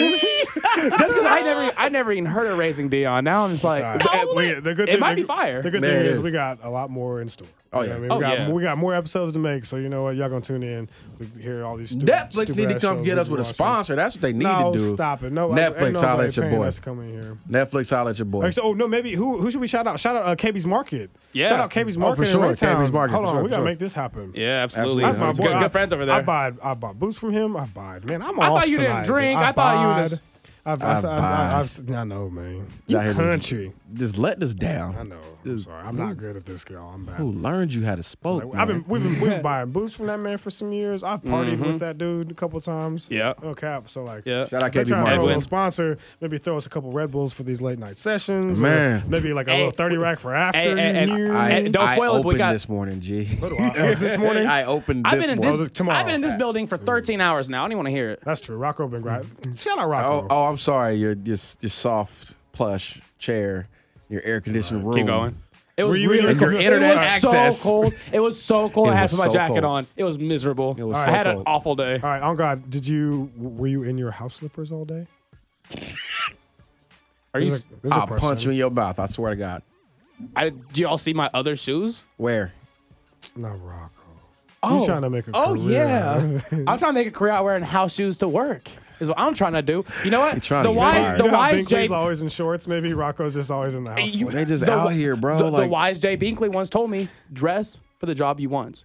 Just because I never, I never even heard of Raising Dion. Now I'm just like,
Sorry.
oh,
We- the good
it
thing,
might
the,
be fire.
The good
Man,
thing
it
is,
is.
we got a lot more in store.
Oh,
You know
yeah.
what I mean? we,
Oh,
got,
yeah.
we got more episodes to make, so you know what? Y'all gonna tune in. We hear all these. Stupid,
Netflix
stupid
need to
ass
come
shows
get
we
us with a
watching.
sponsor. That's what they need
no,
to do.
stop it. No, ain't
Netflix, holla
nobody
at your
paying
boy.
Us to come in here.
Netflix, holla at your boy.
Actually, oh no, maybe who who should we shout out? Shout out uh, KB's Market.
Yeah.
Shout out KB's
Oh,
Market.
for sure,
in Raytown.
KB's Market,
Hold
for
on,
sure,
we
for
gotta
sure.
make this happen.
Yeah, absolutely.
That's my
It's
boy.
Good,
I-
good friends over there.
I bought I bought boots from him. I bought man. I'm
I
off
thought you didn't
tonight,
drink.
dude.
I thought you
bought.
was-
I've, I,
I
I,
bought.
have I know, man. You
Y'all here just-
country.
Just let this down.
I know. I'm sorry. I'm not good at this, girl. I'm bad.
Who learned you how to spoke?
Like, I've been
man?
we've been, we've been buying boots from that man for some years. I've partied with that dude a couple times.
Mm-hmm. Yeah.
No cap. So like
Yeah.
Shout out
if they try
KB
to throw a
Martin.
little
Edwin.
sponsor, maybe throw us a couple Red Bulls for these late night sessions. or
Man.
Maybe like a
Hey,
little 30 rack for after
hey, hey,
here.
I- And don't spoil
I
it, we
opened
got-
this morning, G.
this morning?
I opened
I've
this
been in
morning.
this,
tomorrow.
I've been in this building for 13 hours now. I don't even want to hear it.
That's true. Rocco been right. Shout out
Oh,
Rocco.
oh, I'm sorry. Your your, your soft plush chair, your air conditioned room.
Keep going. It was
Were you in
really
your
cold.
internet
it was
access?
so cold. It was so cold.
It
I had
was
my
so
jacket
cold.
on. It was miserable.
It was
I
so
had an
cold.
awful day.
All right, on God, did you were you in your house slippers all day?
Are you?
There's
s-
a- there's a
I'll
question.
punch you in your mouth. I swear to God.
I, do y'all see my other shoes?
Where?
Not Rocco.
Oh,
trying to make a
oh
career
yeah.
out
I'm trying to make a career out wearing house shoes to work. Is what I'm trying to do. You know what?
He's trying
the
to get
wise,
fired.
the
You know how
wise
Binkley's
Jay,
always in shorts. Maybe Rocco's just always in the house.
You-
They just
the-
out here, bro.
The, the
like,
wise Jay Binkley once told me, dress for the job you want.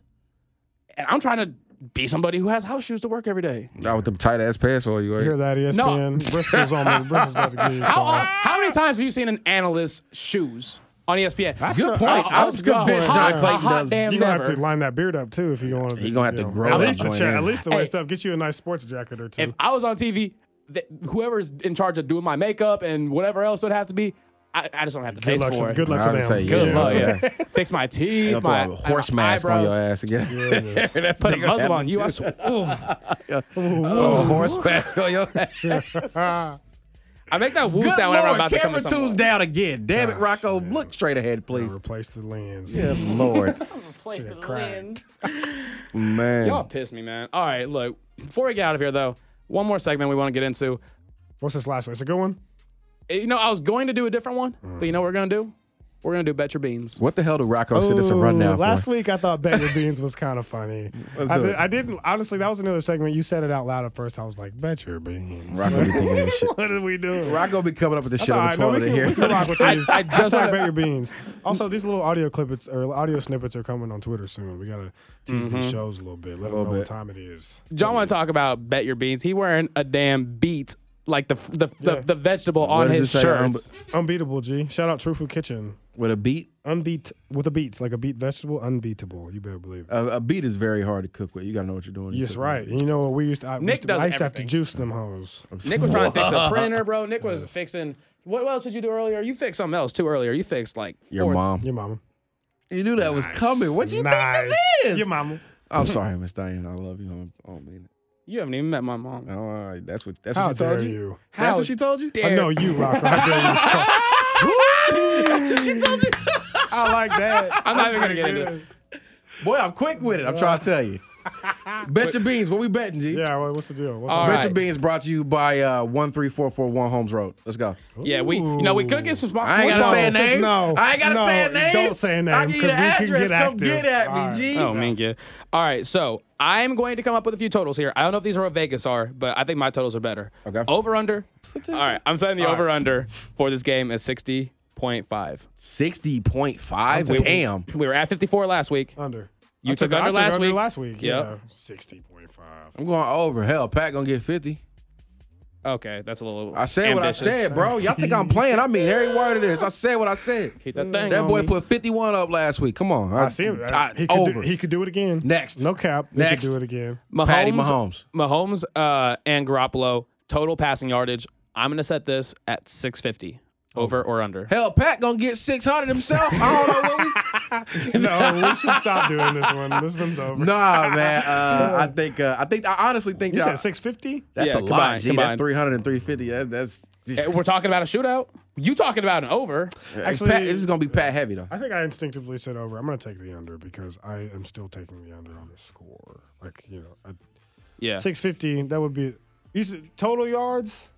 And I'm trying to be somebody who has house shoes to work every day.
not with them tight ass pants on you.
You hear
ain't?
that E ESPN? Bristol's on the Bristol's about to give you a
How,
call.
how many times have you seen an analyst's shoes on E ESPN?
That's
Good
not-
point.
that's-
I
that's
was
a
good
point.
bitch. John Clayton
hot
does.
damn
You're gonna have to
never.
line that beard up too if you want to.
He gonna have to grow
at
that
least the
joint
cha-
in.
at least the waist
Hey.
up. Get you a nice sports jacket or two.
If I was on TV, th- whoever's in charge of doing my makeup and whatever else would have to be, I, I just don't have to
good
face
luck.
for
To,
it.
good luck
I
to
would
them.
say,
Good
Yeah,
luck,
yeah.
yeah. Fix my
They gonna
teeth, my
throw a horse
my
mask on your
eyebrows.
ass again.
Goodness.
That's
Put
they gonna
a
have
muzzle
to
on you. I
do.
swear. Ooh. Oh,
Throw a horse mask on your ass.
I make that woo
Good
sound whenever I'm
Lord,
about to come
camera
to
two's
someone.
down again. Damn it,
Gosh,
Rocco.
man.
Look straight ahead,
Gotta
please.
replace the lens.
Good Lord.
Shit, cracked.
Man.
Y'all piss me, man. All right, look. Before we get out of here, though, one more segment we want to get into.
What's this last one? It's a good one.
Eh, You know, I was going to do a different one, but you know what we're gonna do? We're gonna do bet your beans.
What the hell do Rocco sit us a rundown
Ooh, Last
for?
week I thought Bet Your Beans was kind of funny.
Let's
I,
do
did,
it.
I didn't honestly. That was another segment. You said it out loud at first. I was like, Bet Your Beans.
Rocco be thinking of shit.
what are we doing?
Rocco be coming up with the
That's
shit on the
all right.
toilet
no,
in
we can,
here.
We can rock with these.
I just
Hashtag
wanna-
bet your beans. Also, these little audio clippets or audio snippets are coming on Twitter soon. We gotta tease these shows a little bit. Let them know
Mm-hmm. little
what
bit.
time it is.
John want to talk about bet your beans. He wearing a damn beet, like the the the, the vegetable on
does
his
it say?
shirt.
Um,
Unbeatable, G. Shout out True Food Kitchen.
With a beat,
Unbeat with a beat, like a beat vegetable, unbeatable. You better believe it.
a, a beat is very hard to cook with. You gotta know what you're doing. to
Yes,
cook with
right.
it.
You know what we used to. I,
Nick
used to, I
does
used to have to
everything.
juice them hoes.
Nick was trying to fix a printer, bro. Nick was fixing. What else did you do earlier? You fixed something else too earlier. You fixed like
Your
four-
mom.
Your mama.
You knew that was coming. What you think
Nice.
this is?
Your mama.
I'm sorry, Miss Diane. I love you. I'm, I don't mean it.
You haven't even met my mom.
Oh, all right. That's what. That's
How
what she told
dare
you.
you.
That's
How
what she told you.
dare-
I know you, Rocker. How dare you just call-
That's what she told you.
I like that.
I'm not even gonna get into it.
Boy, I'm quick with it. I'm trying to tell you. Bet your beans. What we betting, G?
Yeah, well, what's the deal? What's
Bet
the
your beans brought to you by uh, one three four four one Holmes Road. Let's go.
Yeah, we you know we could get some sponsors.
I ain't gotta say a name.
No,
I ain't gotta
no,
say a name.
don't say a name,
I give you the
'cause we can
address.
get
Come
active.
get at me,
All right.
G.
Oh man, yeah. All right, so I'm going to come up with a few totals here. I don't know if these are what Vegas are, but I think my totals are better.
Okay.
Over under. All right, I'm setting the
All right.
over under for this game at 60.5.
Sixty point five.
We-
Damn.
We were at 54 last week.
Under.
You
I
took,
I
under,
took
last
under
week.
last week.
Yep. Oh,
Yeah, sixty point five.
I'm going over. Hell, Pat gonna get fifty.
Okay, that's a little.
I said
ambitious.
what I said, bro. Y'all think I'm playing? I mean every word of this. I said what I said.
Keep that thing
That
on
boy
me.
put 51 up last week. Come on.
I see him.
I-
he could
over.
do, he could do it again.
Next.
No cap. He
Next.
could do it again.
Mahomes,
Patty Mahomes.
Mahomes uh, and Garoppolo total passing yardage. I'm gonna set this at 650. Over or under.
Hell, Pat gonna get 600 himself. I don't know what we.
no, we should stop doing this one. This one's over.
Nah, man. Uh, I think. Uh, I think. I honestly think
You
y'all-
said six fifty?
That's
Yeah,
a
combined,
lot. G.
combined.
That's 300 and 350. That's that's.
Eh, We're talking about a shootout. You talking about an over?
actually,
Actually-
Pat, this is gonna be Pat heavy though.
I think I instinctively said over. I'm going to take the under because I am still taking the under on the score. Like you know, I,
Yeah.
six fifty. That would be. You said total yards.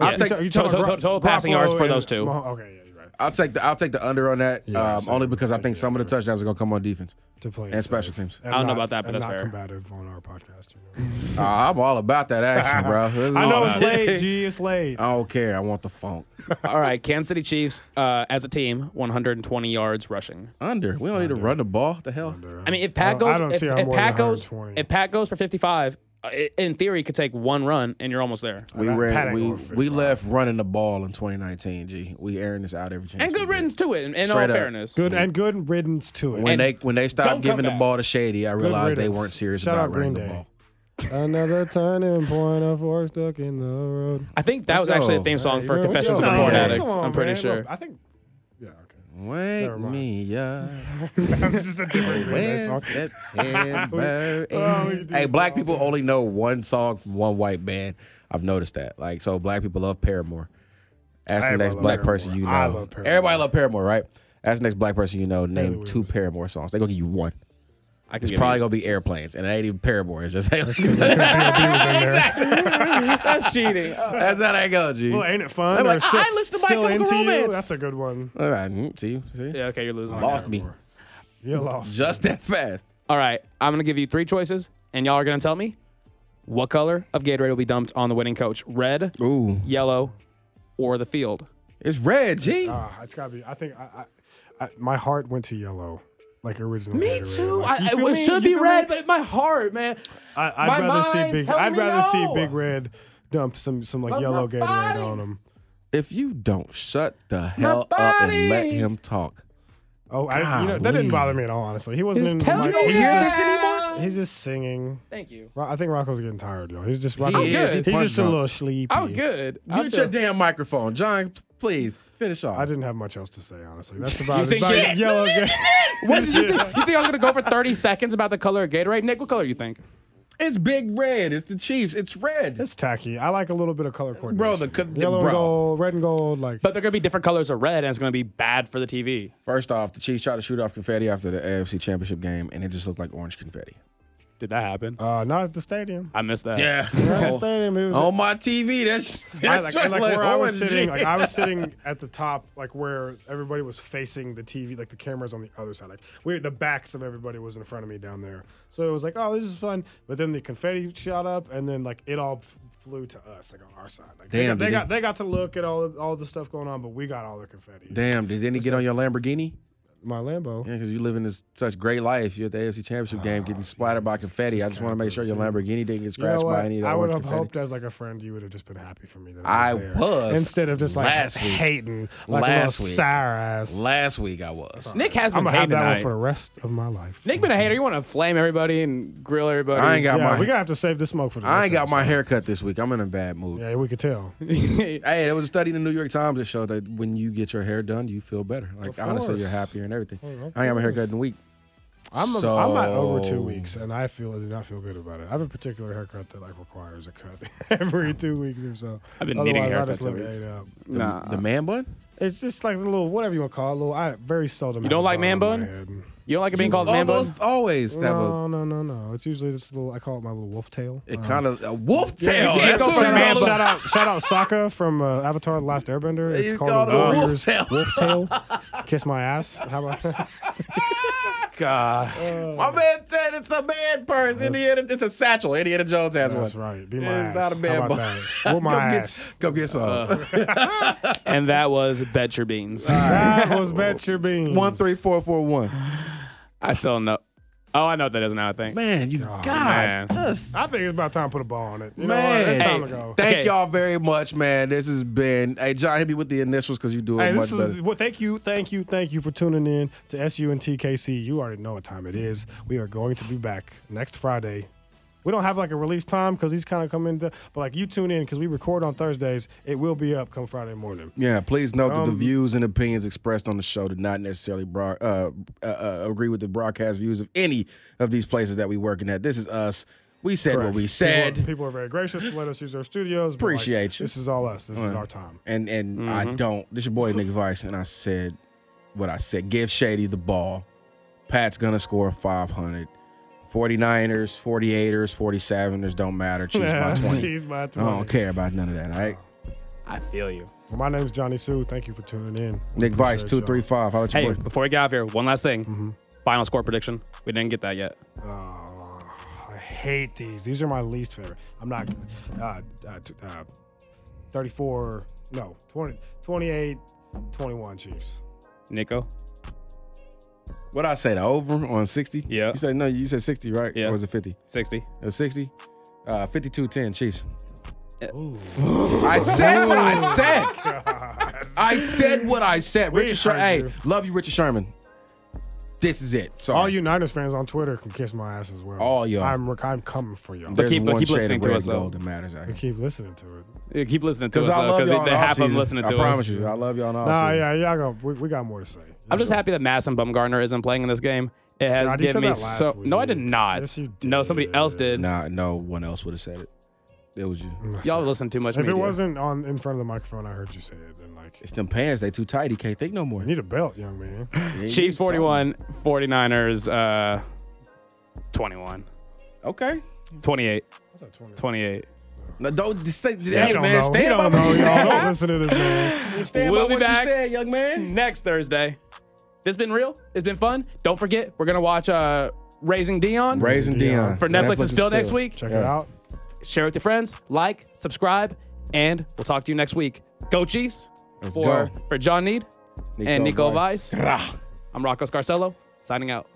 I'll
Yeah.
take-
Are you
Total-
talking
total-
about
total
Garoppolo
passing yards for
and
those two.
Mah- okay, yeah, you're right.
I'll take the I'll take the under on that
Yeah,
um,
same.
only because I
Take
think
the
some of the
under.
touchdowns are gonna come on defense.
To play
And special teams.
I don't know about that, but
and
that's
not
fair.
combative on our podcast. You
Uh, I'm all about that action, bro. This is
know? I
all
know it's
about it.
late, G. It's late.
I don't care. I want the funk
All right, Kansas City Chiefs uh, as a team, 120 yards rushing.
under. We don't need to run the ball. the hell?
I mean, if
I
Pat
don't-
goes,
I don't
if,
see how
if
more than
Pat goes,
120.
if Pat goes for 55, uh, i- in theory, could take one run and you're almost there.
We
Pat
ran.
ain't
We,
gonna fit
we
five.
left running the ball in 2019. G. We airing this out every chance.
And
we
good
get.
riddance to it. In, in all
Straight up.
fairness,
Good and good riddance to it.
When they when they
Don't
stopped
come
giving the
back.
ball to Shady, I realized they
riddance.
weren't serious
Shout
about
out
running
Green
the
Day.
ball.
Another turning point of fork stuck in the road.
I think that
Let's
was actually
go.
the theme song for
Hey, let's
Confessions
go,
of a
man.
Porn
Hey,
Addict.
come on,
I'm pretty
man.
sure.
Look, I think. Yeah. Okay.
Wake
Never mind.
me, yeah.
That's just a different Green Day
When
song.
September
Oh, we
ends.
do
hey,
this
black
all
people only know one song from one white band. I've noticed that. Like, so black people love Paramore. Ask the
Everybody
next
love
black
Paramore.
person you know.
I love Paramore.
Everybody love Paramore, right? Ask the next black person you know.
Really
Name
weird.
two Paramore songs. They're gonna give you one.
I can
It's
give
probably
you-
gonna be airplanes, and it ain't even Paramore. It's just hey, let's get exactly.
that's cheating.
That's how that go, G.
Well, ain't it fun?
I'm
Or
like,
still,
I listen to My
still
Chemical
into You?
Romance.
That's a good one.
All right, mm, see, see,
Yeah, okay, you're losing.
lost me
You lost.
just that fast.
All right, I'm gonna give you three choices, and y'all are gonna tell me what color of Gatorade will be dumped on the winning coach: red,
Ooh,
yellow, or the field.
it's red, G.
Ah, it's gotta be. I think I, I, I, my heart went to yellow, like original.
Me
Gatorade.
too.
Like, you
I,
feel
it
me?
should
You
be
feel
red,
me?
but my heart, man.
I, I'd
my
rather see
mind's
big.
telling
I'd
me
rather see
no.
big red dump some some like
But
yellow
my
Gatorade
body-
on him.
If you don't shut the hell up and let
body.
him talk,
Oh, I, didn't- you know, that
Golly.
didn't bother me at all. Honestly, he wasn't.
Just
in
tell
my-
me don't
he's
hear
just-
this anymore.
He's just singing.
Thank you.
Ro- I think Rocco's getting tired, y'all. He's just Rocco.
is.
He
He's
punch
just a
drunk.
little sleepy.
I'm Oh, good. I
mute
feel-
your damn microphone, John. Please finish off.
I didn't have much else to say, honestly. That's about,
think-
about
Shit.
yellow. Gatorade.
What did you think? You think I'm gonna go for 30 seconds about the color of Gatorade? Nick, what color you think?
It's big red. It's the Chiefs. It's red.
It's tacky. I like a little bit of color coordination.
Bro, the co- the-
yellow
bro.
and gold, red and gold, like
But they're gonna be different colors of red, and it's gonna be bad for the TV.
First off, the Chiefs tried to shoot off confetti after the AFC Championship game, and it just looked like orange confetti.
Did that happen?
uh, not at the stadium.
I missed that.
Yeah.
Not at the stadium. It was
On my TV, that's,
I,
that's
like, and, like, where I was
OMG.
sitting, like I was sitting at the top, like where everybody was facing the TV, like the cameras on the other side, like we the backs of everybody was in front of me down there. So it was like, oh, this is fun. But then the confetti shot up, and then like it all f- flew to us, like on our side. Like, they got-
Damn,
they
did
got
it-
they got to look at all all the stuff going on, but we got all the confetti.
Damn, did any get on your Lamborghini?
My Lambo.
Yeah, because you live in this such great life. You're at the AFC Championship game
Ah,
getting splattered by confetti. I just want to make sure your Lamborghini didn't get
You know
scratched
what?
by any of that
I would
orange
have
confetti.
hoped, as like a friend, you would have just been happy for me that
I
I was there.
was
instead of just like
last week.
hating, like
Last
a little
week.
sour ass.
Last week I was.
Nick has
I'm
been
gonna
hating
have that
tonight.
one for the rest of my life.
Nick been a hater. You want to flame everybody and grill everybody.
I ain't got
yeah,
my.
we gotta have to save the smoke for the.
I
next
ain't got my
episode.
hair cut this week. I'm in a bad mood.
Yeah, we could tell.
Hey, there was a study in the New York Times that showed that
Mm,
when you get your hair done, you feel better. Like honestly, you're happier and everything. I ain't got my hair cut in a week.
I'm, a-
So-
I'm at over two weeks, and I feel I do not feel good about it. I have a particular haircut that like requires a cut every two weeks or so.
I've been needing
Otherwise, I
haircuts
just
every
look
week.
ate up.
The- Nah. the man bun?
It's just like the little whatever you want to call it. Little, I very seldom.
You
have
don't
a
like man
on my head.
bun? You don't like it being called man bun?
almost always have a-
no, no, no, no. It's usually this little. I call it my little wolf tail.
It
Um,
kind of a wolf
Yeah,
tail.
you can
That's
go
what
from
it
man-
is.
shout out, shout out Sokka from uh, Avatar: The Last Airbender. It's
You
called,
called
a
it a wolf
warrior's
tail.
wolf tail. Kiss my ass. How about that?
God. My man said it's a man purse. Indiana, it's a satchel. Indiana Jones has
That's
one.
right. Be my ass.
it's not a
How
man
about
bun.
that? Whoop my
go
ass.
Get, go get some.
Uh,
and that was bet your beans.
that was bet your beans.
One three four four one.
I still know. Oh, I know what that is now. I think.
Oh, Man, you God,
man.
just
I think it's about time to put a ball on it. You know what?
man.
It's time to go.
Thank y'all very much, man. This has been hey John. Hit me with the initials because you do it
Hey,
much
this
better.
is well. Thank you, thank you, thank you for tuning in to SU and TKC. You already know what time it is. We are going to be back next Friday. We don't have like a release time because he's kind of coming, to, but like you tune in because we record on Thursdays. It will be up come Friday morning.
Yeah, please note that the
Um,
views and opinions expressed on the show do not necessarily broad, uh, uh, uh, agree with the broadcast views of any of these places that we working at. This is us. We said what
Correct.
we
People-
said.
People are, very gracious to let us use their studios. but, like,
Appreciate you.
This is all us. This is
Uh,
our time.
And and I
Mhm.
don't. This your boy Nick Vice, and I said what I said. Give Shady the ball. Pat's gonna score 500. 49ers, 48ers, 47ers don't matter. Chiefs by 20.
Chiefs by
I don't
20.
care about none of that. All right.
I feel you.
Well, my name's Johnny Sue. Thank you for tuning in.
Nick Vice,
Appreciate
two
y'all.
three five. How about you?
Hey, before we get out of here, one last thing.
Mm-hmm.
Final score prediction. We didn't get that yet.
Uh, I hate these. These are my least favorite. I'm not. Uh, uh, t- uh, 34, no, 20, 28, 21 Chiefs.
Nico.
What I say, the over on 60?
Yeah.
You said no, you said 60, right?
Yeah.
Or was it 50?
60.
It was 60. Uh 52 10 Chiefs.
I said what I
said.
said.
I said what I said.
We
Richard Sher-
heard
hey,
you.
love you, Richard Sherman. This is it. Sorry.
All you Niners fans on Twitter can kiss my ass as well.
All y'all.
I'm, I'm coming for y'all.
There's
keep- but
one
keep
shade of
listening to
red
us,
and
though.
gold that matters out
I
here.
keep listening to it.
Yeah, keep listening to us
Because I love
because
y'all. in
half of them
offseason.
listening to
I
us.
promise you, I love y'all. In
Nah,
offseason.
yeah, y'all go. We, we got more to say.
Oh, I'm just happy that Mass and Bumgarner isn't playing in this game. It has
God, you said
given me
that last
so. No, I did not. No, somebody else did.
Nah, no one else would have said it. It was you.
Mm.
Y'all listen too much.
If
media.
it wasn't on in front of the microphone, I heard you say it. And like,
It's them pants. They too tight. He can't think no more.
you need a belt, young man.
Chiefs 41, 49ers uh, 21,
Okay.
28,
What's that, 20?
28.
No, don't say,
He
hey,
don't
man,
know. He
stand by
don't
what
know,
you
y'all.
said.
Don't listen to this man.
Stand
We'll
by
be
what
back.
you said, young man.
Next Thursday. This has been real. It's been fun. Don't forget, we're going to watch uh, Raising Dion.
Raising Dion.
For Netflix, is still next week.
Check it out.
Share with your friends. Like, subscribe, and we'll talk to you next week. Go Chiefs.
Let's
for,
go.
for John Need
Nico
and Nico
Weiss.
Weiss. I'm Rocco Scarcello, signing out.